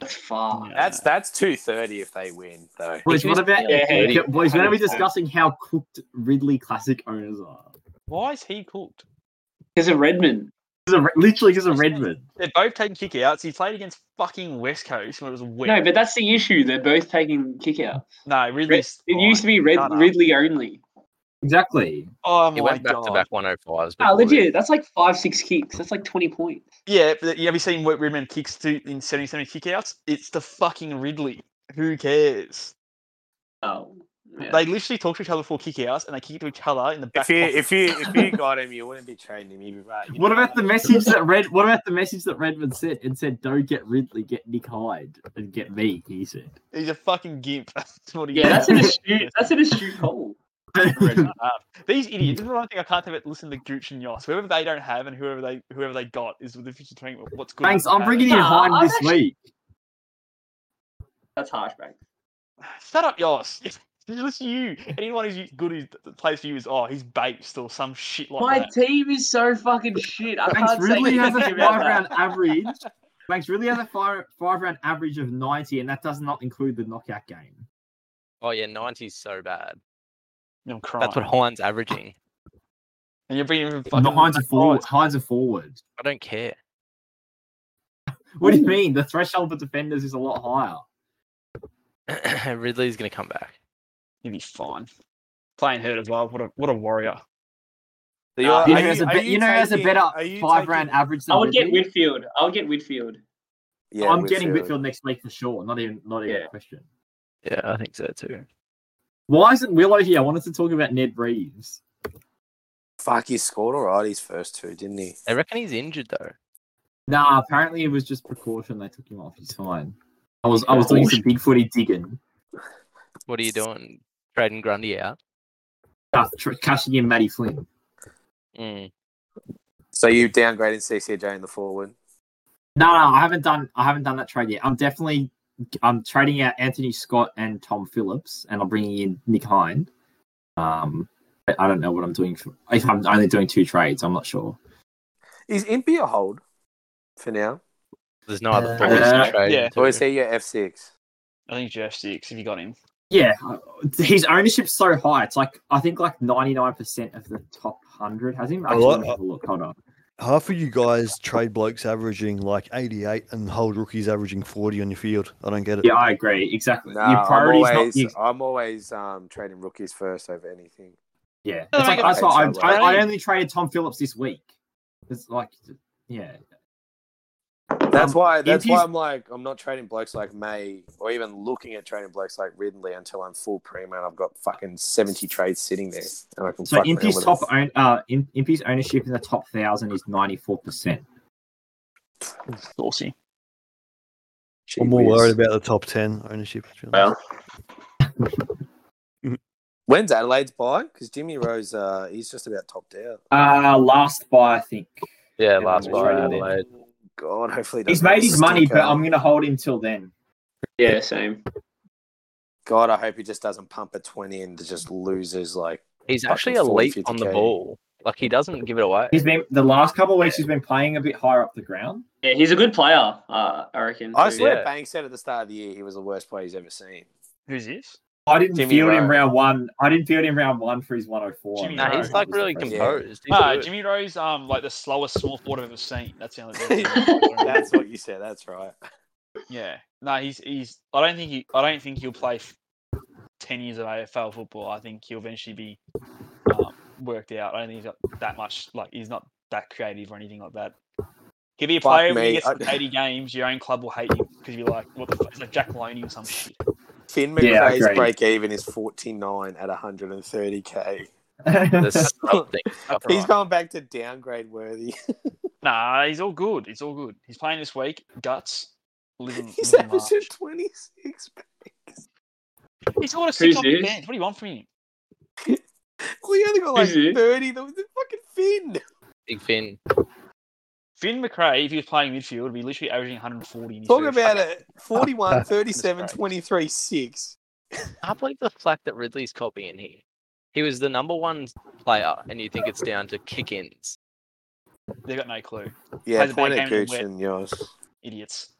S6: That's far.
S3: now?
S1: That's that's two thirty if they win though.
S4: Boys,
S6: He
S4: what
S6: was-
S4: about
S6: Yeah, yeah, yeah.
S4: boys? When are we discussing how cooked Ridley Classic owners are?
S3: why is he cooked?
S6: Because of Redmond.
S4: He's a, literally, he's a Redmond.
S3: They're both taking kickouts. He played against fucking West Coast when it was wet.
S6: No, but that's the issue. They're both taking kick out.
S3: no, Ridley's.
S6: It used to
S3: fine.
S6: be Red,
S3: Shut up.
S6: Ridley only.
S4: Exactly.
S3: Oh
S13: He
S3: my
S13: went back
S3: god!
S13: to back 105s.
S6: Ah,
S13: before this.
S6: legit. That's like five, six kicks. That's like 20 points.
S3: Yeah, but you ever seen what Redmond kicks to in 77 kickouts? It's the fucking Ridley. Who cares?
S6: Oh. Yeah.
S3: They literally talk to each other for kickouts and they kick to each other in the back.
S1: If you
S3: pocket.
S1: if you if you got him, you wouldn't be trading him. You'd be right.
S4: What about the message that Red? What about the message that Redmond sent and said, "Don't get Ridley, get Nick Hyde, and get me"? He said.
S3: He's a fucking gimp. That's what he
S6: yeah, that's an
S3: is.
S6: astute. That's an astute call.
S3: Redmond. Um, These idiots. This is one thing I can't have it. Listen to Gooch and Yoss. Whoever they don't have and whoever they whoever they got is the difference between what's good. and
S4: Thanks.
S3: what's
S4: I'm
S3: bad.
S4: bringing in
S6: Nah,
S4: Hyde
S6: I'm
S4: this
S6: actually-
S4: week.
S6: That's harsh, mate.
S3: Shut up, Yoss. Just you. Anyone who's good who that plays for you is oh he's based or some shit like
S6: My
S3: that.
S6: team is so fucking shit. I
S4: Thanks.
S6: can't
S4: Ridley
S6: say
S4: has a
S6: anything
S4: five
S6: about that.
S4: round average. Thanks. Ridley has a five five round average of ninety, and that does not include the knockout game.
S13: Oh yeah, 90's so bad.
S3: I'm crying.
S13: That's what Hines averaging.
S3: And you're bringing in fucking
S4: No, Hines a forward.
S3: Price.
S4: Hines a forward.
S13: I don't care.
S4: What do you mean? The threshold for defenders is a lot higher.
S13: Ridley's gonna come back.
S3: You'll be fine. Playing hurt as well. What a what a warrior.
S1: So
S3: Uh,
S1: you're-
S4: You know,
S1: are
S4: there's a,
S1: are
S4: be- you know there's a
S1: taking-
S4: better
S1: are you
S4: five
S1: taking-
S4: round average. Than
S6: I would get
S4: Ridley.
S6: Whitfield. I would get Whitfield.
S1: Yeah,
S4: I'm getting
S1: Whitfield.
S4: Whitfield next week for sure. Not even not even
S6: Yeah.
S4: a question.
S13: Yeah, I think so too.
S4: Why isn't Willow here? I wanted to talk about Ned Reeves.
S1: Fuck, he scored all right his first two, didn't he?
S13: I reckon he's injured though.
S4: Nah, apparently it was just precaution. They took him off. He's fine. I was I was doing some big footy digging,
S13: What are you doing? Trading Grundy out.
S4: uh, tr- cashing in Matty Flynn.
S13: Mm.
S1: So you downgraded CCJ in the forward.
S4: No, no, I haven't done I haven't done that trade yet. I'm definitely I'm trading out Anthony Scott and Tom Phillips, and I'm bringing in Nick Hine. Um, I- I don't know what I'm doing. For, if I'm only doing two trades, I'm not sure.
S1: Is Impy a hold for now?
S13: There's no other
S4: Uh,
S13: forwards
S4: yeah.
S13: to trade.
S3: Yeah.
S1: Or
S13: him
S1: is
S13: to.
S1: he your F6?
S3: I think Jeff six if you got him.
S4: Yeah, uh, his ownership's so high. It's like I think like 99% of the top hundred has him. Actually,
S2: like-
S4: let me have a look. Hold on.
S2: Half of you guys trade blokes averaging like 88 and hold rookies averaging 40 on your field. I don't get it.
S4: Yeah, I agree. Exactly.
S1: No,
S4: Your
S1: I'm
S4: priority's
S1: always,
S4: not. your-
S1: I'm always um, trading rookies first over anything.
S4: Yeah, it's
S3: No,
S4: like,
S3: I
S4: that's why
S1: get
S4: I,
S3: that.
S4: I, I only traded Tom Phillips this week. It's like, yeah,
S1: That's
S4: Um,
S1: why. That's
S4: Impey's-
S1: why I'm like, I'm not trading blokes like May, or even looking at trading blokes like Ridley until I'm full primo and I've got fucking seventy trades sitting there, and I can.
S4: So
S1: fuck around
S4: Impy's
S1: with
S4: top
S1: it.
S4: own, uh, Im- Impy's ownership in the top thousand is ninety four percent.
S3: Saucy.
S2: I'm more worried about the top 10 ownership. to be honest.
S1: When's Adelaide's buy? Because Jimmy Rose, uh, he's just about topped out.
S4: Uh last buy, I think Yeah,
S13: Yeah, last
S4: I'm
S13: buy
S4: already-
S13: Adelaide.
S1: God, hopefully he
S4: he's
S1: doesn't
S4: made his money,
S1: stick
S4: but
S1: up.
S4: I'm going to hold him till then.
S6: Yeah, same.
S1: God, I hope he just doesn't pump a twenty and just loses. Like,
S13: He's
S1: Fucking
S13: actually
S1: 40,
S13: elite on the
S1: 50K.
S13: ball. Like he doesn't give it away.
S4: He's been the last couple of weeks. He's been playing a bit higher up the ground.
S6: Yeah, he's a good player. Uh, I reckon.
S1: I
S6: too.
S1: swear,
S13: Yeah.
S1: Banks said at the start of the year he was the worst player he's ever seen.
S3: Who's this?
S4: I didn't
S1: Jimmy
S4: field him
S1: Rowe.
S4: round one. I didn't field him round one for his one hundred four.
S3: Jimmy
S13: Nah,
S3: No,
S13: he's like really
S1: depressing.
S13: composed. He's
S3: Ah,
S13: good.
S3: Jimmy Rose, um, like the slowest small forward I've ever seen. That's the only thing.
S1: That's what you said. That's right.
S3: yeah. No, he's he's. I don't think he. I don't think he'll play f- ten years of AFL football. I think he'll eventually be um, worked out. I don't think he's got that much. Like he's not that creative or anything like that. He'll be a
S1: Fuck
S3: player when he
S1: me,
S3: gets
S1: I-
S3: like eighty games. Your own club will hate you because you're like, what the fuck? It's like Jack Maloney or some shit.
S1: Finn
S4: Yeah, I
S1: McRae's
S4: agree.
S1: break even is forty nine at one hundred and thirty k.
S13: There's something.
S1: He's going back to downgrade worthy.
S3: Nah, he's all good. It's all good. He's playing this week. Guts. Living,
S1: He's
S3: living large.
S1: averaging twenty six.
S3: He's got a six
S6: Who's
S3: off the
S6: this?
S3: bench. What do you want from him?
S1: We only got like
S6: Is he?
S1: thirty. The the fucking Finn.
S13: Big Finn.
S3: Finn McRae, if he was playing midfield, would be literally averaging 140. In his
S1: Talk
S3: first-
S1: about it. 41, 37,
S3: Christ.
S1: 23, 6.
S13: I can't believe the flack that Ridley's copying here. He was the number one player, and you think it's down to kick-ins.
S3: They've got no clue.
S1: Yeah,
S3: Plays a bad
S1: point at
S3: game in the wet.
S1: Gooch yours.
S3: Idiots.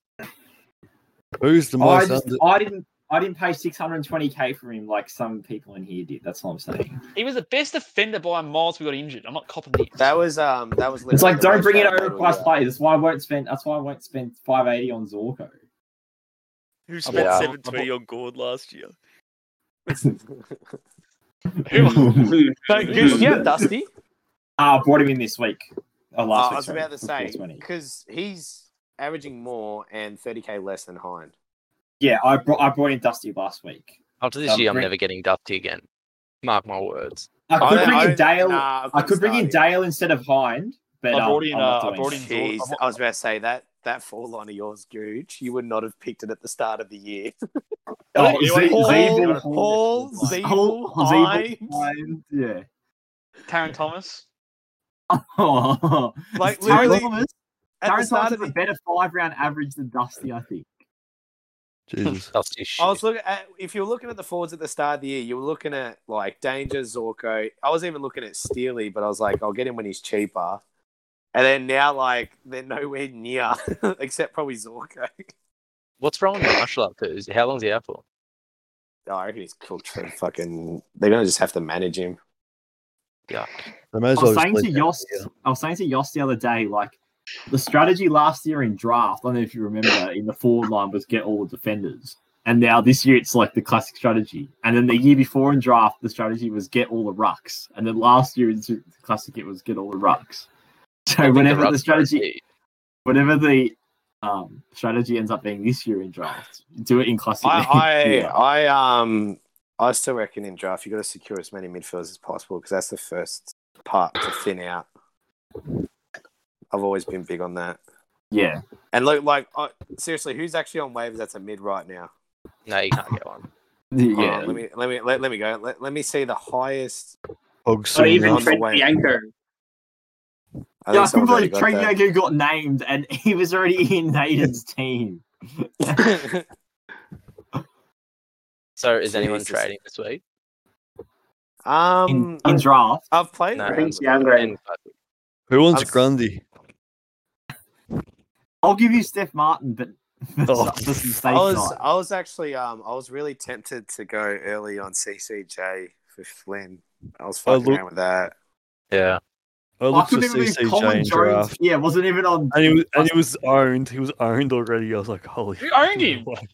S2: Who's the
S4: I,
S2: most
S4: just,
S2: under-
S4: I didn't. I didn't pay six hundred and twenty k for him like some people in here did. That's all I'm saying.
S3: He was the best defender by miles we got injured. I'm not copping this.
S1: That was um that was
S4: It's like don't bring in
S1: over
S4: overpriced players. That's why I won't spend. That's why I won't spend five eighty on Zorko.
S9: Who
S3: bought-
S9: spent
S3: I bought-
S9: seven twenty on Gord last year?
S1: Gooch, yeah, Dusty.
S4: Ah, I brought him in this week. Oh, last
S1: Uh, I
S4: week,
S1: was
S4: sorry,
S1: about to say
S4: 420.
S1: because he's averaging more and 30k less than Hind.
S4: Yeah, I brought I brought in Dusty last week.
S13: After this
S4: Um,
S13: year, I'm
S4: Brent-
S13: never getting Dufty again. Mark my words.
S4: I could
S1: don't-
S4: bring in
S1: don't-
S4: Dale.
S1: nah,
S4: I could bring in
S1: start
S4: Dale instead of Hind. But
S3: I
S4: um,
S3: brought in,
S4: I'm not
S3: uh, I
S4: doing
S3: brought
S4: it.
S3: in
S1: him. Jeez,
S3: Zorko.
S1: I was about to say that that four line of yours, Gooch, you would not have picked it at the start of the year.
S4: Oh, Z- Zeeble,
S1: Hall,
S4: Hall-
S1: Zeeble,
S4: Zeeble,
S1: Hind.
S4: Hind, Yeah.
S3: Karen Thomas.
S4: Oh,
S1: Like
S4: Taryn
S1: literally
S4: Thomas.
S1: at the
S4: Taryn Thomas
S1: start of
S4: has a
S1: the
S4: better five round average than Dusty, I think.
S2: Jesus?
S13: Dusty shit.
S1: I was looking at if you were looking at the forwards at the start of the year, you were looking at like Danger, Zorko. I was even looking at Steely, but I was like, I'll get him when he's cheaper. And then now, like, they're nowhere near, except probably Zorko.
S13: What's wrong with Marshall up to? Is- How long's he out for?
S1: No, I reckon he's cool. Fucking, they're gonna just have to manage him.
S13: Yuck.
S2: They may as
S4: I was
S2: well just
S4: saying to
S2: leave that
S4: Yost,
S2: here.
S4: I was saying to Yost the other day, like the strategy last year in draft. I don't know if you remember in the forward line was get all the defenders, and now this year it's like the classic strategy. And then the year before in draft, the strategy was get all the rucks, and then last year it's the classic it was get all the rucks. So whenever the, strategy, whenever the um, strategy ends up being this year in draft, do it in classic.
S1: I,
S4: Yeah.
S1: I, I, um, I still reckon in draft you got to secure as many midfielders as possible because that's the first part to thin out. I've always been big on that.
S4: yeah,
S1: And look, like, I seriously, who's actually on waivers that's a mid right now?
S13: No, you can't get one.
S1: Yeah.
S4: yeah.
S1: Um, let me let me let, let me go. Let, let me see the highest.
S2: Hogs
S6: Not
S2: soon
S6: even
S1: on
S2: enough.
S1: the
S6: Trent
S1: way.
S6: Bianco.
S1: I
S4: yeah,
S1: think
S4: I couldn't
S1: someone's already
S4: believe
S1: got
S4: Trey
S1: that.
S4: Yago got named, and he was already in Nathan's team.
S13: So is anyone
S1: Jesus.
S13: trading this week?
S1: um,
S4: in, in draft.
S1: I've played.
S13: No.
S6: I
S1: around
S6: think
S1: with
S6: it's
S1: it.
S6: Bianco.
S13: And
S2: Who wants
S1: I've-
S2: Grundy?
S4: I'll give you Steph Martin, but for,
S2: Oh.
S4: some- for some safe
S1: I was
S4: side.
S1: I was actually um I was really tempted to go early on CCJ for Flynn. I was
S2: Oh,
S1: fucking
S2: look-
S1: around with that.
S13: yeah.
S2: I
S4: I
S2: looked for
S4: couldn't even believe
S2: CCJ
S4: Colin
S2: in
S4: Jones.
S2: draft.
S4: Yeah, wasn't even on.
S2: And he, was, and he was owned. He was owned already. I was like, holy.
S3: Who owned
S2: fuck.
S3: him?
S2: Like,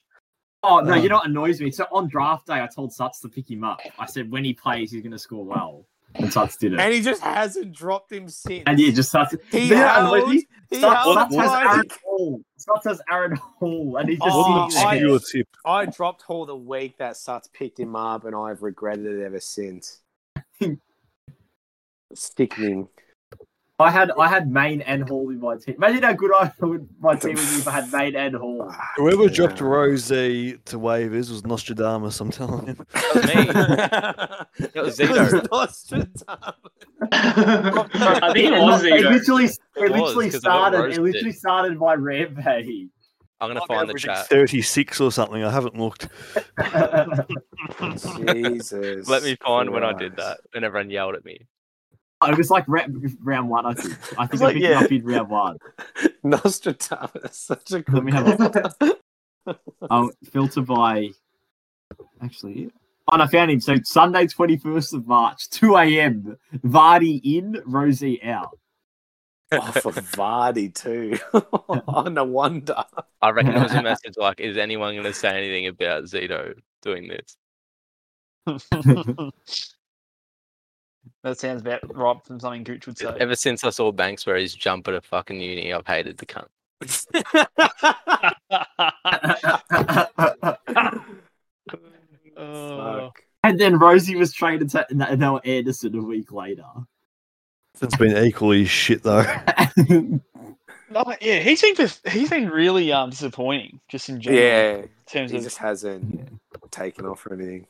S4: Oh no,
S2: Oh.
S4: you know what annoys me? So on draft day, I told Suts to pick him up. I said when he plays, he's going to score well, and Suts did it.
S1: And he just hasn't dropped him since.
S4: And yeah, just Suts.
S1: he
S4: you know what
S1: held,
S4: annoys me?
S1: he
S4: Suts,
S1: held
S4: Suts has
S1: like-
S4: Aaron Hall. Suts has Aaron Hall, and he just
S1: Oh,
S4: sits
S2: what's
S1: I-
S4: there.
S2: your tip?
S1: I dropped Hall the week that Suts picked him up, and I've regretted it ever since. Sticking.
S4: I had I had Main and Hall in my team. Imagine how good I would my team would be if I had Main and Hall.
S2: Whoever dropped Rose E to waivers was Nostradamus. I'm telling you.
S1: That was me.
S13: It was Zito.
S1: It was Nostradamus.
S6: I think it was
S4: It
S6: Zito.
S4: literally, it
S13: It was,
S4: literally
S13: 'cause it got
S4: started. It
S13: roasted.
S4: literally started my rampage.
S13: I'm gonna
S2: I'm
S13: find the
S2: averaging
S13: chat.
S2: 36 or something. I haven't looked.
S1: Jesus.
S13: Let me find when I did
S1: Christ.
S13: that, and everyone yelled at me.
S4: it was like ra- round one. I think. I think
S1: It's
S4: I
S1: like,
S4: picked
S1: yeah.
S4: him up in round one.
S1: Nostradamus. Such a
S4: Let
S1: good
S4: me have a um, filter by. Actually, oh, and I found him. So Sunday, twenty first of March, two a.m. Vardy in, Rosie out.
S1: Oh, for Vardy too. oh, no wonder.
S13: I reckon it was a message like, "Is anyone gonna say anything about Zito doing this?"
S3: That sounds about right from something Gooch would say.
S13: Ever since I saw Banks wear his jumper to fucking uni, I've hated the cunt.
S3: Oh.
S4: and then Rosie was traded to N- Noah Anderson a week later.
S2: It's been equally shit, though.
S3: No, Oh, yeah, he's been just- he's been really um disappointing just in general.
S1: yeah,
S3: in terms
S1: he
S3: of
S1: just hasn't taken off or anything.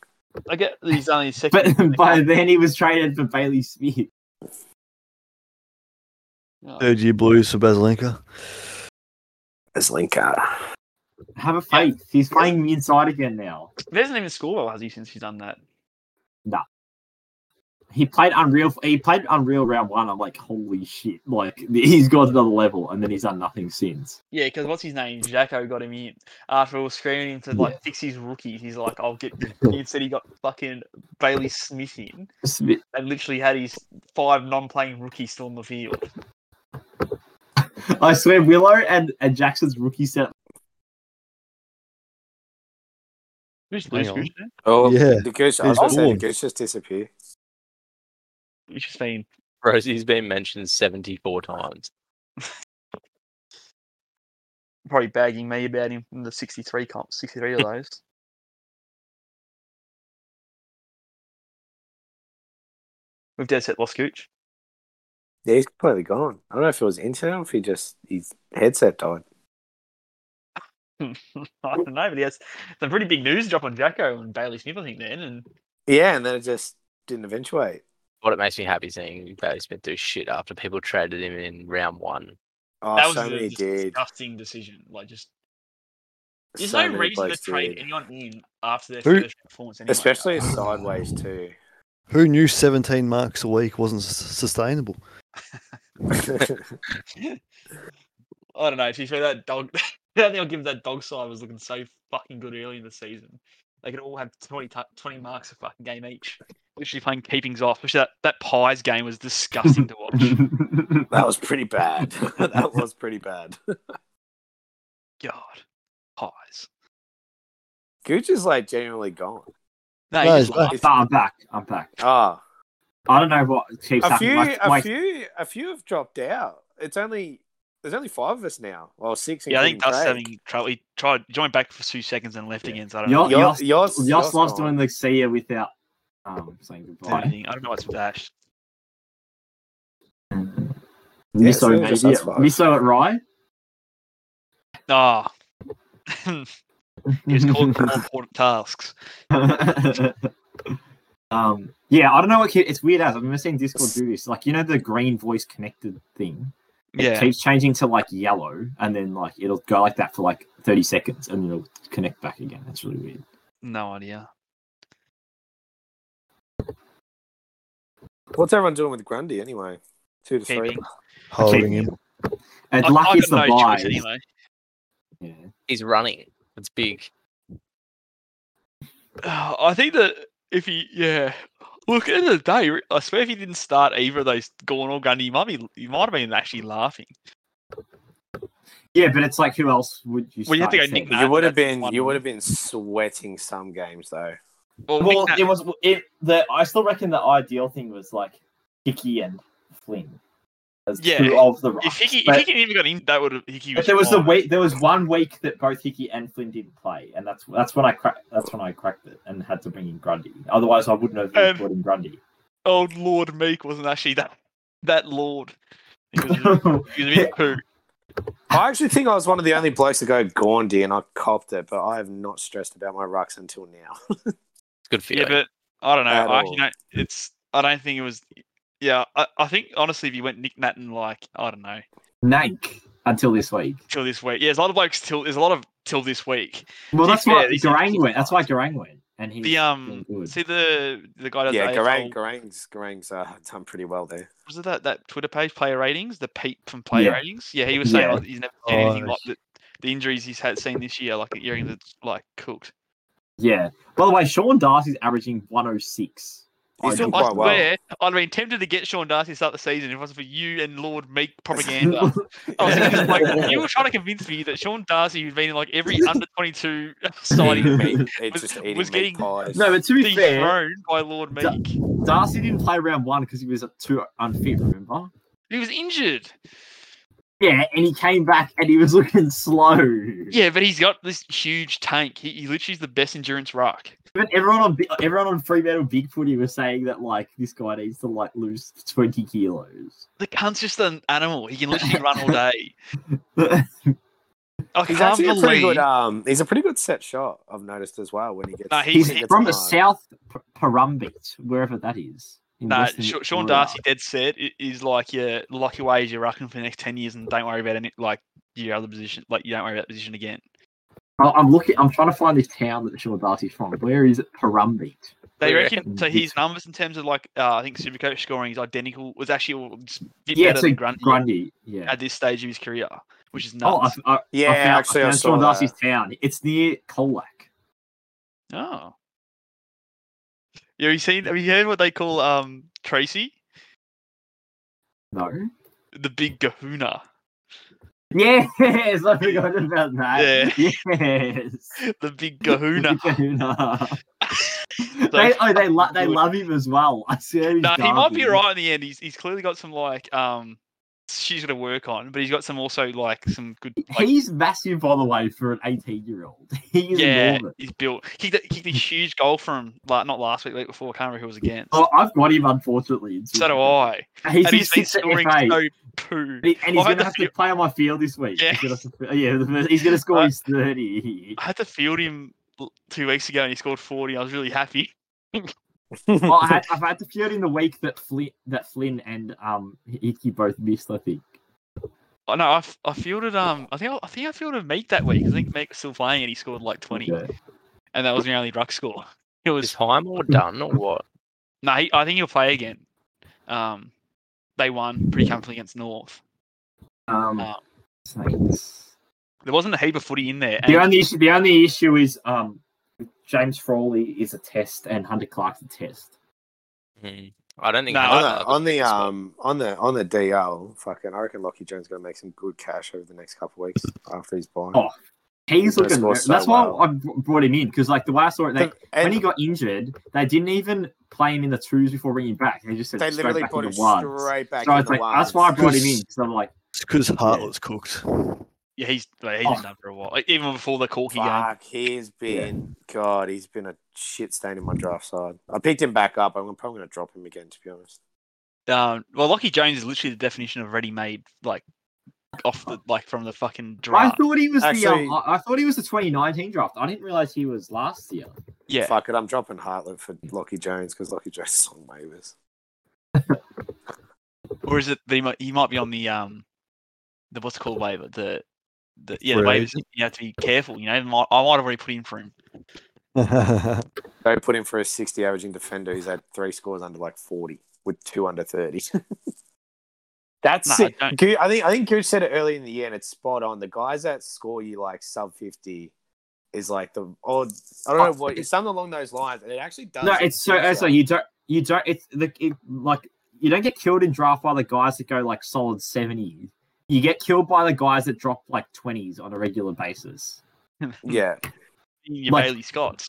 S3: I get that he's only second. in
S4: but
S3: the
S4: by
S3: cup.
S4: then he was traded for Bailey Smith.
S3: Yeah.
S2: Third year blues for Basilinka.
S1: As Linker.
S4: Have a faith. He's playing me inside again now.
S3: He doesn't even score well, has he, since he's done that?
S4: He played Unreal. He played Unreal round one. I'm like, holy shit! Like he's gone to another level, and then he's done nothing since.
S3: Yeah, because what's his name? Jacko got him in after all screaming to like fix his rookies. He's like, I'll get. He said he got fucking Bailey Smith in
S4: Smith.
S3: and literally had his five non-playing rookies still on the field.
S4: I swear, Willow and, and Jackson's rookie set.
S3: Who's
S2: Hang
S3: Bruce
S2: on.
S3: Gooch? man?
S1: Oh,
S2: Yeah,
S1: the Gooch. I was
S2: he's
S1: going to say,
S2: born.
S1: the Gooch just disappear.
S3: He's just been
S13: Rosie's been mentioned 74 times.
S3: probably bagging me about him in the 63 comp, 63 of those. We've dead set lost Gooch.
S1: Yeah, he's completely gone. I don't know if it was internet or if he just, his headset died.
S3: I don't know, but yes, some pretty big news drop on Jacko and Bailey Smith, I think, then. And
S1: Yeah, and then it just didn't eventuate.
S13: What it makes me happy seeing Bailey Smith do shit after people traded him in round one.
S1: Oh,
S3: that was
S1: so
S3: a
S1: many
S3: just
S1: did.
S3: disgusting decision. Like, just there's
S1: so
S3: no
S1: many
S3: reason to
S1: blokes
S3: trade
S1: did.
S3: anyone in after their
S2: Who-
S3: first performance, anyway.
S1: Especially sideways too.
S2: Who knew 17 marks a week wasn't s- sustainable?
S3: I don't know. To be fair, that dog. I think I'll give that dog side was looking so fucking good early in the season. They could all have 20, tu 20 marks a fucking game each. Literally playing keepings off. Which that, that Pies game was disgusting to watch.
S1: That was pretty bad. that was pretty bad.
S3: God. Pies.
S1: Gooch is like genuinely gone.
S3: No,
S2: No,
S3: he just
S2: he's
S3: laughed.
S4: No, I'm back. I'm back.
S1: Ah,
S4: I don't know what keeps
S1: a
S4: happening.
S1: few,
S4: My,
S1: a
S4: my-
S1: few, a few have dropped out. It's only there's only five of us now. Well, six.
S3: Yeah, I think
S1: including
S3: Dust
S1: Craig.
S3: having trouble. He tried joined back for two seconds and left again. So I don't
S4: Yo-
S3: know.
S1: Yo-
S4: Yoss-
S1: Yoss-
S4: Yoss
S1: Yoss
S4: loves
S1: gone.
S4: doing the see you without um, saying
S3: Do
S4: goodbye.
S3: anything. I don't know what's with Ash.
S1: Yeah,
S4: Miso,
S1: Synergist,
S4: maybe.
S1: that's fine.
S4: Miso at Rye?
S3: Ah, he was called for more important tasks.
S4: um, yeah, I don't know what kid, it's weird as I've never seen Discord do this. Like, you know, the green voice connected thing
S3: Yeah,
S4: keeps changing to like yellow, and then like it'll go like that for like 30 seconds and then it'll connect back again. That's really weird.
S3: no idea.
S1: What's everyone doing with Grundy anyway? Two to three.
S3: Keeping.
S2: Holding him.
S4: And
S3: I, I
S4: lucky it's the
S3: got no
S4: buy.
S3: choice anyway.
S4: Yeah.
S13: He's running. It's big.
S3: Uh, I think that if he, yeah, look at the end of the day. I swear, if he didn't start either of those Gorn or Gundy, you might be, you might have been actually laughing.
S4: yeah, but it's like, who else would you
S3: Well, you have to
S4: start
S3: go Nick
S4: instead?
S1: you
S3: Nat-
S1: would have
S3: that's
S1: been,
S3: one
S1: you
S3: of
S1: would
S3: them.
S1: have been sweating some games though.
S3: Well, Nick
S4: Well,
S3: Nat-
S4: it was it, the. I still reckon the ideal thing was like Hickey and Flynn as
S3: Yeah,
S4: two of the
S3: if
S4: rocks.
S3: Hickey, if
S4: but,
S3: Hickey even got in, that would have Hickey.
S4: but there was the
S3: fine.
S4: week. There was one week that both Hickey and Flynn didn't play, and that's that's when I cracked. That's when I cracked it and had to bring in Grundy. Otherwise, I wouldn't have
S3: Um,
S4: brought in Grundy.
S3: old Oh, Lord Meek wasn't actually that that Lord. He was, a-
S4: I
S3: he was a bit poo.
S1: I actually think I was one of the only blokes to go Gaundy, and I copped it. But I have not stressed about my rucks until now.
S13: It's good for you.
S3: Yeah, but I don't know.
S1: At
S3: I actually
S1: all.
S3: don't. It's. I don't think it was. Yeah, I, I think honestly, if you went Nick Nat and like I don't know
S4: Nank until this week.
S3: till this week. Yeah, there's a lot of blokes till. There's a lot of till this week.
S4: Well,
S3: To be
S4: that's why
S3: fair, these are
S4: Garang
S3: just
S4: went. That's why Garang went, and he
S3: The um, see the the guy that
S1: yeah,
S3: does
S1: Garang,
S3: AFL,
S1: Garang's, Garang's uh, done pretty well there.
S3: was it that that Twitter page player ratings? The Pete from player
S4: Yeah.
S3: ratings. Yeah, he was saying
S4: Yeah.
S3: like, he's never seen anything
S2: Oh,
S3: like the, the injuries he's had seen this year. Like hearing that's like cooked.
S4: yeah. By the way, Sean Darcy's averaging 106.
S1: He's
S4: I
S1: doing
S4: know.
S1: quite
S3: I
S1: well.
S3: swear, I'd have been tempted to get Sean Darcy to start the season if it wasn't for you and Lord Meek propaganda. I was thinking, like, you were trying to convince me that Sean Darcy, who'd been in like every under 22 signing,
S1: Eating meat. It's
S3: Was-
S1: just
S3: was
S1: eating
S3: getting-
S1: meat pies.
S4: No, but to be fair,
S3: dethroned by Lord
S4: Da-
S3: Meek.
S4: Darcy didn't play round one because he was too unfit, remember?
S3: He was injured.
S4: Yeah, and he came back and he was looking slow. Yeah.
S3: Yeah, but he's got this huge tank. He, he literally is the best endurance rock.
S4: But everyone on Bi- everyone on Free Metal Big Footy was saying that like this guy needs to like lose twenty kilos.
S3: The cunt's just an animal. He can literally run all day. I
S1: he's
S3: can't
S1: actually a
S3: believe.
S1: pretty good. Um, he's a pretty good set shot. I've noticed as well when he gets.
S3: Nah,
S4: He's
S3: He- he-
S4: from
S1: the
S4: South P- Parumbit, wherever that is. in
S3: Nah,
S4: Western
S3: Sh- Sean
S4: Victoria.
S3: Darcy dead set i- is like your lucky ways you're rucking for the next ten years, and don't worry about any like your other position. Like you don't worry about that position again.
S4: I- I'm looking. I'm trying to find this town that Sean Darcy's from. Where is it? Parumbit.
S3: They
S13: We
S3: reckon
S4: reckon
S3: so.
S4: this-
S3: His numbers in terms of like uh, I think Supercoach scoring is identical. Was actually all just a bit
S4: Yeah,
S3: better
S4: so
S3: than Grundy,
S4: Grundy. Yeah.
S3: at this stage of his career, which is
S4: Oh,
S3: nuts.
S4: I, I,
S1: Yeah,
S4: I found,
S1: actually,
S4: I
S1: I,
S4: found
S1: saw
S4: Sean Darcy's
S1: that.
S4: town. It's near Colac.
S3: Oh, yeah. Have you seen? Have you heard what they call um Tracy
S4: No.
S3: the Big Kahuna?
S4: Yes, I forgot about that. Yes.
S3: The Big Kahuna.
S4: Kahuna.
S3: So-
S4: they, oh, they, lo- they
S3: Good.
S4: love him as well. I swear he's
S3: no, he might be
S4: garbage.
S3: right in the end. He's he's clearly got some like um she's gonna work on, but he's got some also like some good. Like,
S4: He's massive, by the way, for an 18 year old. He is
S3: yeah,
S4: enormous.
S3: he's built. He kicked a huge goal from like not last week, week before. I can't remember who it was against.
S4: Oh, I've got him, unfortunately. in
S3: so do
S4: Supercoach.
S3: I.
S4: He's,
S3: and
S4: he's
S3: he's been
S4: six at
S3: scoring
S4: FA.
S3: so poo.
S4: And he- and he's
S3: I had
S4: going to
S3: to
S4: have to
S3: feel-
S4: play on my field this week.
S3: Yeah.
S4: He's gonna have to- yeah, the first- he's going to score
S3: I-
S4: his 30.
S3: I had to field him l- two weeks ago, and he scored forty. I was really happy.
S4: well, I had, I've had to field in the week that Flynn, that Flynn and um, Icky both missed, I think.
S3: Oh no, I, f- I fielded um I think I, I think I fielded Meek that week. I think Meek was still playing, and he scored like twenty,
S4: Okay.
S3: and that was my only ruck score. It
S13: Is
S3: was
S13: time all done or what?
S3: no, he, I think he'll play again. Um, they won pretty comfortably against North.
S4: Um,
S3: Uh,
S4: Saints.
S3: There wasn't a heap of footy in there.
S4: The
S3: and-
S4: only issue, the only issue is um, James Frawley is a test and Hunter Clark's a test.
S13: Mm. I don't think.
S3: No,
S13: Hunter
S1: on the
S13: Clark-
S1: on the um on the on the DL, fucking, I reckon Lockie Jones gonna make some good cash over the next couple of weeks after he's buying.
S4: Oh, He's
S1: He does
S4: looking.
S1: score so
S4: that's why
S1: well.
S4: I br- brought him in because, like, the way I saw it, they,
S1: and
S4: when he got injured, they didn't even play him in the twos before bringing him back. They just said
S1: they
S4: straight
S1: literally
S4: back
S1: put him
S4: into ones.
S1: straight back
S4: so
S1: in
S4: it's
S1: the
S4: like,
S1: ones.
S4: that's why I brought him in because I'm like,
S2: It's because Hartlett's cooked.
S3: Yeah, he's like, he's
S4: Oh.
S3: been done for a while. Like, even before the Corky game.
S1: Fuck, he's been God. He's been a shit stain in my draft side. I picked him back up. I'm probably going to drop him again, to be honest.
S3: Um, well, Lockie Jones is literally the definition of ready-made, like off the like from the fucking
S4: I
S3: draft.
S4: thought he was
S1: Actually-
S4: the. Um, I, I thought he was the 2019 draft. I didn't realize he was last year.
S3: yeah,
S1: Fuck it. I'm dropping Hartland for Lockie Jones because Lockie Jones is on waivers.
S3: or is it that he might he might be on the um the what's it called waiver the. The, yeah, the
S2: Free
S3: waivers. You have to be careful. You know, I might I might have already put in for him.
S1: They put him for a 60 averaging defender. He's had three scores under like 40 with two under 30. That's
S3: Nah,
S1: sick.
S3: don't-
S1: Gu- I think I think Gooch said it earlier in the year, and it's spot on. The guys that score you like sub 50 is like the odd. I don't know what it's something along those lines, and it actually does.
S4: No, it's so.
S1: it's
S4: So you don't. You don't. It's the it, like you don't get killed in draft by the guys that go like solid 70s. You get killed by the guys that drop like 20s on a regular basis.
S1: yeah,
S3: Your
S4: Like-
S3: Bailey Scotts.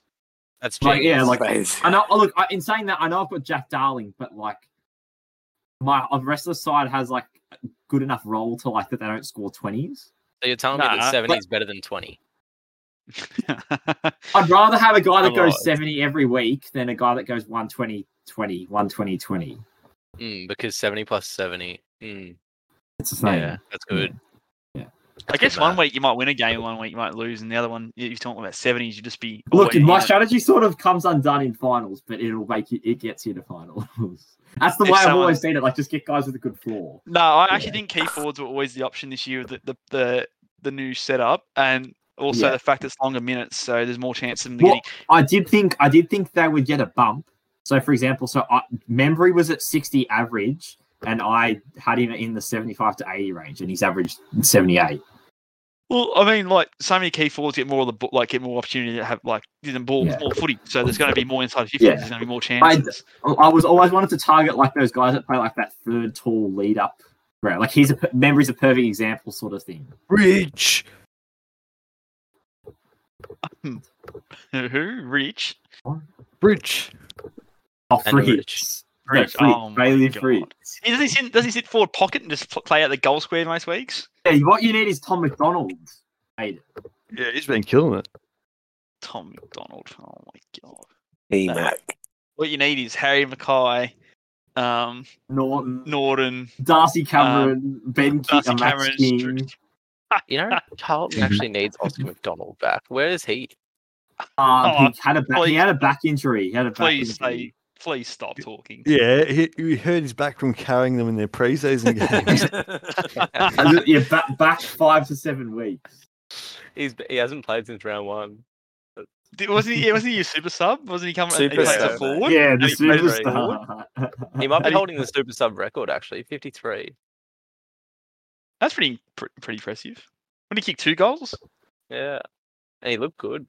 S13: That's
S4: Like yeah,
S13: genius.
S4: like
S1: Space.
S4: I know. Oh, look, I, in saying that, I know I've got Jack Darling, but like my uh, rest of the side has like a good enough role to like that they don't score 20s.
S13: So you're telling me
S3: Nah,
S13: that
S3: but-
S13: 70 is better than 20?
S4: I'd rather have a guy that
S3: Come
S4: goes
S3: on.
S4: 70 every week than a guy that goes 120, 20, 120, 20.
S13: Mm, because 70 plus 70. Mm,
S4: It's the same.
S13: yeah, that's good.
S4: Yeah.
S3: I
S13: That's
S3: guess
S13: good
S3: one
S13: math.
S3: week you might win a game, one week you might lose, and the other one if you're talking about seventies, you just be
S4: Look,
S3: away.
S4: my strategy sort of comes undone in finals, but it'll make you, it gets you to finals. That's the
S3: If
S4: way I've
S3: someone-
S4: always seen it. Like, just get guys with a good floor.
S3: No, I actually think key forwards were always the option this year. with The the the, the new setup and also
S4: Yeah.
S3: the fact it's longer minutes, so there's more chance of them
S4: Well,
S3: getting.
S4: I did think I did think they would get a bump. So, for example, so I, Membry was at 60 average, and I had him in the 75 to 80 range, and he's averaged 78.
S3: Well, I mean, like so many key forwards get more of the ball, like get more opportunity to have like you know, ball
S4: Yeah.
S3: more footy. So there's going to be more inside fifties.
S4: Yeah.
S3: There's going to be more chances.
S4: I I was always wanted to target like those guys that play like that third tall lead up. row. Like he's a per- Membry's a perfect example, sort of thing.
S2: Rich.
S3: Who rich?
S2: Rich.
S4: Oh, Fritz.
S13: And Rich.
S4: No,
S3: Rich.
S4: Fritz.
S3: Oh my
S4: Bailey
S3: God.
S4: Fritz.
S3: Does he sit, does he sit forward pocket and just pl- play out the goal square most weeks?
S4: Yeah, what you need is Tom McDonald. Mate.
S2: Yeah, he's been killing it.
S3: Tom McDonald. Oh my god.
S1: he
S3: No.
S1: Mac.
S3: What you need is Harry Mackay, um,
S4: Norton,
S3: Norton.
S4: Darcy Cameron, Ben Ke-
S3: uh, Darcy
S4: uh, Max
S3: Cameron,
S4: King,
S13: You know, Carlton actually needs Oscar McDonald back. Where is he?
S4: um,
S3: Oh,
S4: he had a back, he
S3: please.
S4: had a back injury. He had a back
S3: Please say.
S4: injury.
S3: Please stop talking.
S2: Yeah, he, we heard he's back from carrying them in their preseason games.
S4: And then, yeah, back, back five to seven weeks.
S13: He's he hasn't played since round one.
S3: Did- wasn't he? Wasn't he a super sub? Wasn't he coming? he
S1: Super
S3: plays a
S1: sub, mate.
S3: forward.
S4: yeah,
S3: And
S4: the
S3: he plays a forward?
S4: superstar.
S13: He might be
S3: And he-
S13: holding the super sub record actually, 53.
S3: That's pretty pr- pretty impressive. When he kicked two goals,
S13: Yeah, and he looked good.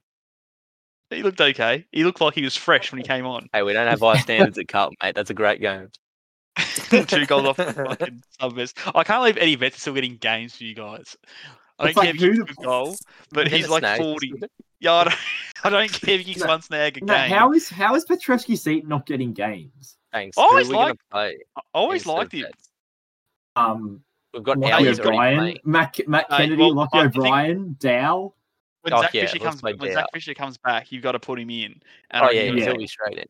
S3: he looked okay. He looked like he was fresh when he came on.
S13: Hey, we don't have high standards at Carlton, mate. That's a great game.
S3: two goals off the fucking sub miss. I can't believe Eddie Betts is still getting games for you guys. I
S4: It's
S3: don't care
S4: like,
S3: if he
S4: who
S3: kicks a goal, but
S13: Isn't
S3: he's
S13: it
S3: like
S13: snags?
S3: forty. Yeah, I don't, I don't care if he kicks
S4: No,
S3: one snag a
S4: No,
S3: game.
S4: how is how is Petrovsky Seat not getting games?
S13: Thanks.
S3: Oh,
S13: Who are
S3: he's
S13: we gonna
S3: like-
S13: play
S3: I always
S13: instead of
S3: liked him.
S13: Betts?
S4: Um,
S13: We've got
S4: Lockie
S13: Ellie's already
S4: O'Brien,
S13: playing.
S4: Matt, Matt
S3: Uh,
S4: Kennedy,
S3: well,
S4: Lockie
S3: I- I think-
S4: O'Brien, Dow.
S3: When
S13: Oh,
S3: Zach
S13: yeah,
S3: Fisher
S13: let's
S3: comes,
S13: play
S3: when
S13: Dare.
S3: Zach Fisher comes back, you've got to put him in. And
S13: Oh
S3: I-
S13: yeah,
S4: yeah.
S13: he'll be straight in.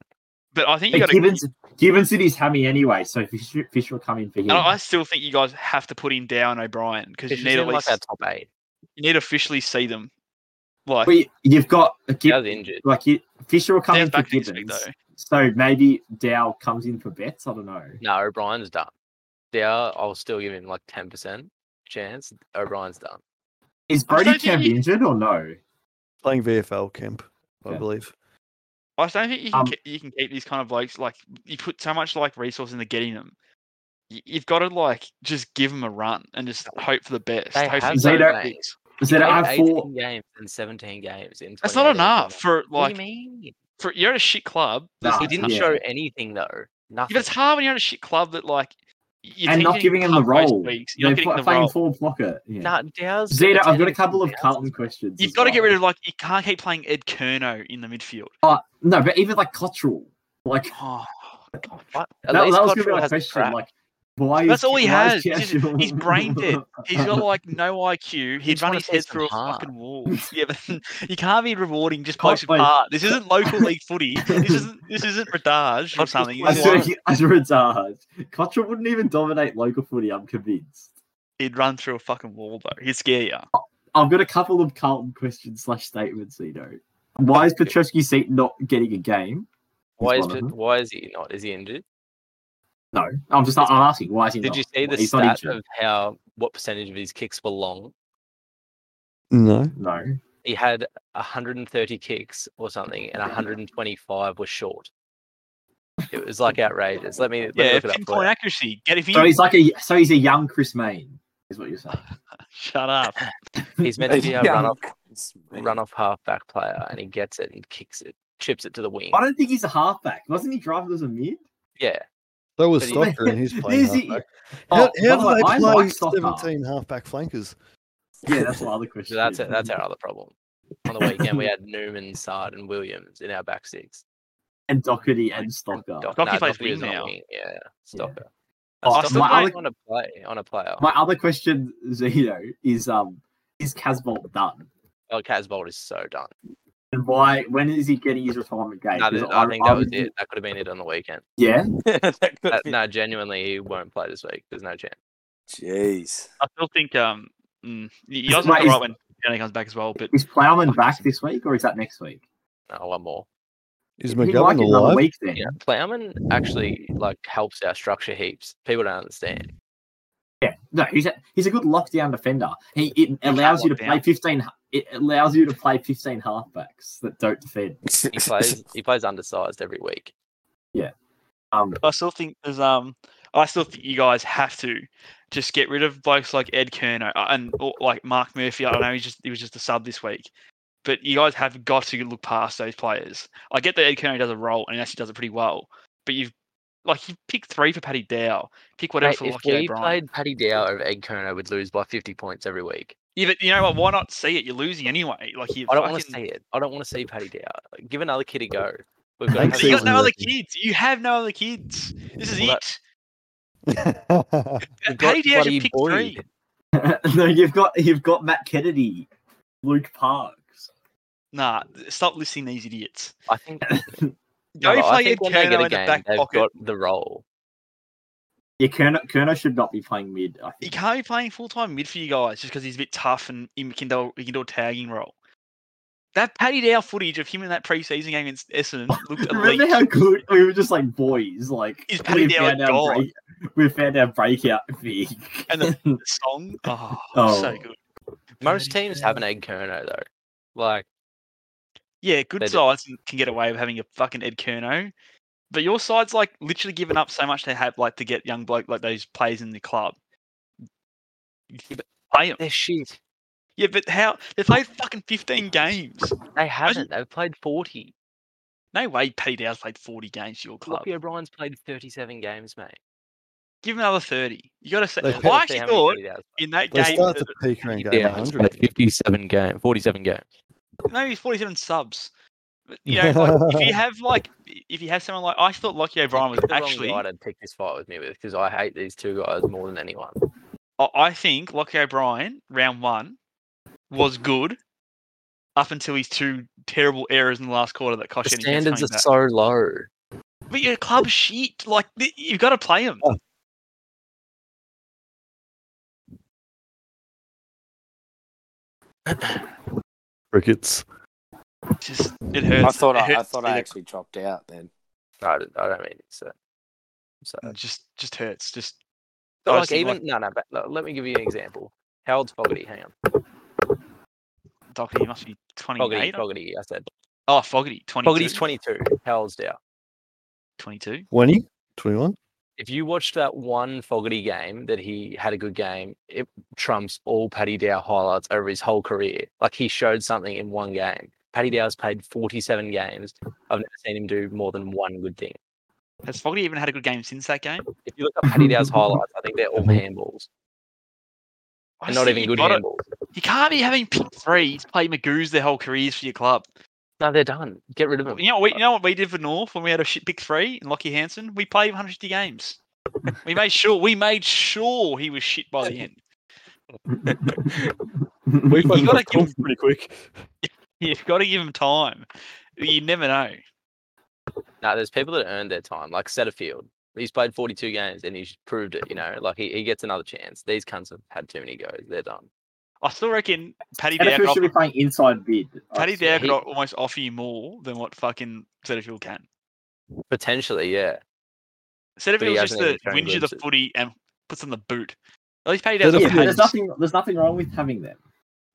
S3: but I think you
S4: But
S3: got to.
S4: Gibbons, Gibbons it is hammy anyway, so Fisher, Fisher will come in for him.
S3: And Oh, I I still think you guys have to put in Down O'Brien because you
S13: Fisher's
S3: need
S13: in
S3: at
S13: like
S3: least
S13: our top eight.
S3: you need to officially see them. Like
S4: But you- you've got a
S13: He
S4: Gib-
S13: was injured.
S4: like you, Fisher will come
S3: Dan's
S4: in for
S3: back next week
S4: Gibbons,
S3: though.
S4: so maybe Dow comes in for Betts. I don't know.
S13: No, O'Brien's done. There, I'll still give him like ten percent chance. O'Brien's done.
S4: Is
S3: I
S4: Brody
S3: don't think
S4: Kemp
S3: he-
S4: injured or no?
S2: playing VFL camp, I
S4: Yeah.
S2: believe.
S3: I just don't think you can
S4: Um,
S3: ke- you can keep these kind of blokes like you put so much like resource into getting them. Y- You've got to like just give them a run and just hope for the best.
S13: They
S3: Hope
S13: have
S3: for the
S4: done,
S3: best.
S13: mate.
S4: Was it
S13: Played
S4: I four?
S13: 18 games and 17 games in.
S3: That's not
S13: 2018.
S3: enough for
S13: What do
S3: like
S13: you mean?
S3: for you're at a shit club.
S4: Nah,
S13: He didn't
S4: yeah.
S13: show anything though.
S3: If
S13: Nothing.
S3: it's hard when you're in a shit club that like you're
S4: and not giving him the role.
S3: Weeks, you're not
S4: They're
S3: getting the
S4: fucking
S3: role.
S4: full blocker. Yeah.
S13: Nah, Dow's
S4: Zeta, I've got a
S13: attendance
S4: couple
S13: from
S4: of
S13: Dow's
S4: Carlton
S13: is-
S4: questions.
S3: You've
S4: as
S3: got to get
S4: well.
S3: rid of like you can't keep playing Ed Kerno in the midfield.
S4: Uh, no, but even like Cottrell, like
S3: Oh,
S13: What? At
S4: that, that
S13: least
S4: was gonna be
S13: Cottrell
S4: my
S13: has
S4: question.
S13: crap.
S4: Like, why?
S3: That's
S4: is,
S3: all he
S4: why is
S3: has. He's-
S4: Cheshire-
S3: he's brain dead. He's got like no IQ. He'd
S13: He's
S3: run
S13: wanna
S3: his
S13: play
S3: head
S13: some
S3: through a
S13: heart.
S3: fucking wall. Yeah, but you can't be rewarding just
S4: Can't
S3: blokes with
S4: play-
S3: heart. This isn't local league footy. This isn't this isn't Radage or something.
S4: I
S3: This
S4: swear,
S3: is-
S4: he- I swear it's hard. Cottrell wouldn't even dominate local footy. I'm convinced.
S3: He'd run through a fucking wall though. He'd scare you.
S4: I've got a couple of Carlton questions slash statements. You know, why is Petrovsky seat not getting a game?
S13: Why is
S4: one of
S13: it-
S4: them.
S13: why is he not? Is he injured?
S4: No, I'm just I'm asking. Why is he
S13: Did
S4: not?
S13: you see the
S4: He's not
S13: stat
S4: injured.
S13: of how what percentage of his kicks were long?
S2: No.
S4: No.
S13: He had 130 kicks or something, and 125 were short. It was like outrageous. Let me, let me
S3: Yeah,
S13: look it up. for
S3: pinpoint
S13: you.
S3: accuracy. Get if he
S4: So he's like a so he's a young Chris Maine, is what you're saying.
S3: shut up.
S13: He's meant to be a
S1: Yeah.
S13: run off run off half back player, and he gets it and kicks it, chips it to the wing.
S4: I don't think he's a halfback. Wasn't he drafted as a mid?
S13: Yeah,
S2: That was
S13: But he-
S2: Stocker, and he's playing
S4: Is he-
S2: halfback.
S4: Oh,
S2: How,
S4: by
S2: how
S4: the
S2: do
S4: way,
S2: they
S4: I
S2: play
S4: like soccer.
S2: 17 halfback flankers?
S4: Yeah, that's my other
S13: so
S4: question.
S13: that's it. That's our other problem. On the weekend, we had Newman, Sard, and Williams in our back six.
S4: And Doherty and Stocker.
S13: Doc-
S3: Docky
S13: nah,
S3: plays
S13: Doherty was
S3: wing
S13: on
S3: now.
S13: wing, Yeah, Stocker.
S4: Oh,
S13: Stocker
S3: still
S4: my,
S3: don't-
S4: other,
S13: on a play on a player.
S4: my other question, Zito, is um, is Casbolt done?
S13: Oh, Casbold is so done.
S4: And why? When is he getting his retirement game?
S13: No,
S4: 'Cause
S13: that- I think that was
S4: would-
S13: it. That could have been it on the weekend.
S4: Yeah.
S13: Uh, no, genuinely, he won't play this week. There's no chance.
S1: Jeez.
S3: I still think um mm, you you guys
S4: Mate,
S3: got the
S4: he's-
S3: right when Danny comes back as well, but
S4: Is Plowman back this week or is that next week?
S13: No, one more.
S2: Is
S4: He might
S2: McGovern
S4: get another
S2: alive?
S4: week then.
S13: Yeah, Plowman actually like helps our structure heaps. People don't understand.
S4: Yeah, no, he's a, he's a good lockdown defender. He it allows you to
S3: lockdown.
S4: play fifteen. It allows you to play fifteen halfbacks that don't defend.
S13: He plays he plays undersized every week.
S4: Um,
S3: I still think there's um I still think you guys have to just get rid of blokes like Ed Kerno uh, and or, like Mark Murphy. I don't know, he just he was just a sub this week. But you guys have got to look past those players. I get that Ed Kerno does a role and he actually does it pretty well. But you've like you pick three for Paddy Dow, pick whatever
S13: Mate,
S3: for
S13: if
S3: Lockie
S13: we
S3: O'Brien.
S13: played Paddy Dow over Ed Kerno, we'd lose by 50 points every week.
S3: Yeah, but you know what? Why not see it? You're losing anyway. Like you
S13: I don't want to
S3: fucking-
S13: see it. I don't want to see Paddy Dow. Give another kid a go. We've got
S2: Thanks,
S13: another-
S3: You got
S2: Season
S3: no other
S2: working.
S3: kids. You have no other kids. This is
S13: Well, that-
S3: it.
S13: we've got
S3: Paddy Dow
S13: bloody
S3: should pick
S13: Boyd.
S3: three.
S4: no, you've got you've got Matt Kennedy, Luke Parks.
S3: Nah, stop listening to these idiots.
S13: I think,
S3: Go
S13: no, I
S3: play
S13: think
S3: Ed
S13: when they get
S3: Kerno
S13: a
S3: in the
S13: game,
S3: back
S13: they've
S3: pocket.
S13: got the role.
S4: Yeah, Kerno, Kerno should not be playing mid. I
S3: He
S4: think.
S3: can't be playing full time mid for you guys just because he's a bit tough and he can do he can do a tagging role. That Paddy Dow footage of him in that preseason game against Essendon looked
S4: Remember
S3: elite.
S4: how good we were just like boys, like
S3: He's putting down a goal.
S4: our break, we found our breakout big.
S3: And the, the song, oh, so
S4: Oh.
S3: good.
S13: Most
S3: Bloody
S13: teams
S3: hell.
S13: have an Ed Kerno though. Like
S3: Yeah,
S13: They
S3: good
S13: do.
S3: sides can- can get away with having a fucking Ed Kerno, but your side's like literally given up so much to have like to get young bloke like those players in the club. Play 'em.
S13: they're shit.
S3: Yeah, but how they played fucking fifteen games?
S13: They haven't. They've played 40.
S3: No way, Paddy Dow's played forty games for your club.
S13: Lockie O'Brien's played 37 games, mate.
S3: Give him another 30. You got to say,
S2: They
S13: I've
S2: put-
S13: gotta
S3: I
S13: see
S3: actually
S13: how many
S3: thought
S13: Paddy Dow's
S3: in that
S2: they
S3: game,
S2: start to peak around game
S13: Yeah,
S2: 100.
S13: 57 game, 47 game.
S3: maybe it's 47 subs. But, you know, like, if you have like, if you have someone like, I thought Lockie O'Brien was actually,
S13: i to pick this fight with me with because I hate these two guys more than anyone.
S3: I I think Lockie O'Brien, round one, was good up until his two terrible errors in the last quarter that
S13: The
S3: cost you any chance
S13: standards are
S3: coming back.
S13: so low.
S3: But your club shit. Like, th- you've got to play him.
S2: Crickets.
S3: Just, it
S1: I
S3: hurts.
S1: thought
S3: It
S1: I, I
S3: hurts
S1: thought
S3: to see
S1: I
S3: the-
S1: actually dropped out then.
S13: No, I don't, I don't mean it. So, so
S3: it just, just hurts. Just, Mm, I just
S13: like
S3: think,
S13: even no, no. But no, let me give you an example. How old's Fogarty? Hang on,
S3: Doherty must be 28.
S13: Fogarty. Fogarty. I said
S3: Oh, Fogarty, 22.
S13: Fogarty's 22. How old's Dow?
S3: 22.
S2: 20? 21?
S13: if you watch that one Fogarty game that he had a good game, it trumps all Paddy Dow highlights over his whole career. Like he showed something in one game. Paddy Dow's played 47 games. I've never seen him do more than one good thing.
S3: Has Fogarty even had a good game since that game?
S13: If you look up Paddy Dow's highlights, I think they're all handballs.
S3: I
S13: And not
S3: see
S13: even
S3: you
S13: good
S3: gotta-
S13: handballs.
S3: You can't be having pick threes play Magoos their whole careers for your club.
S13: No, they're done. Get rid of them.
S3: You know, we, you know what we did for North when we had a shit pick three and Lockie Hansen? We played 150 games. We made sure we made sure he was shit by the end.
S2: We
S3: fucking got got
S2: pretty quick.
S3: You've got to give him time. You never know.
S13: No, there's people that earned their time, like Setterfield. He's played 42 games and he's proved it, you know, like he, he gets another chance. These cunts have had too many goes. They're done.
S3: I still reckon Paddy Dow could,
S4: Setterfield should be
S3: offer,
S4: playing inside bid.
S3: Paddy Dow could
S13: he-
S3: al- almost offer you more than what fucking Setterfield can.
S13: Potentially, yeah.
S3: Setterfield's just
S13: hasn't even
S3: the
S13: shown
S3: wins you the
S13: glimpses.
S3: footy and puts on the boot. At least Paddy
S2: Setterfield-
S3: Dow's
S4: Yeah,
S3: got
S4: but there's
S3: pace.
S4: nothing. There's nothing wrong with having them.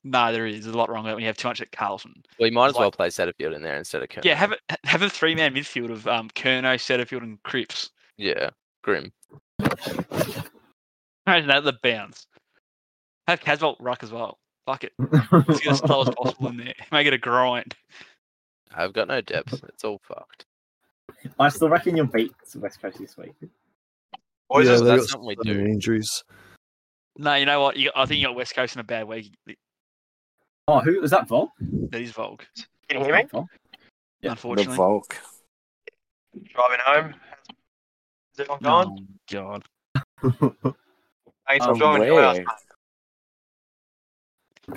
S3: No, there is. There's a lot wrong with it when you have too much at Carlton.
S13: Well, you might as
S3: Like-
S13: well play Setterfield in there instead of Kerr.
S3: Yeah, have a, have a three man midfield of um, Kerno, Setterfield, and Cripps.
S13: Yeah. Grim.
S3: Imagine that, the bounce. Have Casbolt ruck as well. Fuck it. Let's get as slow as possible in there. Make it a grind.
S13: I've got no depth. It's all fucked.
S4: I still reckon you'll beat West Coast this week.
S13: Or is
S2: yeah,
S13: it-
S2: they
S13: that's
S2: got
S13: something we
S2: so
S13: do.
S2: many Injuries.
S3: No, you know what? You got, I think you got West Coast in a bad week.
S4: Oh, who was that? Vol?
S3: That is Vogue,
S9: Can you hear me?
S4: Vol? Yeah,
S1: The
S3: unfortunately.
S1: Volk.
S9: Driving home. Is everyone gone?
S3: Oh, God.
S9: Hey,
S4: Um,
S9: I'm driving to your house,
S1: where?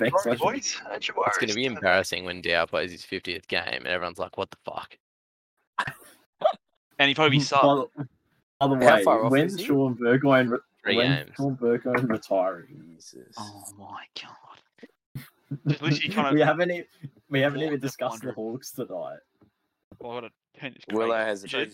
S4: Beck,
S9: mate. Alright,
S4: West-
S9: boys. That's your
S13: It's going to be
S9: worries.
S13: embarrassing when Dow plays his 50th game and everyone's like, what the fuck?
S3: And he probably
S9: Mm,
S3: sucked.
S4: Well, Other
S1: How
S4: way,
S1: far off
S4: when's
S1: is he?
S4: Sean Burgoyne? Re-
S13: Three
S4: when's
S13: games.
S4: Sean Burgoyne retiring?
S1: Jesus.
S3: Oh, my God. Just literally trying to-
S4: we haven't even we haven't
S3: Hawks
S4: even
S3: just
S4: discussed the
S3: wondering.
S4: Hawks tonight.
S3: Well, I gotta turn this
S1: Willow
S13: uh,
S3: crazy
S1: has a
S3: shit.